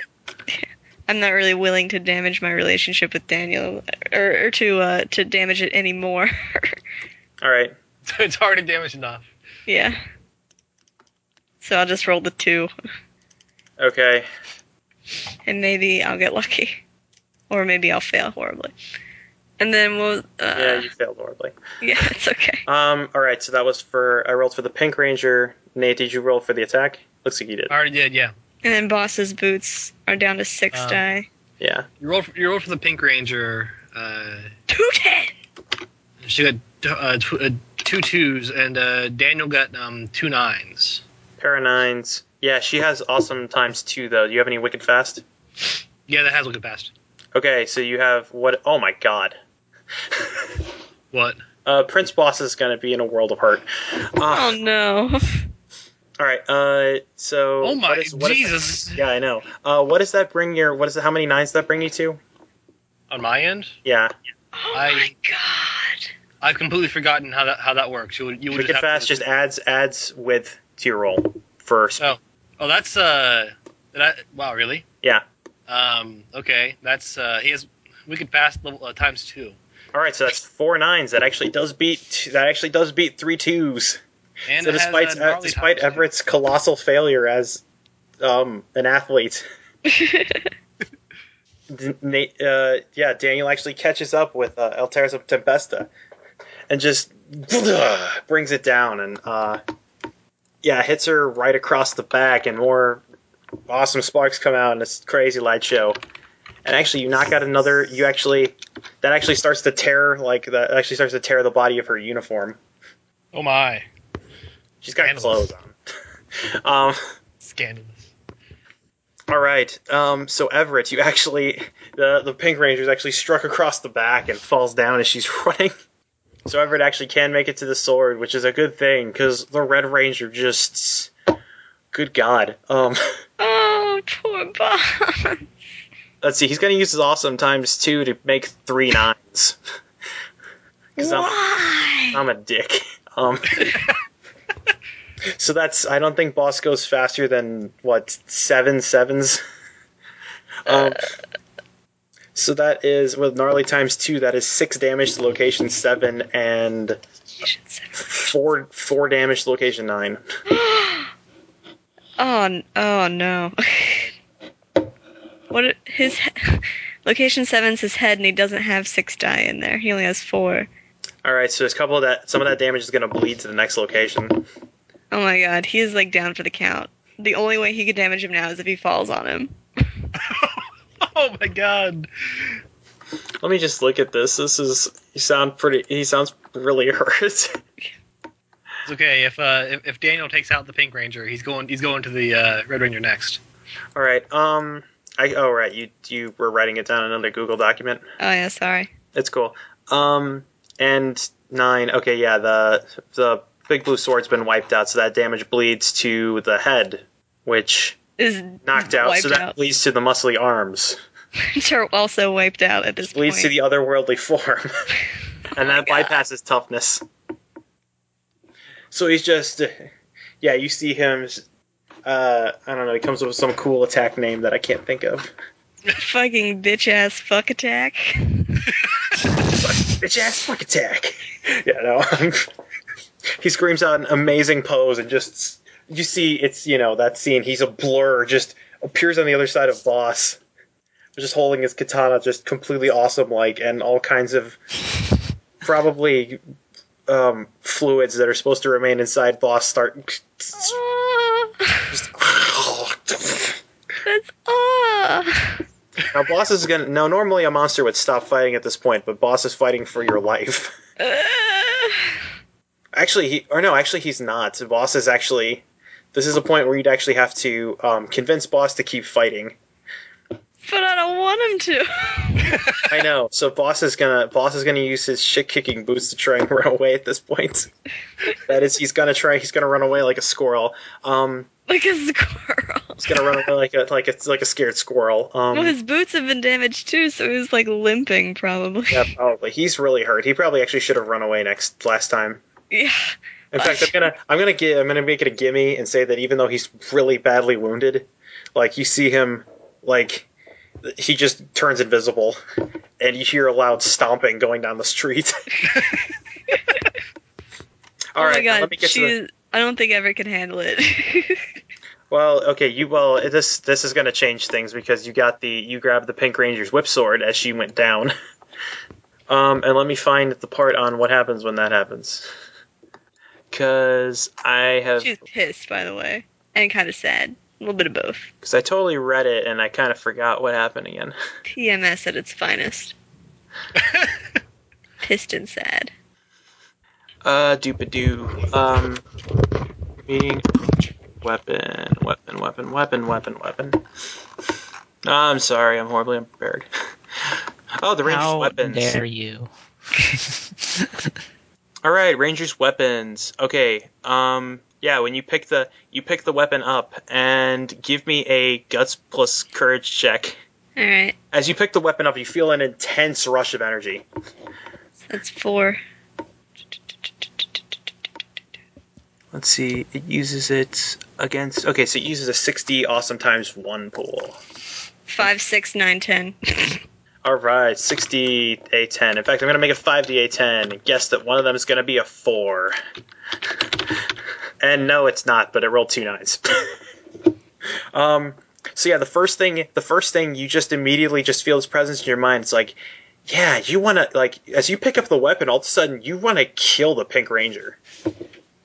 I'm not really willing to damage my relationship with Daniel, or, or to uh, to damage it anymore. All right. it's already damaged enough. yeah. So I'll just roll the two, Okay. and maybe I'll get lucky, or maybe I'll fail horribly. And then we'll. Yeah, Uh, you failed horribly. yeah. it's okay. Um. All right. So that was for I rolled for the pink ranger. Nate, did you roll for the attack? Looks like you did. I already did. Yeah. And then boss's boots are down to six Um, die. Yeah. You rolled. For, you rolled for the Pink Ranger. Uh, Two ten. She got uh, tw- uh, two twos, and uh, Daniel got um, two nines. Pair of nines. Yeah, she has awesome times two though. Do you have any wicked fast? Yeah, that has looked fast. Okay. So you have what? Oh my god. What? Uh, Prince Boss is gonna be in a world of hurt. Ah. Oh no. All right. Uh, so. Oh my what is- what is- Jesus! yeah, I know. Uh, what does that bring your? What is how many nines does that bring you to? On my end, Yeah, Oh I- my god. I've completely forgotten how that how that works. You would you would wicked just have fast to, just adds adds width to your roll first. Oh. Oh, that's uh, that wow, really? Yeah. Um. Okay, that's uh. He has wicked fast level uh, times two, All right, so that's four nines. That actually does beat. That actually does beat three twos. and so it has, despite uh, gnarly uh, despite times two. Everett's colossal failure as um, an athlete. D- Na- uh, yeah, Daniel actually catches up with uh, El Terzo Tempesta and just brings it down and uh, yeah, hits her right across the back and more awesome sparks come out and it's crazy light show. And actually, you knock out another. You actually that actually starts to tear like that actually starts to tear the body of her uniform. Oh my, She's got Animals. clothes on. um, scandalous. all right. Um, so Everett, you actually the the Pink Ranger is actually struck across the back and falls down as she's running. So Everett actually can make it to the sword, which is a good thing because the Red Ranger just, good God. Um, Oh, poor Bob. let's see. He's gonna use his awesome times two to make three nines. 'Cause I'm- Why? I'm a dick. Um, so that's I don't think boss goes faster than what seven sevens. Um, so that is with gnarly times two. That is six damage to location seven and You should say- four four damage to location nine. Oh, n- oh no. what i- his he- location seven's his head, and he doesn't have six die in there. He only has four. All right, so there's a couple of that. Some of that damage is going to bleed to the next location. Oh my god, he is like down for the count. The only way he could damage him now is if he falls on him. Oh my god. Let me just look at this. This is you sound pretty. He sounds really hurt. It's okay if uh, if, if Daniel takes out the Pink Ranger, he's going he's going to the uh, Red Ranger next. All right. Um. I. Oh, right. You. You were writing it down in another Google document. Oh yeah, sorry. It's cool. Um. And nine. Okay. Yeah. The the big blue sword's been wiped out, so that damage bleeds to the head, which Is knocked out. wiped so that out. bleeds to the muscly arms, are also wiped out at this bleeds point. to Oh the otherworldly form, and that God. bypasses toughness. So he's just. Yeah. You see him. Uh. I don't know. He comes up with some cool attack name that I can't think of. Fucking bitch ass fuck attack. bitch ass fuck attack. Yeah, no. he screams out an amazing pose and just you see it's you know that scene. He's a blur, just appears on the other side of boss, just holding his katana, just completely awesome like, and all kinds of probably um, fluids that are supposed to remain inside boss start. Ah, that's ah. Now, boss is gonna. Now, normally a monster would stop fighting at this point, but boss is fighting for your life. Ah. Actually, he or no, actually he's not. Boss is actually. This is a point where you'd actually have to um, convince Boss to keep fighting. but I don't want him to. I know. So Boss is gonna Boss is gonna use his shit kicking boots to try and run away at this point. that is, he's gonna try. He's gonna run away like a squirrel. Um, like a squirrel. he's gonna run away like a like a like a scared squirrel. Um, well, his boots have been damaged too, so he's like limping probably. yeah, probably. He's really hurt. He probably actually should have run away next last time. Yeah. In fact, I'm gonna I'm gonna gi- I'm gonna make it a gimme and say that even though he's really badly wounded, like you see him, like th- he just turns invisible, and you hear a loud stomping going down the street. All oh right, my now god, let me get she to the- is- I don't think Everett can handle it. Well, okay, you well this this is gonna change things because you got the you grabbed the Pink Ranger's whip sword as she went down. Um, and let me find the part on what happens when that happens, because I have She's pissed, by the way, and kind of sad. A little bit of both. because I totally read it and I kind of forgot what happened again. TMS at its finest. Pissed and sad. Uh, doopa doo. Um, meeting weapon, weapon, weapon, weapon, weapon, weapon. Ah, I'm sorry, I'm horribly unprepared. Oh, the ranger's How weapons. dare you? All right, ranger's weapons. Okay. Um. Yeah. When you pick the you pick the weapon up and give me a guts plus courage check. All right, As you pick the weapon up, you feel an intense rush of energy. that's four. Let's see. It uses it against. Okay, so it uses a 60 awesome times 1 pool. Five, six, nine, ten. Alright, 60 A10. In fact, I'm going to make it 5D10 and guess that one of them is going to be a 4. And no, it's not, but it rolled two nines. Um, so yeah, the first thing, the first thing you just immediately just feel his presence in your mind. It's like, yeah, you want to like as you pick up the weapon, all of a sudden you want to kill the Pink Ranger.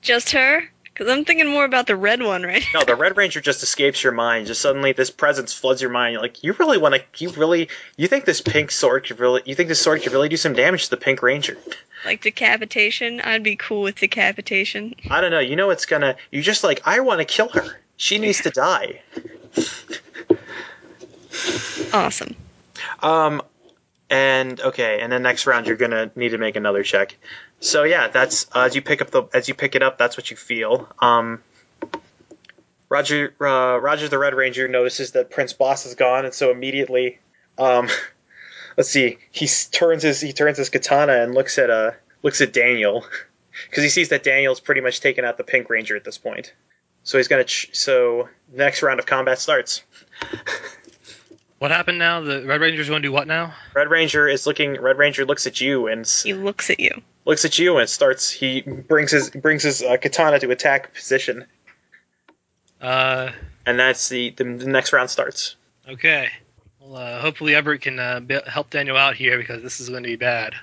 Just her? Because I'm thinking more about the red one, right? No, the Red Ranger just escapes your mind. Just suddenly this presence floods your mind. You're like, you really want to, you really, you think this pink sword could really, you think this sword could really do some damage to the Pink Ranger. Like decapitation. I'd be cool with decapitation. I don't know. You know it's gonna. You just like I want to kill her. She needs to die. Awesome. Um, and okay, and then next round you're gonna need to make another check. So yeah, that's uh, as you pick up the as you pick it up, that's what you feel. Um, Roger uh, Roger the Red Ranger notices that Prince Boss is gone, and so immediately, um, let's see, he s- turns his he turns his katana and looks at uh looks at Daniel because he sees that Daniel's pretty much taken out the Pink Ranger at this point. So he's gonna ch- so next round of combat starts. What happened now? The Red Ranger's going to do what now? Red Ranger is looking. Red Ranger looks at you and s- He looks at you. looks at you and starts. He brings his brings his uh, katana to attack position, Uh, and that's the the, the next round starts. okay. Well, uh, hopefully Everett can uh, be- help Daniel out here because this is going to be bad.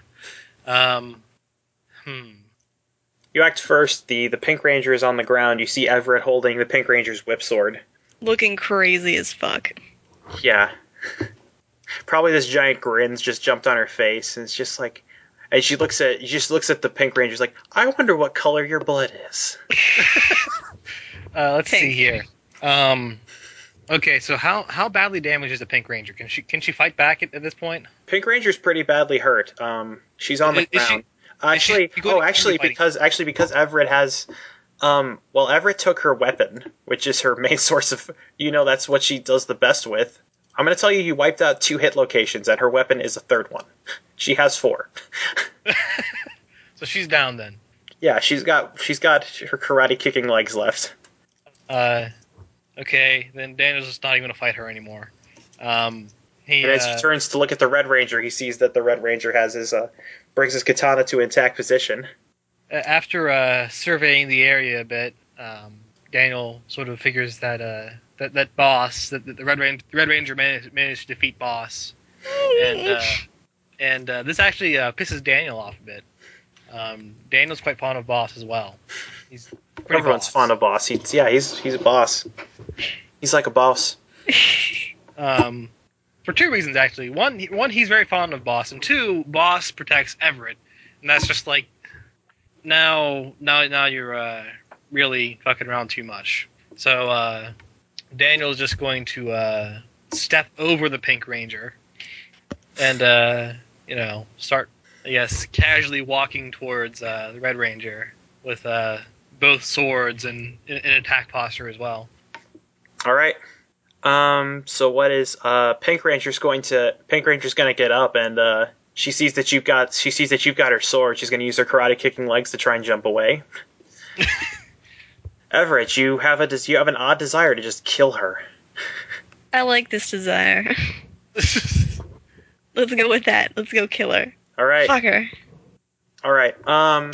Um, hmm. You act first. the The Pink Ranger is on the ground. You see Everett holding the Pink Ranger's whip sword. Looking crazy as fuck. Yeah, probably this giant grin's just jumped on her face, and it's just like, and she looks at she just looks at the Pink Ranger's like, I wonder what color your blood is. Uh, let's see Pink. here. Um, okay, so how how badly damaged is the Pink Ranger? Can she can she fight back at, at this point? Pink Ranger's pretty badly hurt. Um, she's on the Is- is she- ground. actually, she going oh, to actually, anybody? because actually because Everett has, um, well, Everett took her weapon, which is her main source of, you know, that's what she does the best with. I'm gonna tell you, you wiped out two hit locations, and her weapon is a third one. She has four. So she's down then. Yeah, she's got she's got her karate kicking legs left. Uh, okay, then Daniel's just not even gonna fight her anymore. Um, he, And as he uh, turns to look at the Red Ranger, he sees that the Red Ranger has his uh, brings his katana to intact position. Uh, after uh, surveying the area a bit, um, Daniel sort of figures that uh, that that boss, that, that the Red Ranger, Red Ranger managed, managed to defeat boss, and uh, and uh, this actually uh, pisses Daniel off a bit. Um, Daniel's quite fond of boss as well. He's pretty Everyone's boss. fond of boss. He's yeah, he's he's a boss. He's like a boss. um, for two reasons actually. One, he- one he's very fond of Boss, and two, Boss protects Everett, and that's just like now, now, now you're uh, really fucking around too much. So uh, Daniel's just going to uh, step over the Pink Ranger, and uh, you know, start yes, casually walking towards uh, the Red Ranger with uh, both swords and in, in attack posture as well. All right. Um. So what is uh? Pink Ranger's going to Pink Ranger's going to get up and uh. She sees that you've got she sees that you've got her sword. She's going to use her karate kicking legs to try and jump away. Everett, you have a des- you have an odd desire to just kill her. I like this desire. Let's go with that. Let's go kill her. All right. Fuck her. All right. Um.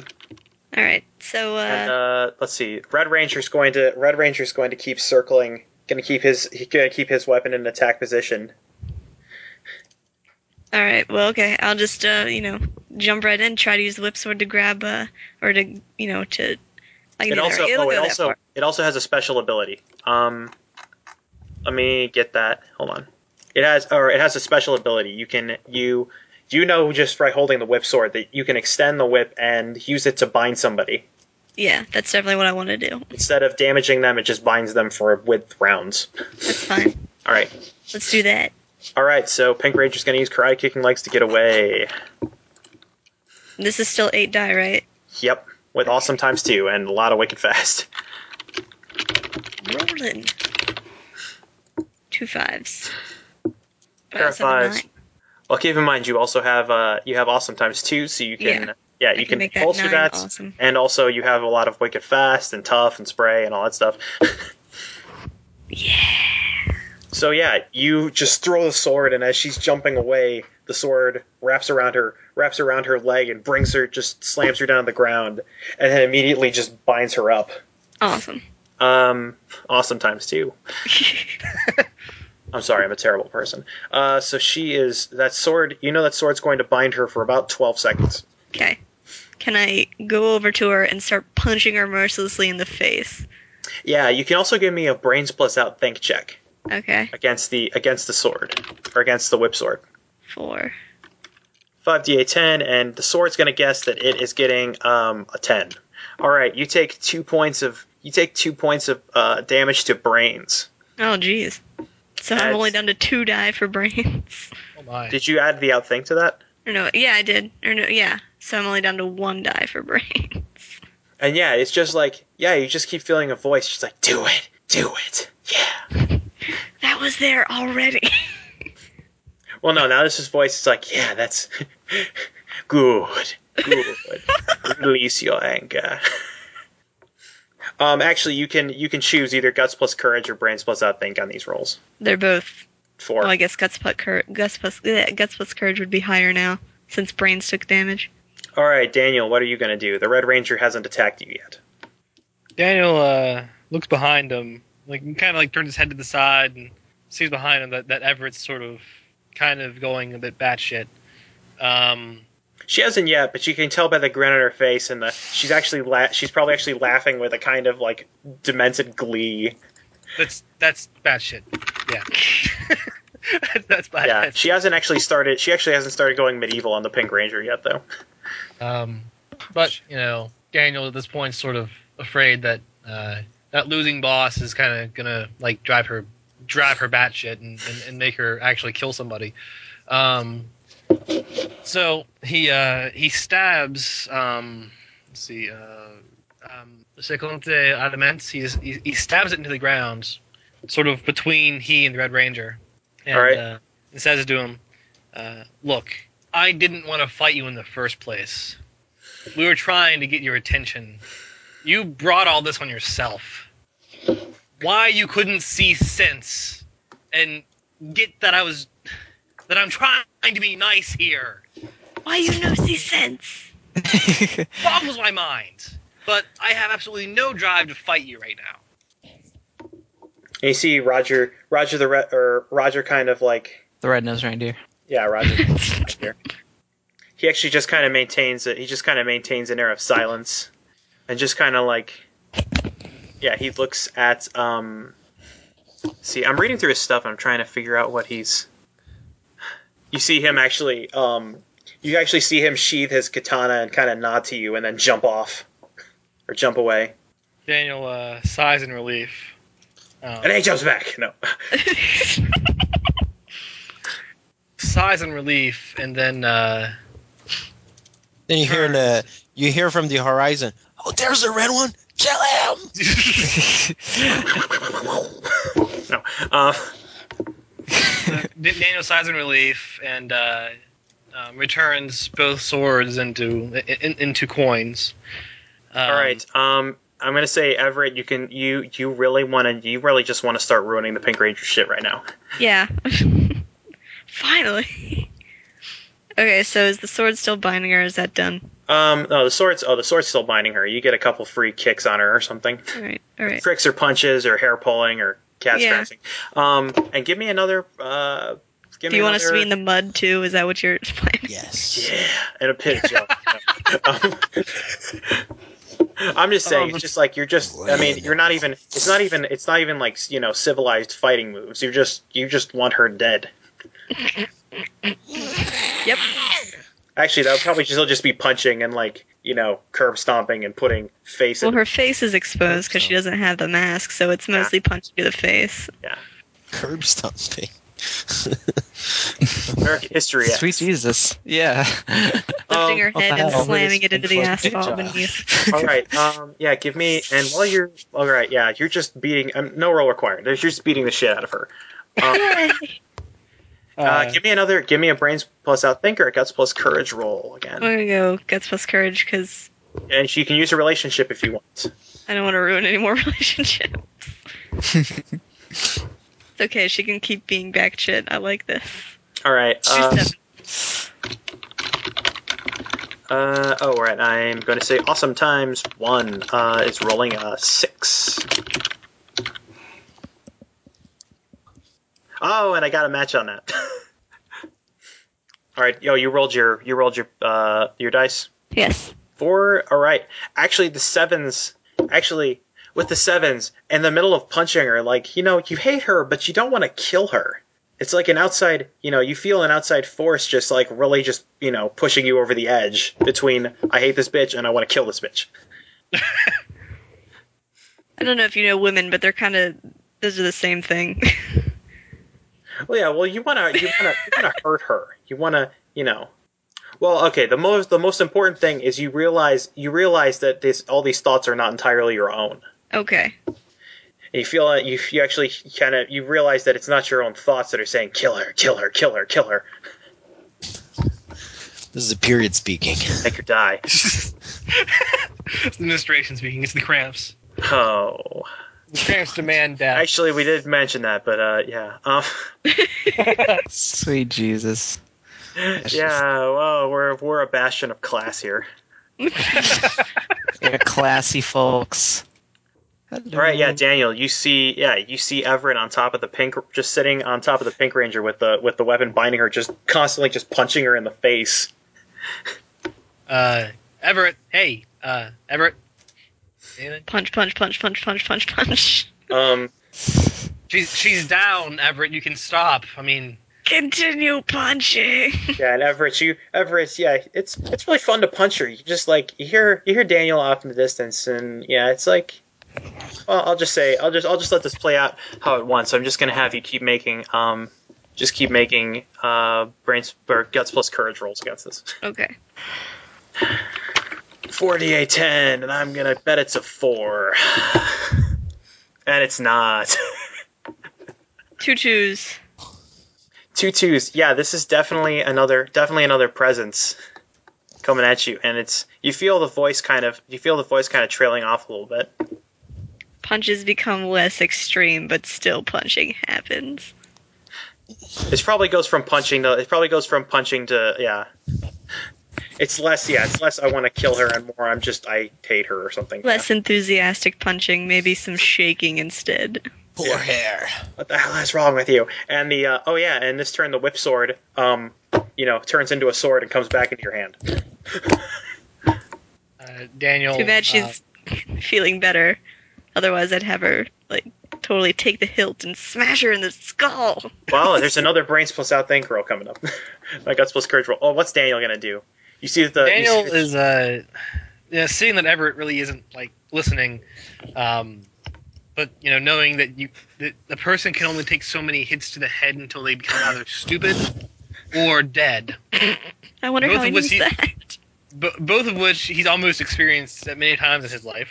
All right. So uh, And uh, let's see. Red Ranger's going to Red Ranger's going to keep circling. Going to keep his he's going to keep his weapon in attack position. all right. Well, okay. I'll just uh, you know, jump right in. Try to use the whip sword to grab uh, or to you know to. I can it do that, also right? It'll oh, go it that also far. it also has a special ability. Um, let me get that. Hold on. It has or it has a special ability. You can you you know just by holding the whip sword that you can extend the whip and use it to bind somebody Yeah, that's definitely what I want to do. instead of damaging them. It just binds them for with rounds. That's fine. All right, Let's do that. all right. So Pink Ranger's gonna use karate kicking legs to get away. This is still eight die, right? Yep, with awesome times two and a lot of wicked fast. Rolling. Two fives. Pair of That's a nine. fives. Well, keep in mind you also have uh you have awesome times two, so you can Yeah. yeah, I you can can, make that bolster nine that, awesome. and also you have a lot of wicked fast and tough and spray and all that stuff. Yeah. So yeah, you just throw the sword, and as she's jumping away, the sword wraps around her, wraps around her leg, and brings her, just slams her down to the ground, and then immediately just binds her up. Awesome. Um, awesome times two. I'm sorry, I'm a terrible person. Uh, so she is that sword. You know that sword's going to bind her for about 12 seconds. Okay. Can I go over to her and start punching her mercilessly in the face? Yeah, you can also give me a brains plus out think check Okay. against the against the sword or against the whip sword. Four. 5d8 10, and the sword's going to guess that it is getting um, a 10. All right, you take two points of you take two points of uh, damage to brains. Oh, jeez. So I'm That's- only down to two die for brains. Oh my. Did you add the outthink to that? Or no, yeah, I did. Or no, yeah. So I'm only down to one die for brains. And yeah, it's just like yeah, you just keep feeling a voice. She's like, do it, do it, yeah. That was there already. Well, no, now this is voice is like, yeah, that's good, good. Release your anger. um, actually, you can you can choose either guts plus courage or brains plus outthink on these rolls. They're both. Four. Well, I guess guts plus cour- guts plus bleh, guts plus courage would be higher now since brains took damage. All right, Daniel, what are you going to do? The Red Ranger hasn't attacked you yet. Daniel uh, looks behind him, like kind of like turns his head to the side and sees behind him that, that Everett's sort of kind of going a bit batshit. Um, She hasn't yet, but you can tell by the grin on her face and the she's actually la- she's probably actually laughing with a kind of like demented glee. that's that's batshit. Yeah, that's, that's Yeah, batshit. she hasn't actually started. She actually hasn't started going medieval on the Pink Ranger yet, though. Um, but you know, Daniel at this point is sort of afraid that uh, that losing boss is kind of gonna like drive her drive her batshit and, and, and make her actually kill somebody. Um, so he uh, he stabs. Um, let's see. Uh, um, Seconde Adamants. He's, he he stabs it into the ground, sort of between he and the Red Ranger. And, All right. Uh, and says to him, uh, "Look, I didn't want to fight you in the first place. We were trying to get your attention. You brought all this on yourself. Why you couldn't see sense and get that I was that I'm trying to be nice here Why you no see sense? boggles my mind. But I have absolutely no drive to fight you right now. And you see Roger, Roger the Red, or Roger kind of like The red nosed reindeer. yeah, Roger. here. He actually just kind of maintains it. He just kind of maintains an air of silence, and just kind of like yeah, he looks at um. See, I'm reading through his stuff. I'm trying to figure out what he's. You see him actually. Um, you actually see him sheathe his katana and kind of nod to you, and then jump off, or jump away. Daniel uh, sighs in relief. And Um, then he jumps back. No. sighs in relief, and then uh, Then you hear the you hear from the horizon. Oh, there's the red one. Kill him. no. Uh, D- Daniel sighs in relief and uh, um, returns both swords into in, into coins. Um, All right. Um, I'm gonna say Everett. You can you you really want to you really just want to start ruining the Pink Ranger shit right now. Yeah. Finally. Okay, so is the sword still binding her? Is that done? Um, no, the sword's oh the sword's still binding her. You get a couple free kicks on her or something, All right. All right. tricks or punches or hair pulling or cat Yeah. scratching. Um, and give me another. Uh, give Do me you another, want us to be in the mud too? Is that what you're planning? Yes. Yeah, and a pit of joke. Um, I'm just saying, it's just like you're just. I mean, you're not even. It's not even. It's not even like you know civilized fighting moves. You just. You just want her dead. Yep. Actually, that would probably just, it'll just be punching and like you know curb stomping and putting face. Well, in. her face is exposed because she doesn't have the mask, so it's mostly punched through the face. Curb stomping. American history. Sweet Jesus. Yeah. Lifting Um, her head wow. and slamming it into the Inflicted asphalt job. beneath. all right. Um. Yeah. Give me. And while you're. All right. Yeah. You're just beating. Um, no roll required. You're just beating the shit out of her. Um, Uh, uh, give me another. Give me a brains plus outthink or a guts plus courage roll again. I'm gonna go guts plus courage because and you can use a relationship if you want. I don't want to ruin any more relationships. it's okay. She can keep being back shit. I like this. All right. Two Uh, seven. um, uh, oh, all right. I'm going to say awesome times one uh, is rolling a six. Oh, and I got a match on that. all right, yo, you rolled your you rolled your uh, your dice. Yes. Four. All right. Actually, the sevens. Actually, with the sevens, in the middle of punching her, like you know, you hate her, but you don't want to kill her. It's like an outside, you know, you feel an outside force just like really just, you know, pushing you over the edge between I hate this bitch and I want to kill this bitch. I don't know if you know women, but they're kind of those are the same thing. Well, yeah. Well, you wanna you wanna you wanna hurt her. You wanna you know. Well, okay. The most the most important thing is you realize you realize that this all these thoughts are not entirely your own. okay. And you feel like you you actually kind of you realize that it's not your own thoughts that are saying kill her, kill her, kill her, kill her, This is a period speaking. make her die. It's the administration speaking. It's the cramps. Oh, The cramps demand death. actually, we did mention that, but uh, yeah, um, Sweet Jesus. yeah. Well, we're we're a bastion of class here. You're classy folks. All right, yeah, Daniel, you see, yeah, you see Everett on top of the pink, just sitting on top of the pink ranger with the with the weapon binding her, just constantly just punching her in the face. Uh, Everett, hey, uh, Everett. Damon. Punch, punch, punch, punch, punch, punch, punch. Um, She's she's down, Everett. You can stop. I mean, Continue punching. yeah, and Everett, you, Everett, yeah, it's it's really fun to punch her. You just like you hear you hear Daniel off in the distance, and yeah, it's like, well, I'll just say, I'll just I'll just let this play out how it wants. I'm just gonna have you keep making, um, just keep making uh brains or guts plus courage rolls against this. Okay. 48 10 and i'm gonna bet it's a four and it's not Two twos. two twos yeah this is definitely another definitely another presence coming at you and it's you feel the voice kind of you feel the voice kind of trailing off a little bit Punches become less extreme, but still punching happens. it probably goes from punching to it probably goes from punching to yeah it's less yeah it's less i want to kill her and more i'm just i hate her or something Less enthusiastic punching, maybe some shaking instead. Poor hair. what the hell is wrong with you? And the uh, oh yeah, and this turn the whip sword, um, you know, turns into a sword and comes back into your hand. uh, Daniel. Too uh, bad she's feeling better. Otherwise, I'd have her like totally take the hilt and smash her in the skull. Wow, there's another brains plus out think roll coming up. My guts plus courage roll. Oh, what's Daniel gonna do? You see that the you see Daniel that- is uh, yeah, seeing that Everett really isn't like listening, um, but you know, knowing that you that the person can only take so many hits to the head until they become either stupid or dead. I wonder Both how I of us used eat- that. B- both of which he's almost experienced that many times in his life.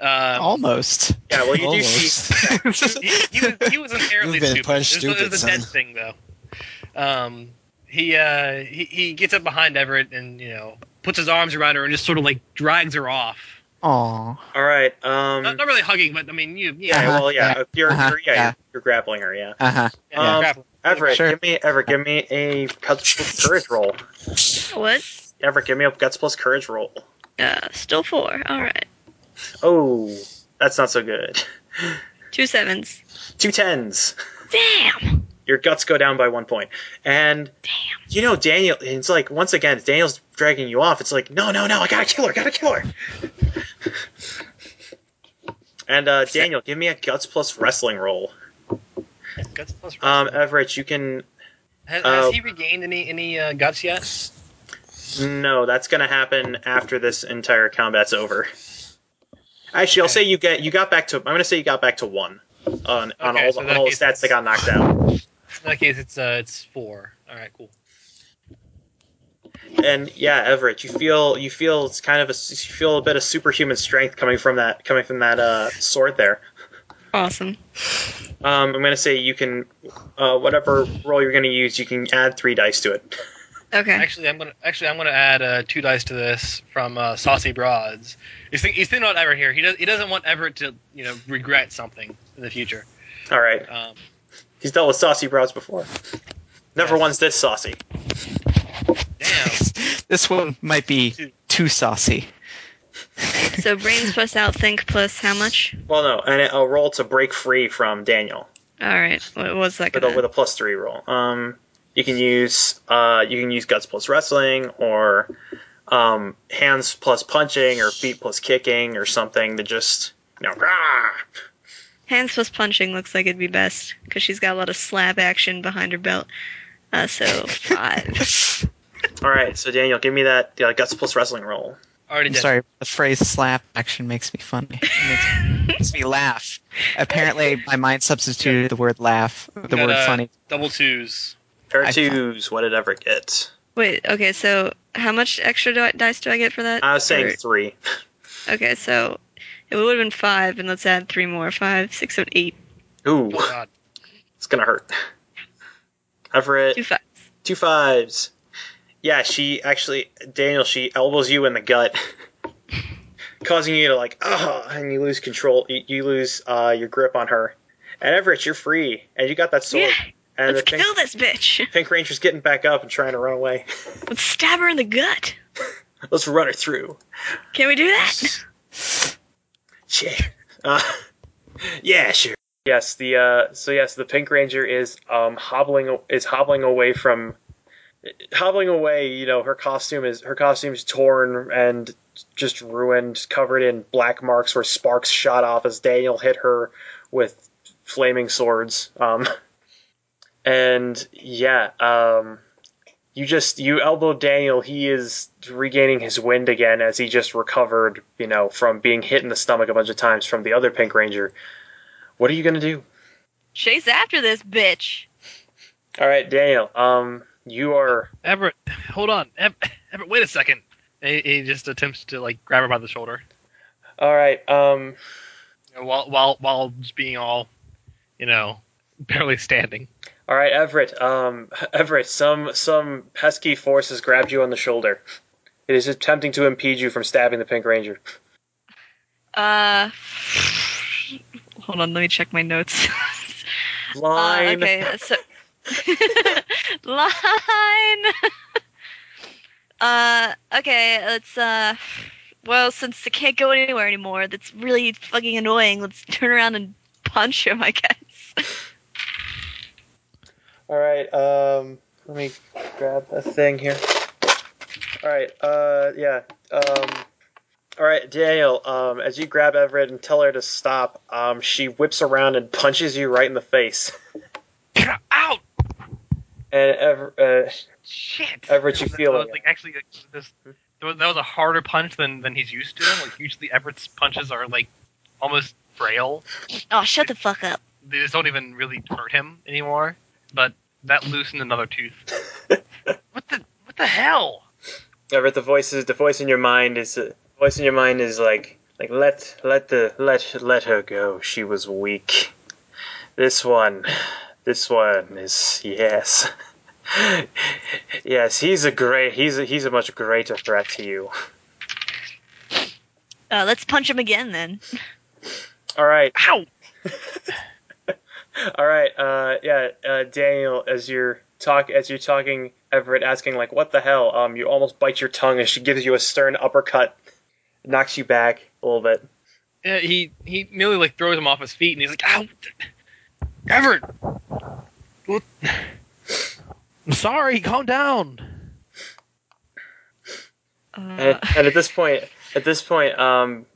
Uh, Almost. yeah. Well, you do see Almost. he, he was, he was inherently You've been stupid. punched It was- it was a stupid, dead thing though. Um, he, uh, he he gets up behind Everett and you know puts his arms around her and just sort of like drags her off. Aw. all right. Um, Not, not really hugging, but I mean you yeah. yeah, Uh-huh, well, yeah, yeah, you're, uh-huh, you're, yeah, yeah. You're, you're grappling her, yeah. Uh huh. yeah, um, grappling. Everett, Sure. give me Everett, give me a guts plus courage roll. What? Everett, give me a guts plus courage roll. Uh, still four. All right. Oh, that's not so good. Two sevens. Two tens. Damn. your guts go down by one point. And you know, Daniel, it's like once again, Daniel's dragging you off. It's like, no, no, no, I gotta kill her, gotta kill her. and uh, Daniel, give me a guts plus wrestling roll. Guts plus Um, wrestling. Everett, you can. has, uh, has he regained any any uh, guts yet? No, that's gonna happen after this entire combat's over. Actually, I'll Okay. say you get you got back to. I'm gonna say you got back to one on on Okay, all, so the that on all the means- stats that got knocked out. In that case, it's uh it's four. All right, cool. and yeah, Everett, you feel you feel it's kind of a you feel a bit of superhuman strength coming from that coming from that uh, sword there. Awesome. Um, I'm gonna say you can uh, whatever roll you're gonna use, you can add three dice to it. Okay. Actually, I'm gonna actually I'm gonna add uh, two dice to this from uh, Saucy Broads. He's, think, he's thinking about Everett here. He does he doesn't want Everett to you know regret something in the future. All right, Um, he's dealt with saucy brows before. Never Yes. one's this saucy. damn. this one might be too saucy. so brains plus outthink plus how much? Well, no, and a roll to break free from Daniel. All right. What was that? with a, Gonna... with a plus three roll. Um, you can use uh, you can use guts plus wrestling or um, hands plus punching or feet plus kicking or something to just you know. rah! Hands plus punching looks like it'd be best because she's got a lot of slap action behind her belt. Uh, so five. All right, so Daniel, give me that uh, guts plus wrestling roll. Already I'm did. sorry, the phrase slap action makes me funny. It makes, makes me laugh. Apparently, my mind substituted the word laugh, the Got, word uh, funny. Double twos. Pair I- twos, what did ever get? Wait. Okay. So how much extra do I, dice do I get for that? I was saying Or- three. Okay. So it would have been five, and let's add three more. Five, six, seven, eight. Ooh, Oh god. it's gonna hurt. Everett, Two fives. two fives. Yeah, she actually, Daniel, she elbows you in the gut, causing you to like, ah, and you lose control. You, you lose uh, your grip on her. And Everett, you're free, and you got that sword. Yeah. and Let's the pink, kill this bitch. pink Ranger's getting back up and trying to run away. Let's stab her in the gut. Let's run her through. Can we do that? Shit. Uh, yeah, sure. Yes, the uh, so yes, the Pink Ranger is um hobbling is hobbling away from hobbling away. You know, her costume is her costume's torn and just ruined, covered in black marks where sparks shot off as Daniel hit her with flaming swords. Um, and yeah, um, you just you elbow Daniel. He is regaining his wind again as he just recovered, you know, from being hit in the stomach a bunch of times from the other Pink Ranger. What are you gonna do? Chase after this bitch. All right, Daniel. Um, you are Everett, hold on. Ev- Everett, wait a second. He, he just attempts to like grab her by the shoulder all right. Um, you know, while while while just being all, you know, barely standing. all right, Everett. Um, Everett. Some some pesky force has grabbed you on the shoulder. It is attempting to impede you from stabbing the Pink Ranger. Uh, hold on. Let me check my notes. Uh, Line. okay, so line. uh, okay, let's uh, well, since they can't go anywhere anymore, that's really fucking annoying. Let's turn around and punch him, I guess. All right. Um, let me grab a thing here. All right. Uh, yeah. Um, all right, Daniel. Um, as you grab Everett and tell her to stop, um, she whips around and punches you right in the face. Out. And Ever, uh, Shit. Everett, you That feel was, it. like actually like, this. That was- that was a harder punch than than he's used to. Like usually Everett's punches are like almost frail. oh, shut the fuck up. They just don't even really hurt him anymore. But that loosened another tooth. what the what the hell? Everett, the voice is the voice in your mind is uh, voice in your mind is like like let let the let let her go. She was weak. This one, this one is yes, yes. He's a great. He's a, he's a much greater threat to you. Uh, let's punch him again then. All right. Ow! All right, uh, yeah, uh, Daniel, as you're talk as you're talking, Everett asking like, "What the hell?" Um, you almost bite your tongue as she gives you a stern uppercut, knocks you back a little bit. Yeah, he he merely like throws him off his feet, and he's like, "Ow, Everett, what? I'm sorry. Calm down." And, Uh, and at this point, at this point, um,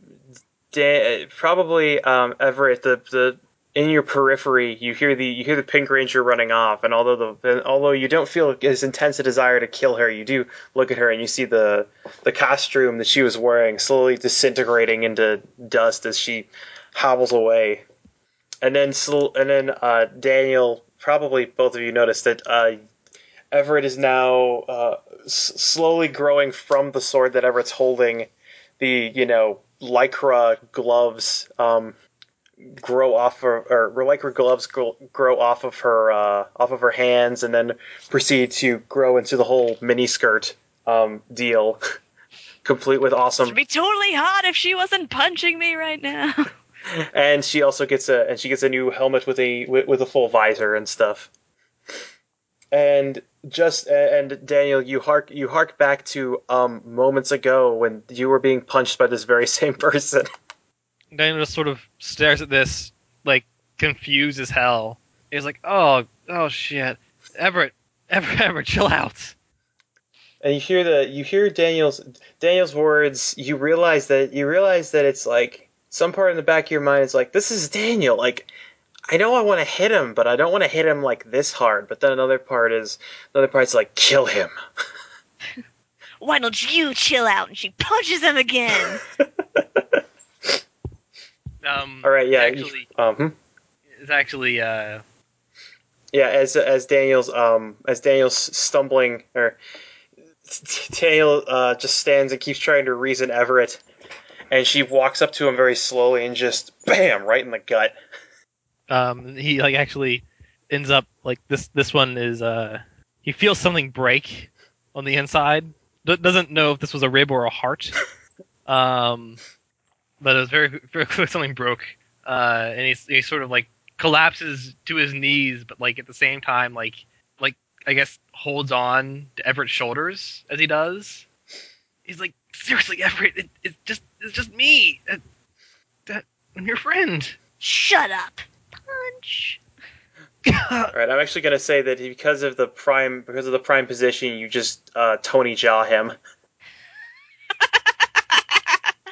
da- Eh, probably um, Everett, the the in your periphery, you hear the you hear the Pink Ranger running off, and although the and although you don't feel as intense a desire to kill her, you do look at her and you see the the costume that she was wearing slowly disintegrating into dust as she hobbles away, and then sl- and then uh, Daniel, probably both of you noticed that. Uh, Everett is now uh, s- slowly growing from the sword that Everett's holding. The you know lycra gloves um, grow off of, or lycra gloves gl- grow off of her uh, off of her hands, and then proceed to grow into the whole miniskirt um, deal, complete with awesome it'd be totally hot if she wasn't punching me right now. and she also gets a and she gets a new helmet with a with, with a full visor and stuff. And just and Daniel, you hark you hark back to um moments ago when you were being punched by this very same person. Daniel just sort of stares at this, like confused as hell, He's like, oh, oh shit, Everett, Everett, Everett, chill out. and you hear the you hear Daniel's Daniel's words. You realize that you realize that it's like some part in the back of your mind is like, this is Daniel. Like, I know I want to hit him, but I don't want to hit him like this hard. But then another part is another part's like, kill him. Why don't you chill out? And she punches him again. Um, All right, yeah, you- actually, um, hmm. it's actually uh, yeah. As as Daniel's um as Daniel's stumbling or Daniel uh, just stands and keeps trying to reason Everett, and she walks up to him very slowly and just bam right in the gut. um, he like actually ends up like this. This one is uh, he feels something break on the inside. D- doesn't know if this was a rib or a heart. Um, but it was very very quick. Something broke, uh, and he he sort of like collapses to his knees, but like at the same time, like like I guess holds on to Everett's shoulders as he does. He's like, seriously, Everett, it, it's just it's just me. That, that I'm your friend. Shut up. Punch. All right, I'm actually gonna say that he- because of the prime, because of the prime position, you just uh, Tony Jaw him.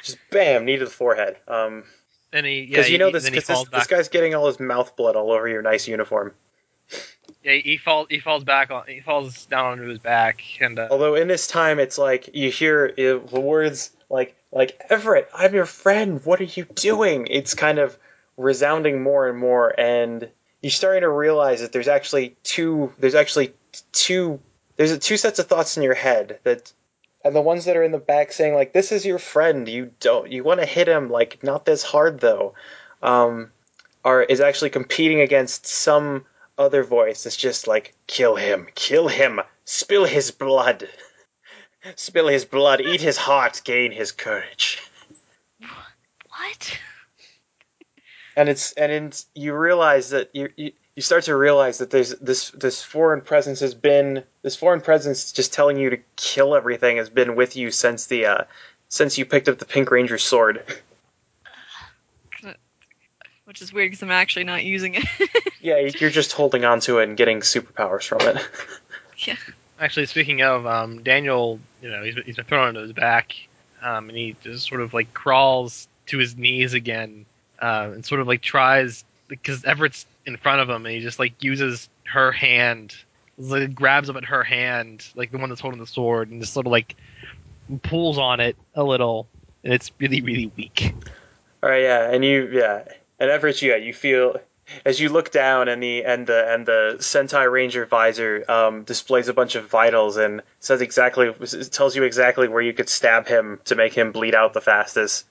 just bam, knee to the forehead. Um, And he, yeah, because you know he, this, then he 'cause this, falls this back. guy's getting all his mouth blood all over your nice uniform. Yeah, he falls. He falls back on. He falls down onto his back, and uh, Although in this time, it's like you hear uh, the words like like Everett, I'm your friend. What are you doing? It's kind of resounding more and more, and you're starting to realize that there's actually two. There's actually two. There's two sets of thoughts in your head that, and the ones that are in the back saying like, "This is your friend. You don't. You want to hit him like not this hard though." Um, are is actually competing against some other voice that's just like, kill him, kill him, spill his blood, spill his blood, eat his heart, gain his courage. What? And it's and it's, you realize that you, you you start to realize that there's this this foreign presence has been this foreign presence just telling you to kill everything has been with you since the uh, since you picked up the Pink Ranger sword. Which is weird because I'm actually not using it. yeah, you're just holding on to it and getting superpowers from it. actually, speaking of um, Daniel, you know, he's been, he's been thrown onto his back, um, and he just sort of like crawls to his knees again, uh, and sort of like tries because Everett's in front of him, and he just like uses her hand, like, grabs up at her hand, like the one that's holding the sword, and just sort of like pulls on it a little, and it's really really weak. All right, yeah, and you, yeah, and Everett, yeah, you feel as you look down, and the and the and the Sentai Ranger visor um, displays a bunch of vitals and says exactly tells you exactly where you could stab him to make him bleed out the fastest.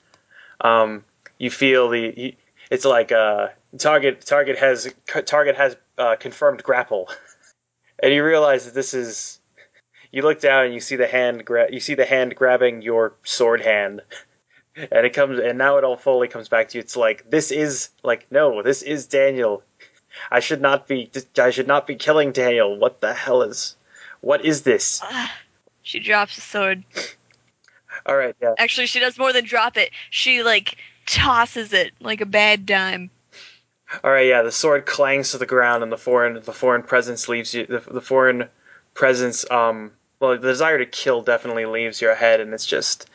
Um, you feel the you- it's like uh, target target has target has uh, confirmed grapple, and you realize that this is. You look down and you see the hand gra- you see the hand grabbing your sword hand and it comes and now it all fully comes back to you it's like this is like no this is daniel i should not be i should not be killing daniel what the hell is what is this She drops the sword. all right yeah Actually, she does more than drop it. She like tosses it like a bad dime. all right yeah the sword clangs to the ground and the foreign the foreign presence leaves you the, the foreign presence um well the desire to kill definitely leaves your head and it's just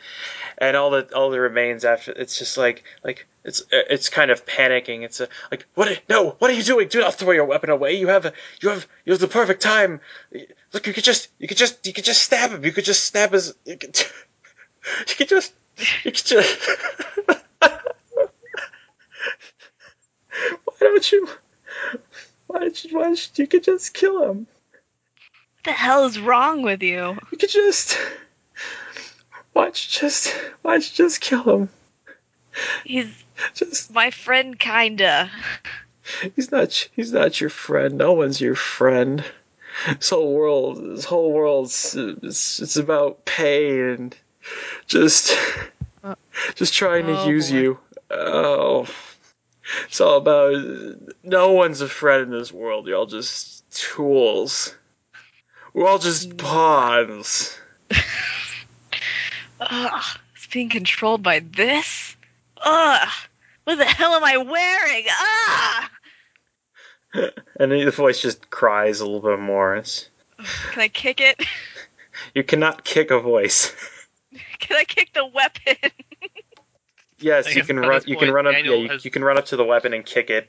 and all that all that remains after it's just like like it's it's kind of panicking it's a, like what are- no what are you doing do not throw your weapon away you have a, you have you have the perfect time look you could just you could just you could just stab him you could just stab his you could, you could just you could just why don't you why don't you why don't you, you could just kill him What the hell is wrong with you? you could just why don't you just why don't you just kill him He's just my friend, kinda. He's not. He's not your friend. No one's your friend. This whole world. This whole world's. It's, it's about pain and just, just trying Oh, to use boy. you. Oh, it's all about. No one's a friend in this world. You're all just tools. We're all just pawns. Ugh, it's being controlled by this. Ugh, what the hell am I wearing? Ah, and then the voice just cries a little bit more. It's, Can I kick it? you cannot kick a voice. Can I kick the weapon? I Yes, you guess can at run. this You can point, run up. Yeah, Daniel you, has- you can run up to the weapon and kick it.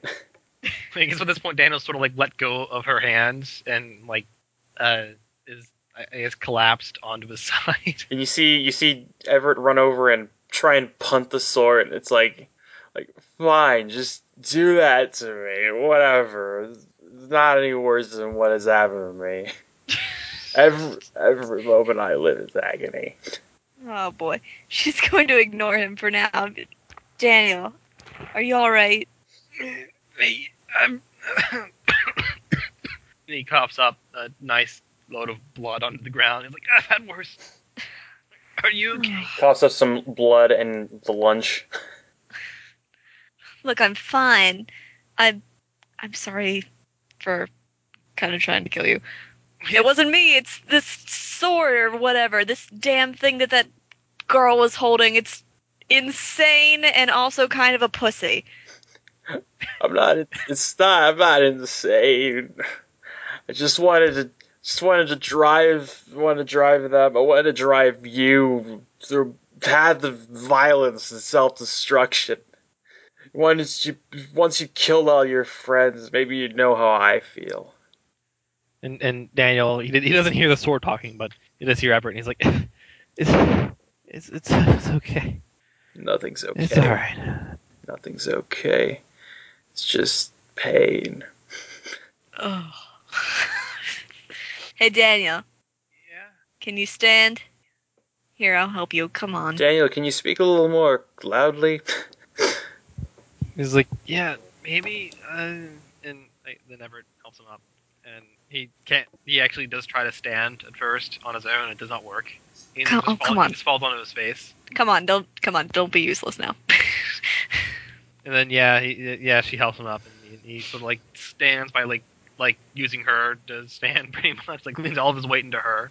I guess at this point, Daniel sort of like let go of her hands and like uh, is I I guess collapsed onto his side. And you see, you see Everett run over and try and punt the sword. It's like, like fine, just do that to me, whatever. It's not any worse than what has happened to me. every every moment I live is agony. Oh boy, she's going to ignore him for now. Daniel, are you all right? Hey, I'm- and he coughs up a nice load of blood onto the ground. He's like, I've had worse. Are Hmm. you okay? Coughs up some blood and the lunch. Look, I'm fine. I'm I'm sorry for kind of trying to kill you. It wasn't me. It's this sword or whatever. This damn thing that that girl was holding. It's insane and also kind of a pussy. I'm not. It's not. I'm not insane. I just wanted to. Just wanted to drive. Wanted to drive them. I wanted to drive you through path of violence and self destruction. Once you once you killed all your friends, maybe you'd know how I feel. And and Daniel, he, he doesn't hear the sword talking, but he does hear Everett, and he's like, it's it's it's, it's okay. Nothing's okay. It's all right. Nothing's okay. It's just pain. Oh. hey Daniel, Yeah. can you stand? Here, I'll help you. Come on. Daniel, can you speak a little more loudly? He's like, yeah, maybe. Uh, and like, then Everett helps him up, and he can't. He actually does try to stand at first on his own. It does not work. He Come- just oh, falls- come on. He just falls onto his face. Come on, don't come on, don't be useless now. And then yeah, he, yeah, she helps him up, and he, he sort of like stands by like like using her to stand pretty much, like leans all of his weight into her.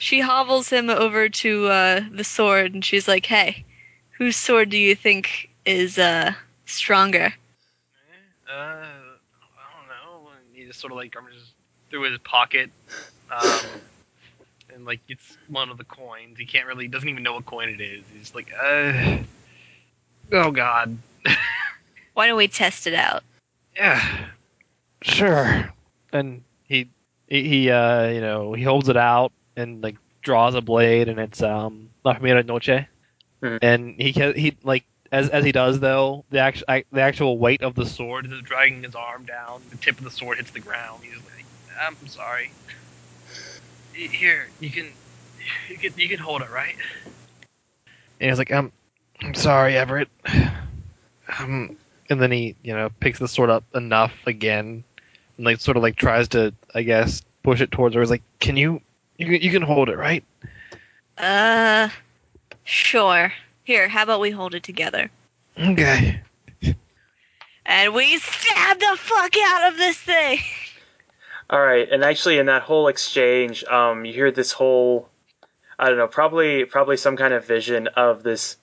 She hobbles him over to uh, the sword and she's like, "Hey, whose sword do you think is uh, stronger?" Uh, I don't know. And he just sort of like rummages through his pocket, um, and like it's one of the coins. He can't really doesn't even know what coin it is. He's like, uh, oh god, Why don't we test it out? yeah, sure. And he he, he uh you know he holds it out and like draws a blade, and it's um La Familia Noche, Mhm. and he can he like. As, as he does though, the actual the actual weight of the sword is dragging his arm down. The tip of the sword hits the ground. He's like, "I'm sorry." Here, you can, you can, you can hold it, right? And he's like, "I'm, I'm sorry, Everett." Um, and then he you know picks the sword up enough again and like sort of like tries to i guess push it towards her he's like can you you, can- you can hold it right Uh, sure. Here, how about we hold it together? okay And we stab the fuck out of this thing. All right, and actually, in that whole exchange, um, you hear this whole, I don't know, probably probably some kind of vision of this,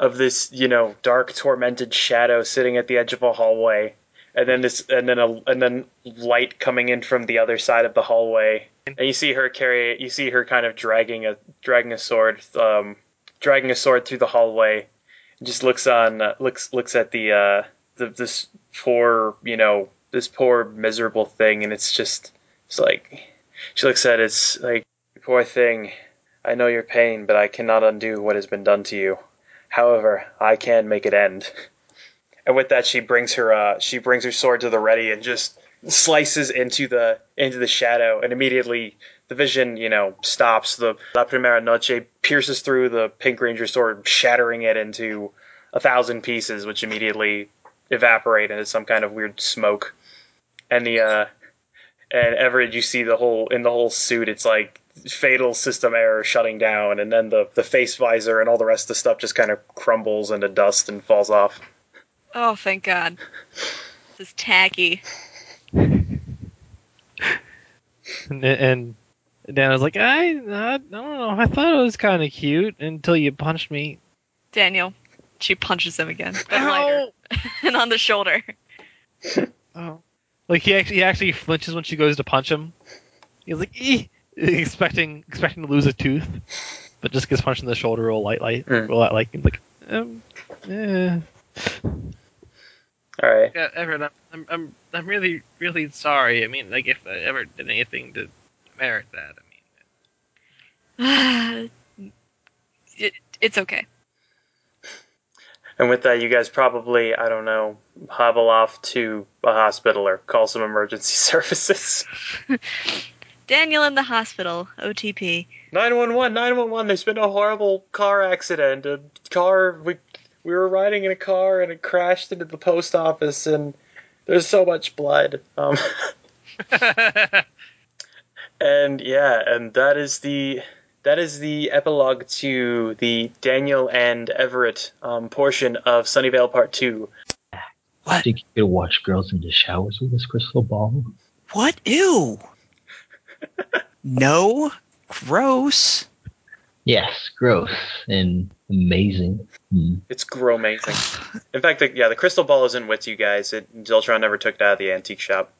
of this, you know, dark tormented shadow sitting at the edge of a hallway, and then this, and then a, and then light coming in from the other side of the hallway, and you see her carry, you see her kind of dragging a dragging a sword, um, dragging a sword through the hallway, and just looks on, uh, looks looks at the, uh, the this poor, you know. This poor miserable thing, and it's just it's like she looks at it, it's like poor thing. I know your pain, but I cannot undo what has been done to you. However, I can make it end. And with that, she brings her uh, she brings her sword to the ready and just slices into the into the shadow. And immediately, the vision you know stops. The La Primera Noche pierces through the Pink Ranger sword, shattering it into a thousand pieces, which immediately evaporate into some kind of weird smoke. And the uh, and Everett, you see the whole in the whole suit. It's like fatal system error shutting down, and then the the face visor and all the rest of the stuff just kind of crumbles into dust and falls off. Oh, thank God. This is tacky. and, and dana's like I, I don't know i thought it was kind of cute until you punched me Daniel, she punches him again, but lighter, and on the shoulder. oh Like he actually, he actually flinches when she goes to punch him. He's like, "Ee," expecting expecting to lose a tooth, but just gets punched in the shoulder real light, light, Mm. real light, like he's like, um, eh. All right. Yeah, Everett, I'm, I'm, I'm, I'm really, really sorry. I mean, like, if I ever did anything to merit that, I mean, it, it's okay. And with that, you guys probably, I don't know, hobble off to a hospital or call some emergency services. Daniel in the hospital. OTP. 911, 911, there's been a horrible car accident. A car, we, we were riding in a car and it crashed into the post office and there's so much blood. Um, and yeah, and that is the. That is the epilogue to the Daniel and Everett um, portion of Sunnyvale Part 2. I think you could watch girls in the showers with this crystal ball. What? Ew. no. Gross. Yes, gross and amazing. Hmm. It's grow amazing. In fact, the, yeah, the crystal ball is in wits, you guys. It, Zoltron never took it out of the antique shop.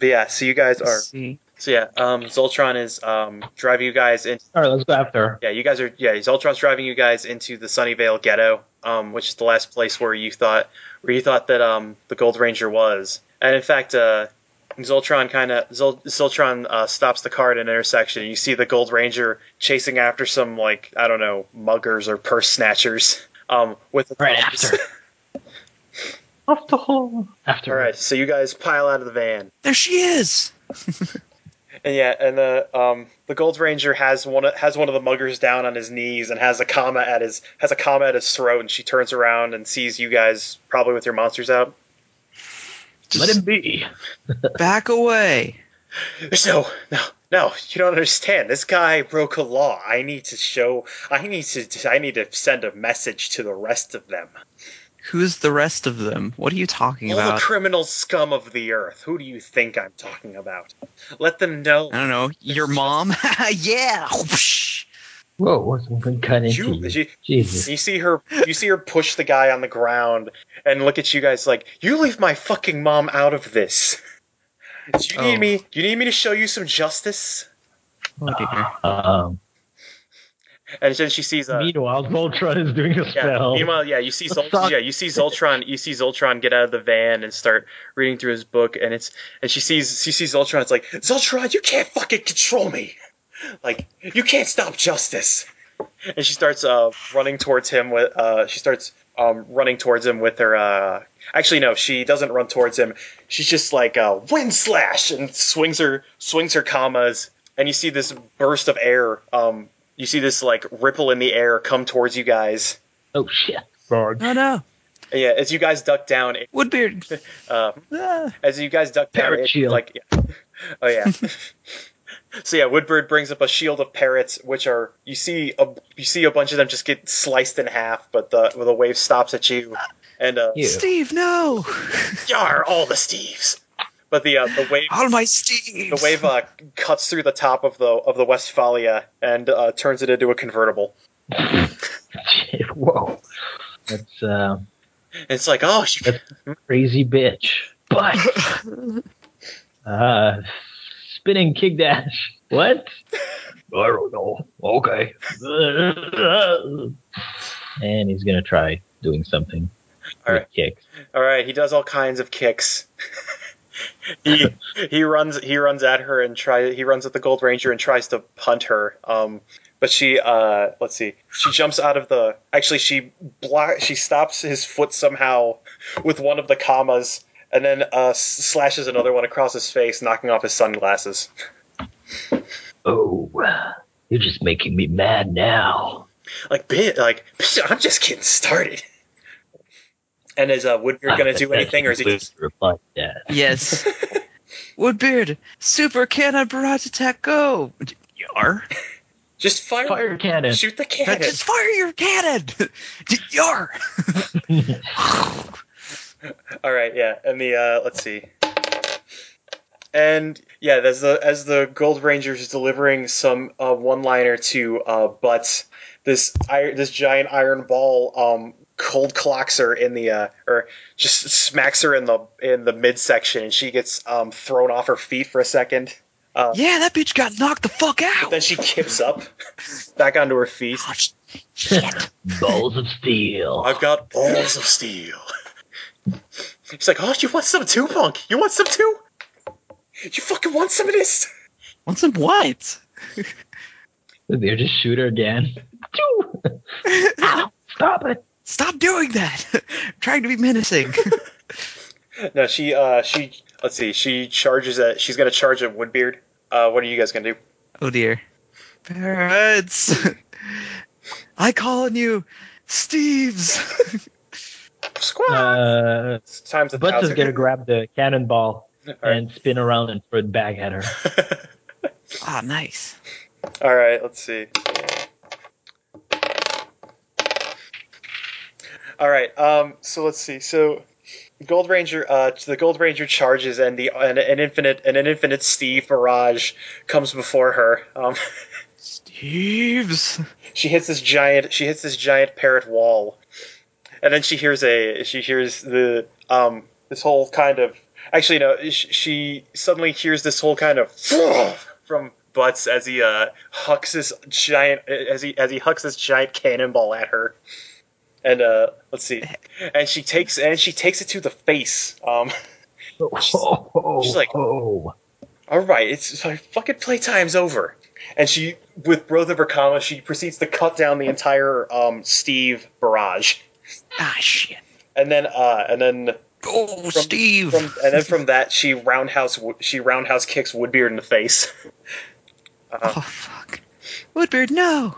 But yeah, so you guys are. See. So yeah, um, Zoltron is um, driving you guys in. All right, let's go after her. Yeah, you guys are. Yeah, Zoltron's driving you guys into the Sunnyvale ghetto, um, which is the last place where you thought where you thought that um, the Gold Ranger was. And in fact, uh, Zoltron kind of Zol- Zoltron uh, stops the car at an intersection. And you see the Gold Ranger chasing after some like I don't know muggers or purse snatchers. Um, with the Right after. Off the hole. After All her. right, so you guys pile out of the van. There she is. And yeah, and the um, the Gold Ranger has one has one of the muggers down on his knees and has a comma at his has a comma at his throat, and she turns around and sees you guys probably with your monsters out. Just Let him be. back away. There's no no no, you don't understand. This guy broke a law. I need to show. I need to. I need to send a message to the rest of them. Who's the rest of them? What are you talking All the about? criminal scum of the earth. Who do you think I'm talking about? Let them know. I don't know. Your mom? yeah. Whoosh. Whoa, what's something cut into You, you? you, Jesus. You see her you see her push the guy on the ground and look at you guys like, "You leave my fucking mom out of this." Do you need Oh. me? Do you need me to show you some justice? Oh, dear. Um, And then she sees uh, meanwhile, Voltron is doing a yeah, spell. meanwhile, yeah, you see Zol- Fuck. yeah, you see Zoltron, you see Zoltron get out of the van and start reading through his book and it's and she sees she sees Zoltron it's like, "Zoltron, you can't fucking control me." Like, you can't stop justice. and she starts uh, running towards him with uh, she starts um, running towards him with her uh, actually no she doesn't run towards him she's just like uh, wind slash and swings her swings her commas and you see this burst of air um, you see this like ripple in the air come towards you guys Oh shit. Sorry. Oh, no. And yeah as you guys duck down it, Woodbeard. uh, Ah. as you guys duck down Parrot it, shield. like yeah. oh yeah so yeah woodbird brings up a shield of parrots which are you see a you see a bunch of them just get sliced in half but the well, the wave stops at you and uh You. Steve, no. yar all the steves but the uh, the wave All my Steve. the wave uh, cuts through the top of the of the westphalia and uh, turns it into a convertible Whoa. That's uh, and it's like oh she, crazy bitch. But uh, spinning kick dash. What? I don't know. Okay. and he's gonna try doing something. All with right. Kicks. all right he does all kinds of kicks he he runs he runs at her and try he runs at the gold ranger and tries to punt her um but she uh let's see she jumps out of the actually she block she stops his foot somehow with one of the commas and then uh s- slashes another one across his face knocking off his sunglasses Oh, you're just making me mad now. like bit like i'm just getting started and is uh woodbeard gonna do anything or is he just reply to that? Yes. Woodbeard. Super cannon barrage attack go. Yar. just fire, Fire cannon. shoot the Now cannon Just fire your cannon. Yar. All right, yeah, and the uh, let's see, and yeah, as the as the Gold Ranger is delivering some uh, one liner to uh, Butts, this ir- this giant iron ball um cold clocks her in the uh, or just smacks her in the in the midsection, and she gets um, thrown off her feet for a second. Uh, Yeah, that bitch got knocked the fuck out. Then she kips up back onto her feet. Balls of steel. I've got balls of steel. She's like, oh, you want some too, punk? You want some too? You fucking want some of this? Want some what? They just shoot her again. Stop it. Stop doing that. I'm trying to be menacing. No, she uh she let's see, she charges at she's gonna charge at Woodbeard. Uh what are you guys gonna do? oh dear. Parrots. I call on you, Steve's. Squad Uh, It's times a Butts is thousand. gonna grab the cannonball Alright. and spin around and throw it back at her. Ah, nice. Alright, let's see. Alright, um so let's see. So Gold Ranger uh the Gold Ranger charges and the and an infinite and an infinite Steve Mirage comes before her. Um Steve's. she hits this giant she hits this giant parrot wall and then she hears a she hears the um this whole kind of actually no sh- she suddenly hears this whole kind of from butts as he uh hucks this giant as he as he hucks this giant cannonball at her and uh let's see and she takes and she takes it to the face um she's like- oh. all right, it's, it's like fucking playtime's over. And she, with both of her commas, she proceeds to cut down the entire um, Steve barrage. Ah, shit. And then, uh, and then Oh, Steve. from, and then from that, she roundhouse, she roundhouse kicks Woodbeard in the face. oh, fuck. Woodbeard, no.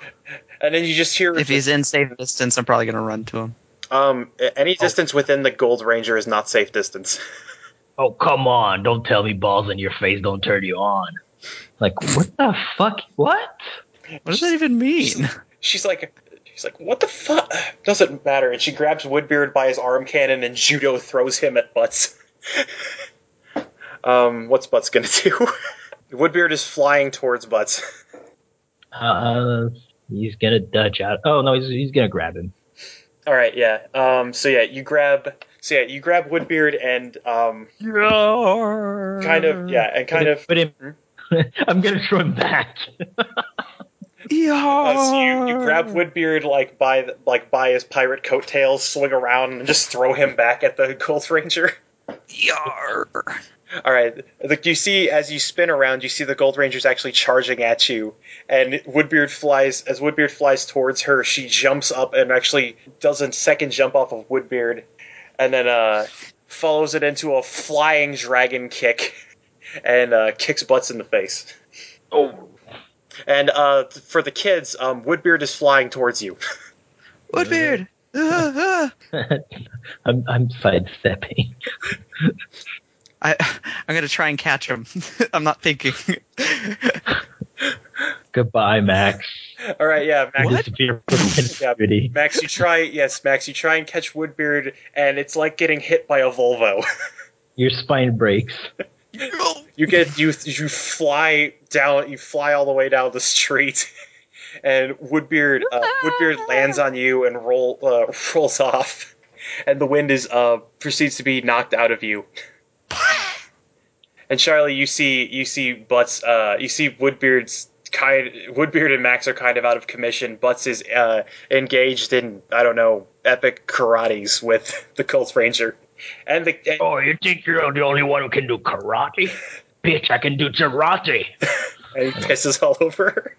And then you just hear, If he's in safe distance, I'm probably gonna run to him. um, any distance within the Gold Ranger is not safe distance. Oh, come on. Don't tell me balls in your face don't turn you on. Like, what the fuck? What? What does that even mean? She's like, she's like, what the fuck? Doesn't matter. And she grabs Woodbeard by his arm cannon and judo throws him at Butts. um, what's Butts gonna do? Woodbeard is flying towards Butts. Uh, he's gonna dodge out. Oh, no, he's, he's gonna grab him. All right, yeah. Um, so yeah, you grab, so yeah, you grab Woodbeard and um, kind of, yeah, and kind of. Put him. I'm gonna throw him back. Yeah. Uh, so you, you grab Woodbeard like by the, like by his pirate coattails, swing around, and just throw him back at the Gold Ranger. E Yarr. All right. Like you see, as you spin around, you see the Gold Rangers actually charging at you, and Woodbeard flies. As Woodbeard flies towards her, she jumps up and actually does a second jump off of Woodbeard, and then uh, follows it into a flying dragon kick, and uh, kicks butts in the face. Oh. And uh, for the kids, um, Woodbeard is flying towards you. Woodbeard. Ah, ah. I'm, I'm sidestepping. I I'm gonna try and catch him. I'm not thinking. Goodbye, Max. All right, yeah, Max. You disappear from continuity. Max, you try. Yes, Max, you try and catch Woodbeard, and it's like getting hit by a Volvo. Your spine breaks. you get you you fly down you fly all the way down the street and woodbeard uh, woodbeard lands on you and roll uh, rolls off and the wind is uh proceeds to be knocked out of you and charlie you see you see butts uh you see woodbeard's kind woodbeard and max are kind of out of commission butts is uh engaged in i don't know epic karates with the cult ranger and the and Oh, you think you're the only one who can do karate? Bitch, I can do karate. and he pisses all over. her.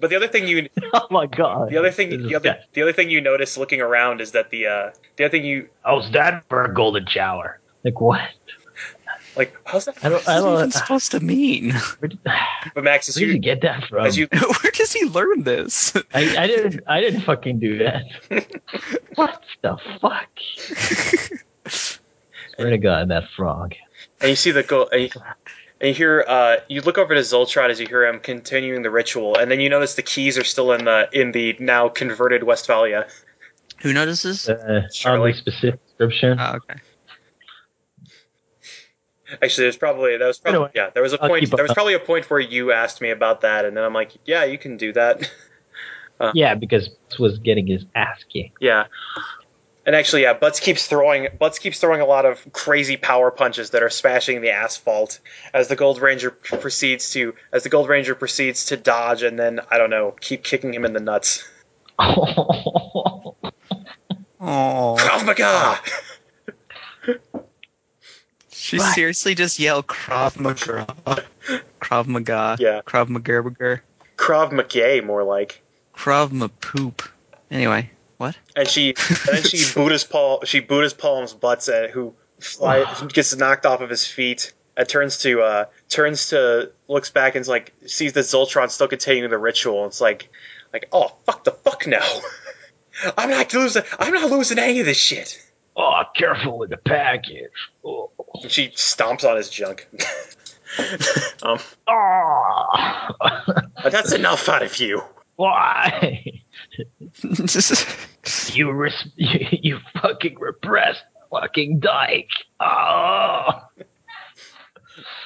but the other thing you Oh my god. the other thing This is the other disgusting. the other thing you notice looking around is that the uh, the other thing you How's that for a golden shower? Like what? like how's that? I don't. I What's that even don't. supposed to mean? Where did, where But Max, as did you you get that from? as you Where does he learn this? I, I didn't. I didn't fucking do that. what the fuck? Swear to God, that frog. and you see the go and you, and you hear uh, you look over to Zoltron as you hear him continuing the ritual, and then you notice the keys are still in the in the now converted Westphalia. Who notices? Uh, Charlie. Uh-huh. oddly specific description. Ah, Oh, okay. Actually, there's probably that was probably Anyway, yeah there was a I'll point keep up. there was probably a point where you asked me about that, and then I'm like yeah you can do that. Yeah, because Butts was getting his ass kicked. Yeah. And actually, yeah, Butts keeps throwing Butts keeps throwing a lot of crazy power punches that are smashing the asphalt as the Gold Ranger p- proceeds to as the Gold Ranger proceeds to dodge and then I don't know keep kicking him in the nuts. Oh, Krav Maga! she seriously just yelled Krav Maga, Krav Maga, Yeah. Krav Magerberger, Krav Maga, more like. Krav Mapoop. Anyway, what? And she and then she Buddhist Paul she Buddhist palms Butts at who fly, gets knocked off of his feet. And turns to uh, turns to looks back and's like sees that Zoltron still continuing the ritual. And it's like like oh fuck the fuck no. I'm not losing. I'm not losing any of this shit. Oh, careful with the package. Oh. And she stomps on his junk. Ah. That's enough out of you. Why? You, res- you you fucking repressed fucking dyke. Oh.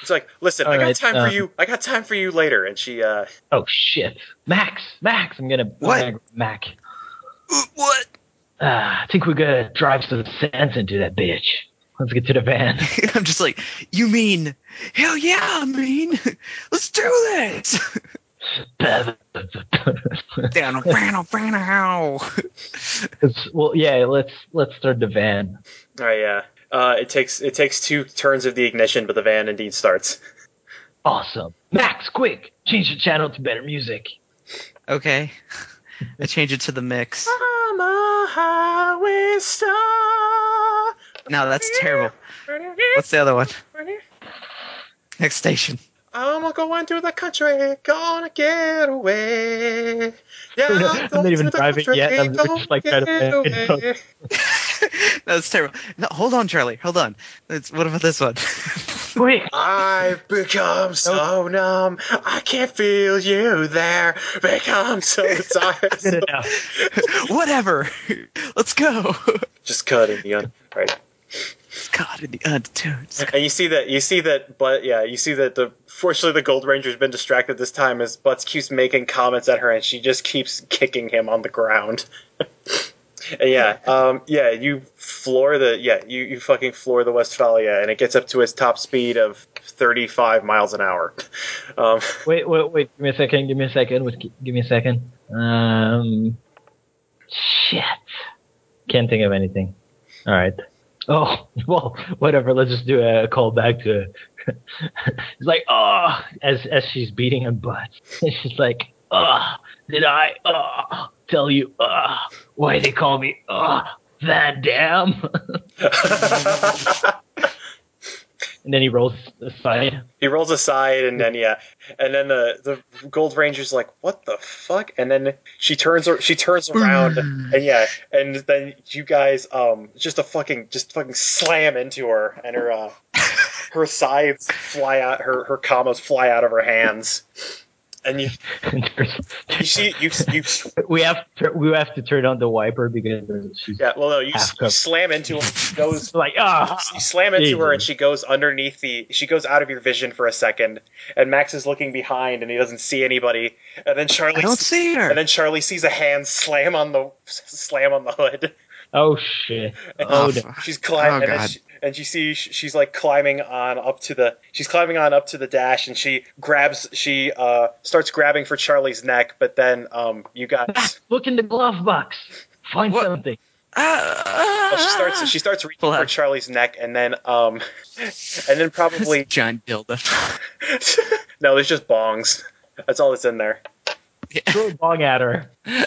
It's like, listen, All I got right, time um, for you. I got time for you later. And she, uh, oh shit. Max, Max, I'm gonna What? I'm gonna- Mac. What? Ah, I think we're gonna drive some sense into that bitch. Let's get to the van. And I'm just like, you mean? Hell yeah, I mean, let's do this. Down, ran, ran, how? It's- well, yeah, let's let's start the van. all right, yeah. Uh, it takes it takes two turns of the ignition, but the van indeed starts. Awesome. Max, quick, change the channel to better music. Okay, I change it to the mix. I'm a highway star. No, that's terrible. What's the other one? Next station. I'm going to the country, gonna get away. Yeah, I'm not going even to the driving country, yet, I'm just, gonna like, trying to get pay attention. away. That's terrible. No, hold on, Charlie. Hold on. It's, what about this one? Quick. I've become so numb, I can't feel you there. Become so tired. Whatever. Let's go. Just cutting the un- right. God, in the attitudes. And you see that you see that, but yeah, you see that the fortunately the Gold Ranger's been distracted this time as Butts keeps making comments at her and she just keeps kicking him on the ground. And yeah, um, yeah, you floor the yeah you you fucking floor the Westphalia and it gets up to its top speed of thirty five miles an hour. Um, Wait, wait, wait. Give me a second. Give me a second. Wait, gi- give me a second. Um, shit. Can't think of anything. All right. Oh, well, whatever. Let's just do a call back to. it's like, oh, as as she's beating her butt, she's like, oh, did I oh, tell you oh, why they call me oh, Van Dam? and then he rolls aside. he rolls aside and then yeah and then the the gold ranger's like what the fuck and then she turns she turns around and yeah and then you guys um just a fucking just fucking slam into her and her uh her sides fly out her her commas fly out of her hands and you And there's- you see you you We have to, we have to turn on the wiper because she's yeah well no you, Half you cup. slam into her nose like ah. you slam into her Jesus. and she goes underneath the she goes out of your vision for a second and max is looking behind and he doesn't see anybody and then charlie I don't see her. and then charlie sees a hand slam on the slam on the hood Oh shit! and Oh, she's- fuck. she's climbing Oh, and, then God. she, and you see sh- she's like climbing on up to the she's climbing on up to the dash and she grabs she uh starts grabbing for charlie's neck but then um you guys Look in the glove box. Find What? something. Ah! well, she starts she starts reaching Pull for out. charlie's neck and then um and then probably John Dilda. no, there's just bongs. That's all that's in there. Throw a bong at her.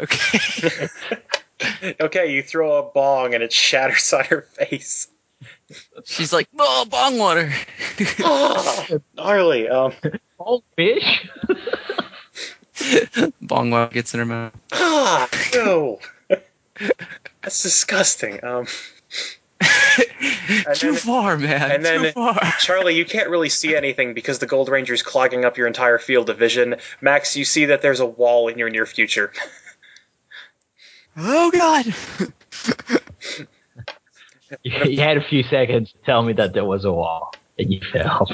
Okay. Okay, you throw a bong and it shatters on her face. She's like, oh, bong water. Gnarly. Um, All fish. bong water gets in her mouth. ah, no. That's disgusting. Um, And Too then- far, man. and then- Too far. Charlie, you can't really see anything because the Gold Ranger's clogging up your entire field of vision. Max, you see that there's a wall in your near future. Oh, God. you had a few seconds to tell me that there was a wall. that you failed.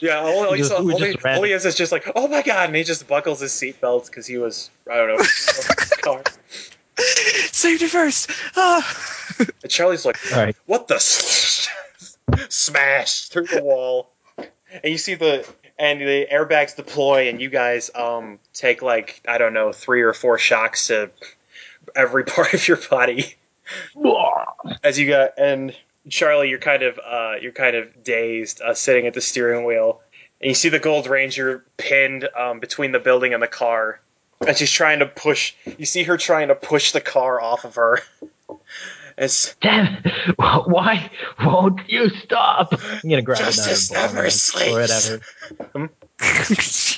Yeah, all, all, he Just- saw- we all just he- ran. all he is is just like, oh my god, and he just buckles his seatbelt because he was, I don't know, car. Safety first. Ah. And Charlie's like, All right. what the s- smash through the wall, and you see the and the airbags deploy, and you guys um take like I don't know three or four shocks to every part of your body as you got and Charlie, you're kind of uh you're kind of dazed uh, sitting at the steering wheel, and you see the Gold Ranger pinned um, between the building and the car. And she's trying to push. You see her trying to push the car off of her. It's Damn! it. Why won't you stop? I'm gonna grab Justice another ball never or sleeps. whatever.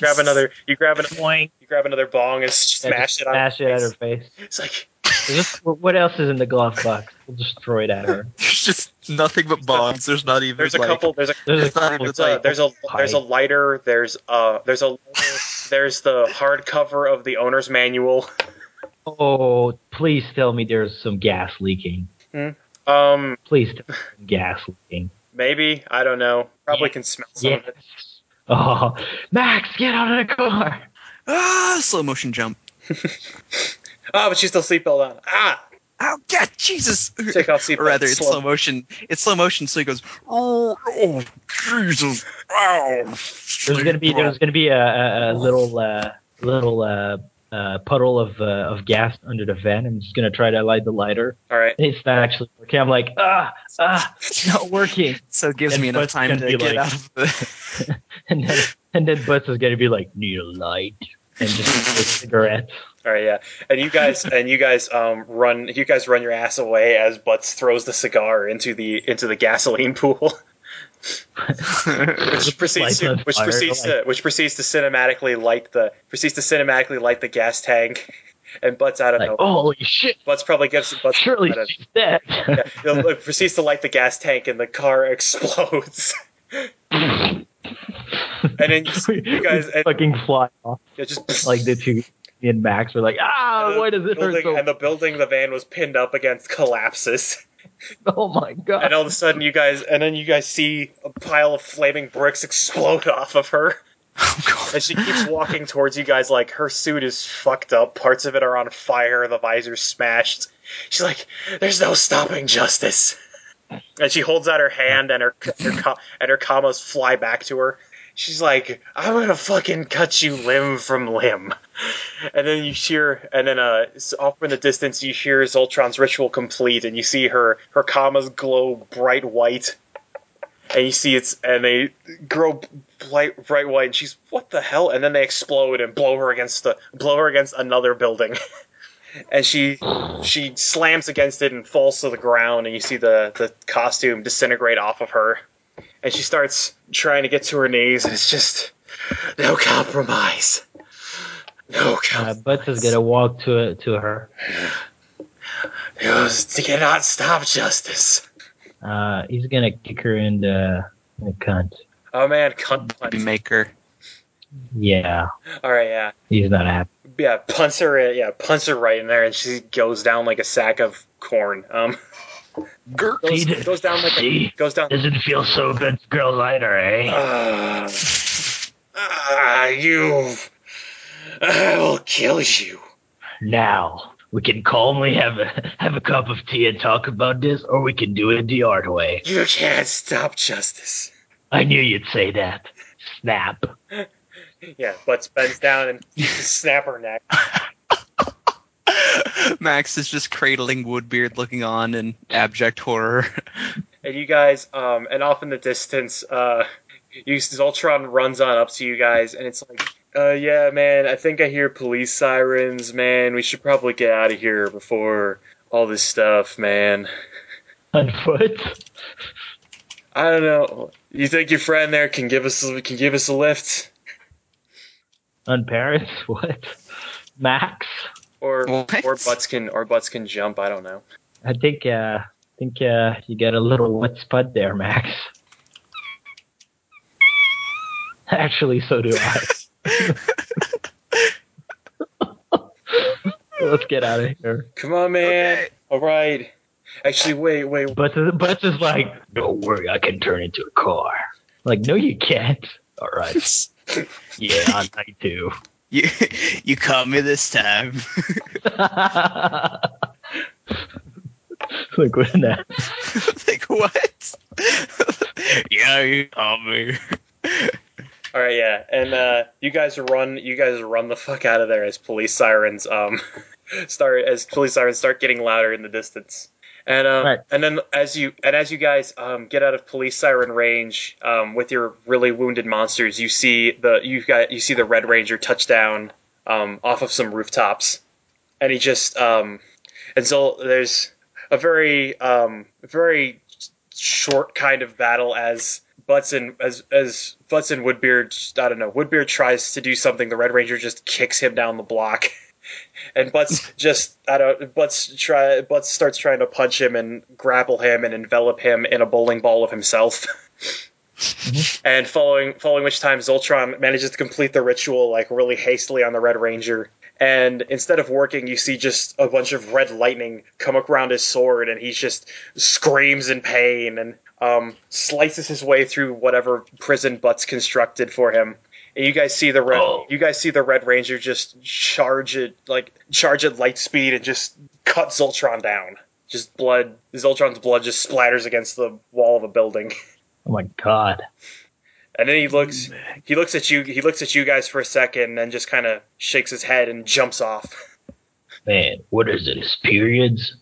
grab another. You grab another. Boing. You grab another bong and And smash just it. On Smash it at her face. It's like What what else is in the glove box? We'll just throw it at her. There's just nothing but bombs. There's not even. there's a like, couple. There's a There's a It's not couple. even- there's a there's a there's a lighter. There's uh there's a there's the hardcover of the owner's manual. Oh, please tell me there's some gas leaking. Um, Please tell me some gas leaking. maybe I don't know. Probably can smell some Yes. of it. Oh, Max, get out of the car. Ah, slow motion jump. Ah, but she's still seatbelt on. Ah, Oh God, Jesus! take off seatbelt. Or rather, it's slow. slow motion. It's slow motion, so he goes. Oh, oh, Jesus. Wow. There's gonna be there's gonna be a, a, a little uh, little uh, uh, puddle of uh, of gas under the vent. I'm just gonna try to light the lighter. All right. It's not actually working. I'm like, ah, ah, it's not working. So it gives And me enough Bud's time gonna to be get like- out of the. And then and then Butz is gonna be like, need a light, and just a cigarette. All right, yeah, and you guys, and you guys, um, run, you guys run your ass away as Butts throws the cigar into the into the gasoline pool, which proceeds to, Light on which fire, proceeds to, which proceeds to cinematically light the proceeds to cinematically light the gas tank, and Butts, I don't Like, know, holy shit! Butts probably gives Butts Surely I don't- she's dead. yeah, it- it proceeds to light the gas tank, and the car explodes. and then you, s- We- you guys, we and, fucking fly off yeah, just like the two. Me and Max were like, ah, And the why does it hurt building, so? and the building the van was pinned up against collapses. oh my god! and all of a sudden you guys and then you guys see a pile of flaming bricks explode off of her and she keeps walking towards you guys like her suit is fucked up parts of it are on fire the visor's smashed she's like there's no stopping justice and she holds out her hand and her, her co- and her commas fly back to her she's like i'm gonna fucking cut you limb from limb and then you hear, and then uh, s- off in the distance, you hear Zoltron's ritual complete, and you see her her commas glow bright white, and you see it's and they grow bright bright white, and she's what the hell? And then they explode and blow her against the blow her against another building, and she she slams against it and falls to the ground, and you see the the costume disintegrate off of her, and she starts trying to get to her knees, and it's just no compromise. No compromise. Uh, Butz is gonna walk to to her. It was to cannot stop justice. Uh, he's gonna kick her in the, in the cunt. Oh man, cunt punch. maker. Yeah, All right, yeah, he's not happy. yeah, punts her, uh, yeah, punts her right in there, and she goes down like a sack of corn. Um, goes, Peter. goes down like a, See, goes down. doesn't feel so good, girl lighter, eh? Ah, ah, you, ah, I will kill you. Now we can calmly have a have a cup of tea and talk about this, or we can do it the hard way. You can't stop justice. I knew you'd say that. Snap. Yeah, but bends down and snap her neck. Max is just cradling Woodbeard, looking on in abject horror. and you guys um and off in the distance uh you Zoltron runs on up to you guys and it's like uh yeah man I think I hear police sirens man we should probably get out of here before all this stuff man On foot. I don't know you think your friend there can give us can give us a lift On Paris. What? Max. or What? or butts can or butts can jump I don't know I think uh, I think uh, you got a little wet spot there, Max. Actually, so do I. Let's get out of here. come on man all right Actually, wait, wait. But Butts is like, don't worry, I can turn into a car. Like, no, you can't. All right. yeah, I, I do. You you caught me this time. like what an ass. like what? yeah, you caught me. All right, yeah, and uh, you guys run, you guys run the fuck out of there as police sirens um start as police sirens start getting louder in the distance, and um Right. and then as you and as you guys um get out of police siren range um with your really wounded monsters, you see the you got you see the Red Ranger touch down um off of some rooftops, and he just um and so there's a very um very short kind of battle as Butson as as Butson Woodbeard I don't know Woodbeard tries to do something the Red Ranger just kicks him down the block and Butts just I don't Butts try Butts starts trying to punch him and grapple him and envelop him in a bowling ball of himself and following following which time Zoltron manages to complete the ritual like really hastily on the Red Ranger. And instead of working, you see just a bunch of red lightning come around his sword, and he just screams in pain and um, slices his way through whatever prison butts constructed for him. And you guys see the red, you guys see the Red Ranger just charge it like charge at light speed and just cut Zoltron down. Just blood, Zoltron's blood just splatters against the wall of a building. Oh my god. And then he looks he looks at you he looks at you guys for a second and then just kind of shakes his head and jumps off. Man, what is this? Periods?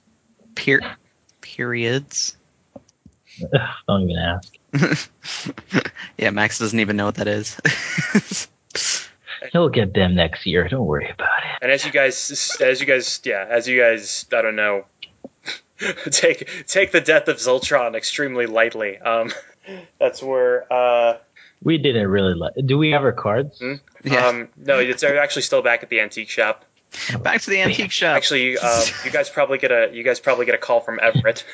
Per- periods. Ugh, don't even ask. Yeah, Max doesn't even know what that is. He'll get them next year. Don't worry about it. And as you guys as you guys yeah, as you guys I don't know take take the death of Zoltron extremely lightly. Um that's where uh We didn't really like. Do we have our cards? yeah. um no, it's they're actually still back at the antique shop. Back to the antique shop. Actually, you, um, you guys probably get a you guys probably get a call from Everett.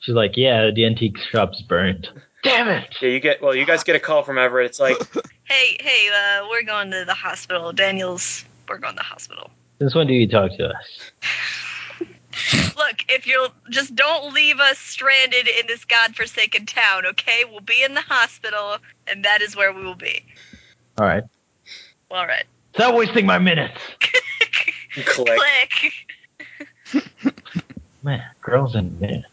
She's like, yeah, the antique shop's burnt. Damn it! Yeah, you get well, you guys get a call from Everett. It's like Hey, hey, uh, we're going to the hospital. Daniel's, we're going to the hospital. Since when do you talk to us? Look, if you'll just don't leave us stranded in this godforsaken town, okay? We'll be in the hospital, and that is where we will be. All right. All right. Stop wasting my minutes. click. Click. Man, girls and men.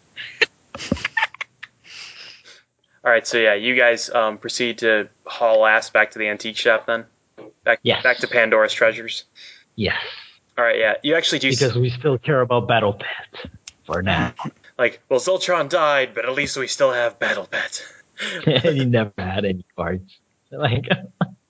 All right, so yeah, you guys um, proceed to haul ass back to the antique shop then. Back Yes. back to Pandora's treasures. Yes, All right, yeah, you actually do s- because we still care about Battle Pet for now. like well, Zoltron died, but at least we still have Battle Pet. and he never had any cards. Like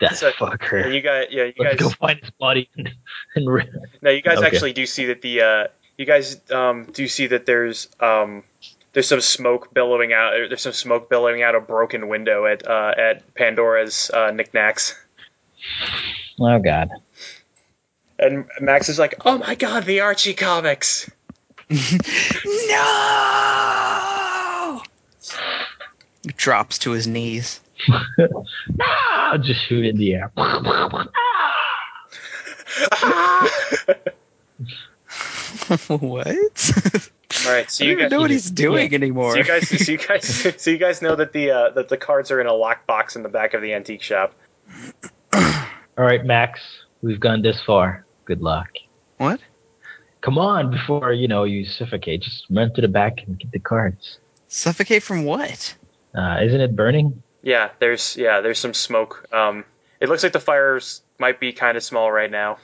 that So- And fucker. you guys, yeah, you Let's guys. go find his body and, and re- No, you guys Okay. actually do see that the uh, you guys um, do see that there's um, there's some smoke billowing out. There's some smoke billowing out a broken window at uh, at Pandora's uh, knickknacks. oh god. And Max is like, "Oh my god, the Archie comics!" no. Drops to his knees. Ah, just shoot in the air. Ah. what? All right, so I don't you even guys, know what he's doing anymore. So you guys, so you guys, so you guys know that the uh, that the cards are in a lockbox in the back of the antique shop. All right, Max, we've gone this far. Good luck. What? Come on, before you know you suffocate, just run to the back and get the cards. Suffocate from what? Uh, isn't it burning? Yeah, there's yeah, there's some smoke. Um, it looks like the fires might be kind of small right now,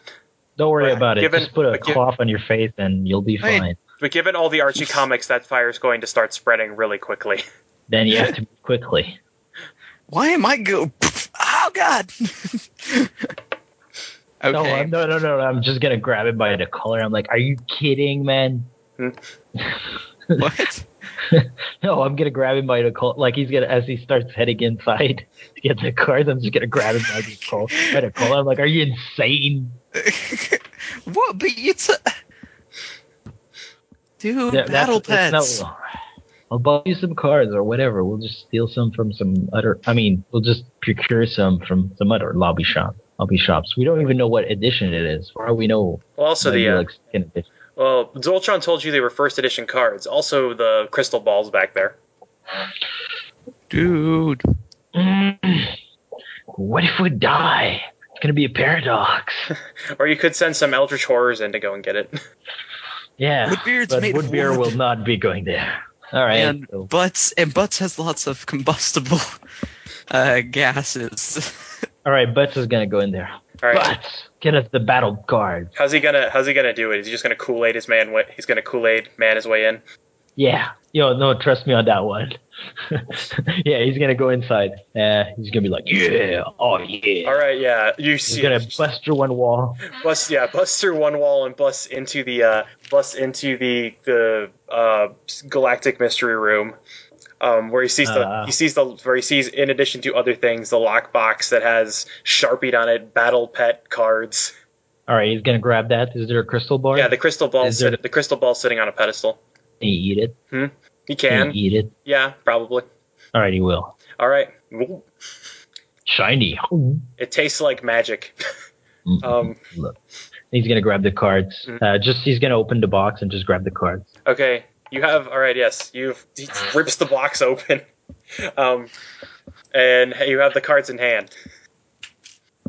Don't worry Right, about it. given- just put a but gi- cloth on your face and you'll be Wait. fine. but given all the Archie comics, that fire is going to start spreading really quickly. Then you have to move quickly. Why am I go? Oh God. okay. No, I'm, no, no, no, no. I'm just gonna grab it by the collar. I'm like, are you kidding, man? Hmm. What? No, I'm gonna grab him by the collar. Like he's gonna, as he starts heading inside to get the cards, I'm just gonna grab him by the collar. By the collar. I'm like, are you insane? what? But you t- dude, That- that's- battle it's not- pets. I'll buy you some cards or whatever. We'll just steal some from some other. I mean, we'll just procure some from some other lobby shop, lobby shops. We don't even know what edition it is. For all we know, Well, also maybe the uh, like second edition. Well, Zoltron told you they were first edition cards. Also, the crystal balls back there. Dude. What if we die? It's gonna be a paradox. Or you could send some Eldritch Horrors in to go and get it. Yeah, Woodbeard's but made of Woodbeard wood. will not be going there. All right. and so- butts and butts has lots of combustible uh, gases. all right, Butts is gonna go in there. All right. Butts, get us the battle card. How's he gonna How's he gonna do it? Is he just gonna Kool Aid his man? Way, he's gonna Kool Aid man his way in. Yeah. Yo, no, trust me on that one. yeah, he's gonna go inside. Uh, he's gonna be like, yeah, oh yeah. All right, yeah. You He's see, gonna him. bust through one wall. bust yeah, bust through one wall and bust into the uh, bust into the the uh, galactic mystery room. Um, where he sees the Uh. he sees the where he sees in addition to other things the lockbox that has sharpied on it battle pet cards. All right, he's gonna grab that. Is there a crystal bar? Yeah, the crystal ball Is there- sit, the crystal ball sitting on a pedestal. He eat it. He He can, eat it. yeah, probably. All right, he will. All right, Ooh, Shiny. Mm-hmm. it tastes like magic. Mm-hmm. um, he's gonna grab the cards. Mm. Uh, just he's gonna open the box and just grab the cards. Okay, you have all right. Yes, you've he rips the box open, um, and you have the cards in hand.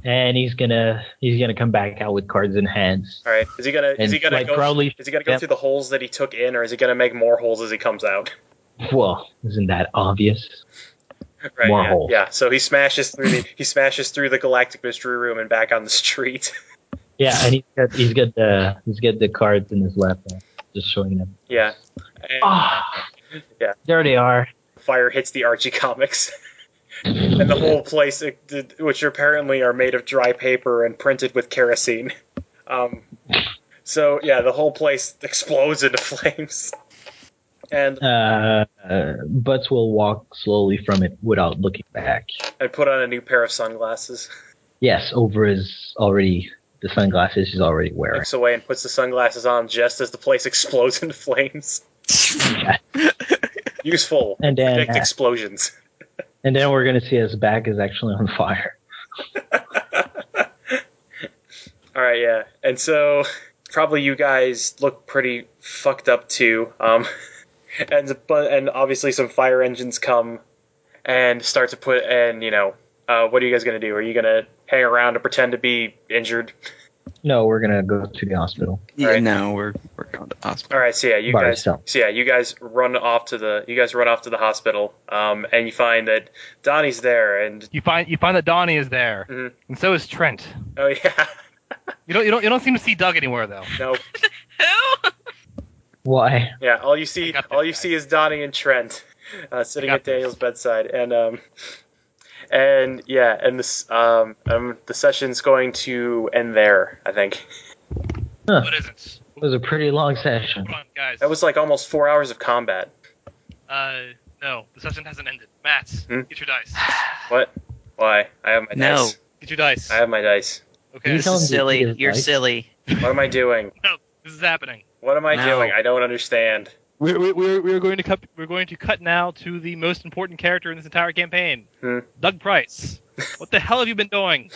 And he's gonna he's gonna come back out with cards in hands. All right, is he gonna is And he gonna like go? Crowley, is he gonna go Yep. through the holes that he took in, or is he gonna make more holes as he comes out? well, isn't that obvious? Right. More yeah, holes. yeah. So he smashes through the he smashes through the galactic mystery room and back on the street. Yeah, and he's got he's got the he's got the cards in his lap, uh, just showing them. yeah. And Ah, Yeah. There they are. fire hits the Archie comics. And the whole place, it- it- which apparently are made of dry paper and printed with kerosene. Um, so, yeah, the whole place explodes into flames. And Uh, uh, Butts will walk slowly from it without looking back. I put on a new pair of sunglasses, Yes, over his already the sunglasses he's already wearing. looks away and puts the sunglasses on just as the place explodes into flames. Useful. And then uh, Predict explosions. and then we're gonna see his back is actually on fire. All right, yeah. And so probably you guys look pretty fucked up too. Um, and but and obviously some fire engines come and start to put and you know uh, what are you guys gonna do? Are you gonna hang around to pretend to be injured? No, we're gonna go to the hospital. Yeah, Right. no, we're we're going to hospital. All right, so yeah, you By guys. yourself. So yeah, you guys run off to the you guys run off to the hospital. Um, and you find that Donnie's there, and You find you find that Donnie is there, Mhm. and so is Trent. oh yeah, You don't you don't you don't seem to see Doug anywhere though. no, Who? Why? yeah. All you I see, got that all you guy. see is Donnie and Trent uh, sitting I got at Daniel's bedside, and um, and yeah, and this um, um, the session's going to end there. I think What is it? It was a pretty long session. Hold on, guys. that was like almost four hours of combat. uh, no, the session hasn't ended. Matt, Hmm? get your dice. What? Why? I have my No. dice. Get your dice. I have my dice. okay, This tell him is to silly. eat his You're life. silly. What am I doing? this is happening. What am I No. doing? I don't understand. We're, we're- we're, we're going to cut. We're going to cut now to the most important character in this entire campaign, Hmm. Doug Price. What the hell have you been doing?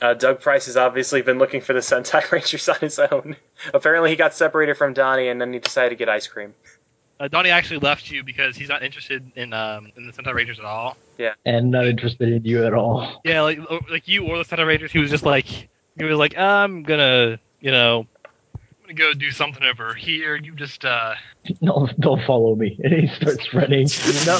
Uh, Doug Price has obviously been looking for the Sentai Rangers on his own. Apparently, he got separated from Donnie, and then he decided to get ice cream. Uh, Donnie actually left you because he's not interested in um in the Sentai Rangers at all. And not interested in you at all. Yeah, like or- like you or the Sentai Rangers. He was just like he was like I'm gonna you know I'm gonna go do something over here. You just uh No, don't follow me. And he starts running, No,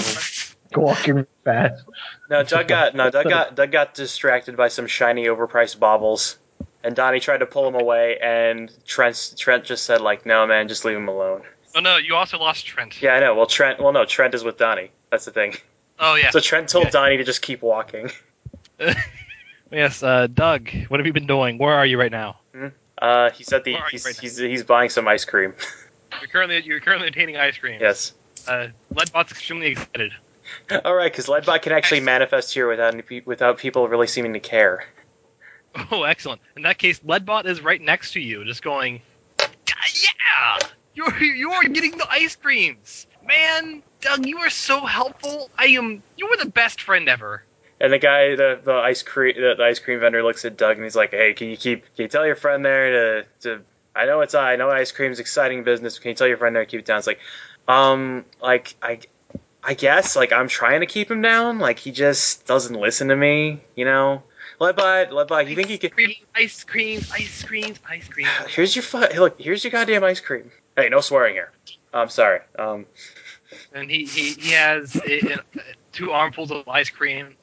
walking fast. no, Doug got no, Doug got Doug got distracted by some shiny, overpriced baubles, and Donnie tried to pull him away, and Trent Trent just said like, "No, man, just leave him alone." oh no you also lost Trent. Yeah, I know. Well, Trent. Well, no, Trent is with Donnie. That's the thing. Oh yeah. So Trent told Yeah. Donnie to just keep walking. yes, uh, Doug. What have you been doing? Where are you right now? Uh, he said the Where are you he's, right now? he's he's buying some ice cream. You're currently you're currently obtaining ice cream. yes. Uh, Leadbot's extremely excited. All right, because Leadbot can actually manifest here without any pe- without people really seeming to care. Oh, excellent. In that case, Leadbot is right next to you, just going, "Yeah, you're you're getting the ice creams, man. Doug, you are so helpful. I am. You were the best friend ever. And the guy, the, the ice cream, the, the ice cream vendor looks at Doug and he's like, "Hey, can you keep? Can you tell your friend there to to I know it's I know ice cream's exciting business. Can you tell your friend there to keep it down? It's like, um, like I, I guess like I'm trying to keep him down. Like he just doesn't listen to me. You know, let by let by. You think he can? Ice cream, ice creams, ice cream. Here's your fu- hey, look. Here's your goddamn ice cream. Hey, no swearing here. I'm sorry. Um, and he he, he has i i two armfuls of ice cream,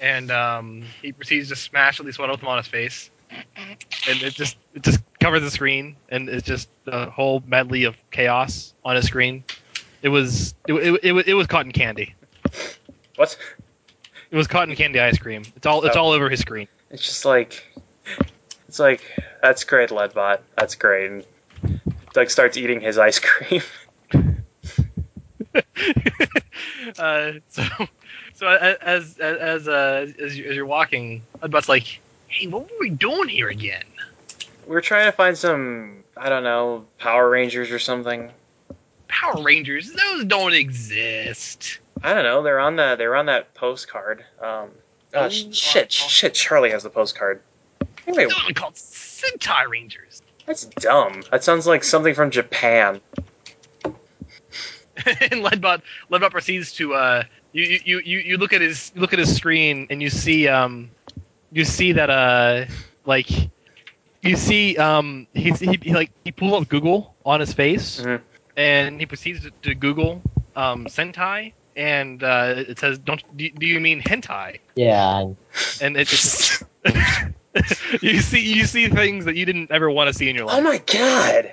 and um, he proceeds to smash at least one of them on his face, and it just it just covers the screen, and it's just a whole medley of chaos on his screen. It was it it, it, was- it was cotton candy. what? It was cotton candy ice cream. It's all it's all over his screen. It's just like, it's like that's great, Leadbot. That's great. And Doug starts eating his ice cream. uh, so, so as as as uh, as, you, as you're walking, Udbot's like, "Hey, what were we doing here again?" We're trying to find some, I don't know, Power Rangers or something. Power Rangers, those don't exist. I don't know. They're on the. They were on that postcard. Um, oh, sh- shit, sh- shit. Charlie has the postcard. Wait, They're called Sentai Rangers. that's dumb. That sounds like something from Japan. and Ledbot Ledbot proceeds to uh, you, you- you you you look at his you look at his screen and you see um, you see that uh, like. You see, um, he's, he, he like he pulls up Google on his face, Mhm. and he proceeds to, to Google um, Sentai, and uh, it says, "Don't do, do you mean hentai?" Yeah. And it just you see you see things that you didn't ever want to see in your life. Oh my god!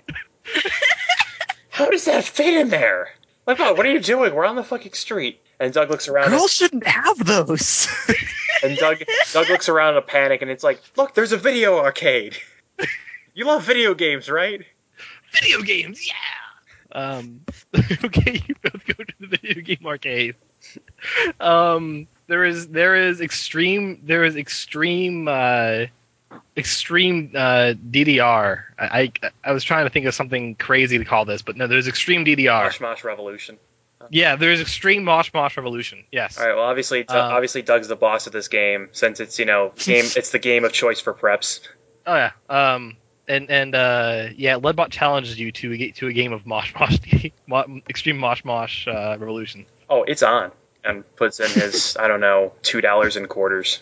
How does that fit in there? Like, oh, what are you doing? We're on the fucking street. And Doug looks around. Girls shouldn't have those. And Doug Doug looks around in a panic, and it's like, look, there's a video arcade. You love video games, right? video games, yeah. Um, okay, you both go to the video game arcade. Um, there is there is extreme there is extreme uh, extreme uh, DDR. I, I I was trying to think of something crazy to call this, but no, there's extreme DDR. Mosh Mosh Revolution. Yeah, there's extreme Mosh Mosh Revolution. Yes. All right. Well, obviously, Doug- Uh, obviously, Doug's the boss of this game since it's you know game. it's the game of choice for preps. Oh yeah. Um. And and uh yeah, Leadbot challenges you to a ga- to a game of Mosh Mosh Mo- extreme Mosh Mosh uh, Revolution. Oh, it's on. And puts in his I don't know two dollars and quarters.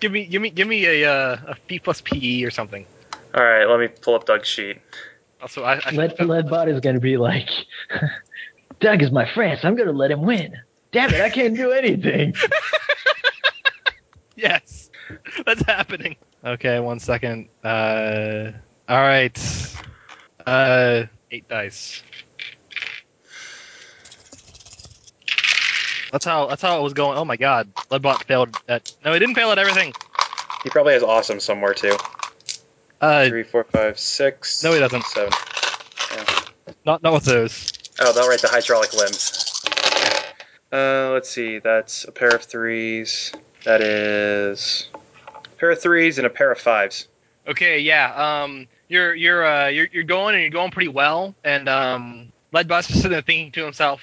give me give me give me a uh, a P plus PE or something. All right. Let me pull up Doug's sheet. Also, I, I Lead, Leadbot is going to be like, Doug is my friend, so I'm going to let him win. Damn it, I can't do anything. yes, that's happening. Okay, one second. Uh, all right. Uh, eight dice. That's how that's how it was going. Oh my god, Leadbot failed at no, he didn't fail at everything. He probably has awesome somewhere too. Uh, Three, four, five, six. No, he doesn't. Seven. not not with those. Oh, they'll write the hydraulic limbs. Uh, let's see. That's a pair of threes. That is a pair of threes and a pair of fives. Okay, yeah. Um, you're you're uh you're, you're going and you're going pretty well, and um, Leadbot's just sitting there thinking to himself,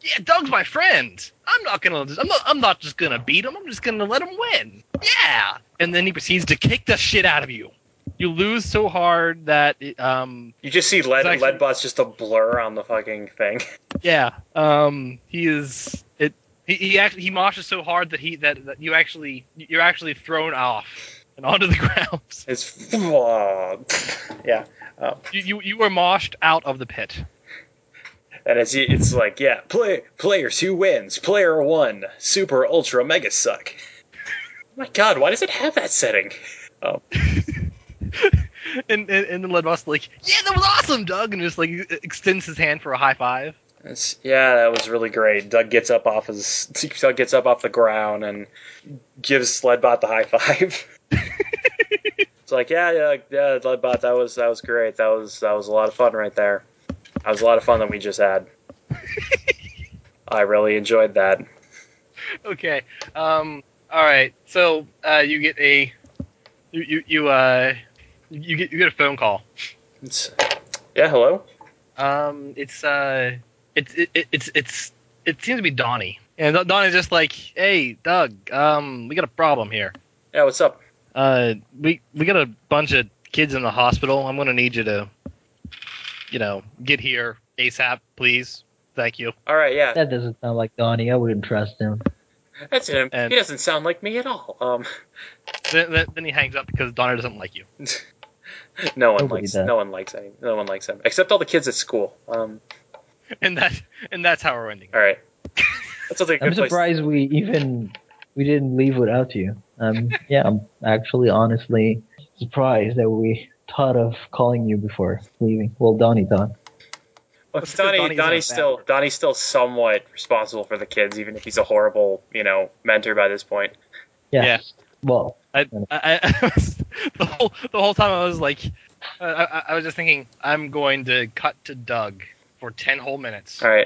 "Yeah, Doug's my friend. I'm not gonna. I'm not. I'm not just gonna beat him. I'm just gonna let him win. Yeah." And then he proceeds to kick the shit out of you. You lose so hard that um You just see lead Exactly. Leadbot's just a blur on the fucking thing. yeah um he is it he he actually he moshes so hard that he that, that you actually you're actually thrown off and onto the ground. It's yeah, You you, you are moshed out of the pit. and it's it's like yeah, play players who wins, player one, super ultra mega suck. My God, why does it have that setting? and, and and then Ledbus like, yeah, that was awesome, Doug, and just like e, extends his hand for a high five. It's, yeah, that was really great. Doug gets up off his Doug gets up off the ground and gives Leadbot the high five. it's like yeah, yeah, yeah, Leadbot, that was that was great. That was that was a lot of fun right there. That was a lot of fun that we just had. I really enjoyed that. Okay. Um. All right. So uh, you get a, you you you uh, you get you get a phone call. It's, yeah, hello. Um. It's uh. It's it, it, it's it's it seems to be Donnie, and Don- Donnie's just like, hey, Doug. Um. We got a problem here. Yeah, what's up? Uh, we we got a bunch of kids in the hospital. I'm gonna need you to, you know, get here ASAP, please. Thank you. All right, yeah, That doesn't sound like Donnie. I wouldn't trust him. that's him. And- he doesn't sound like me at all. Um, Then, then, then he hangs up because Donna doesn't like you. no one Nobody likes does. no one likes any, no one likes him except all the kids at school. Um, And that and that's how we're ending. all right, that sounds like a I'm good place. surprised we even we didn't leave without you. Um, yeah, I'm actually honestly surprised that we thought of calling you before leaving. Well, Donnie thought. Well, That's because Donnie, Donnie's Donnie's, not a bad still word. Donnie's still somewhat responsible for the kids, even if he's a horrible, you know, mentor by this point. Yes. Well, I, I, I was, the whole the whole time I was like, I, I, I was just thinking I'm going to cut to Doug for ten whole minutes. All right,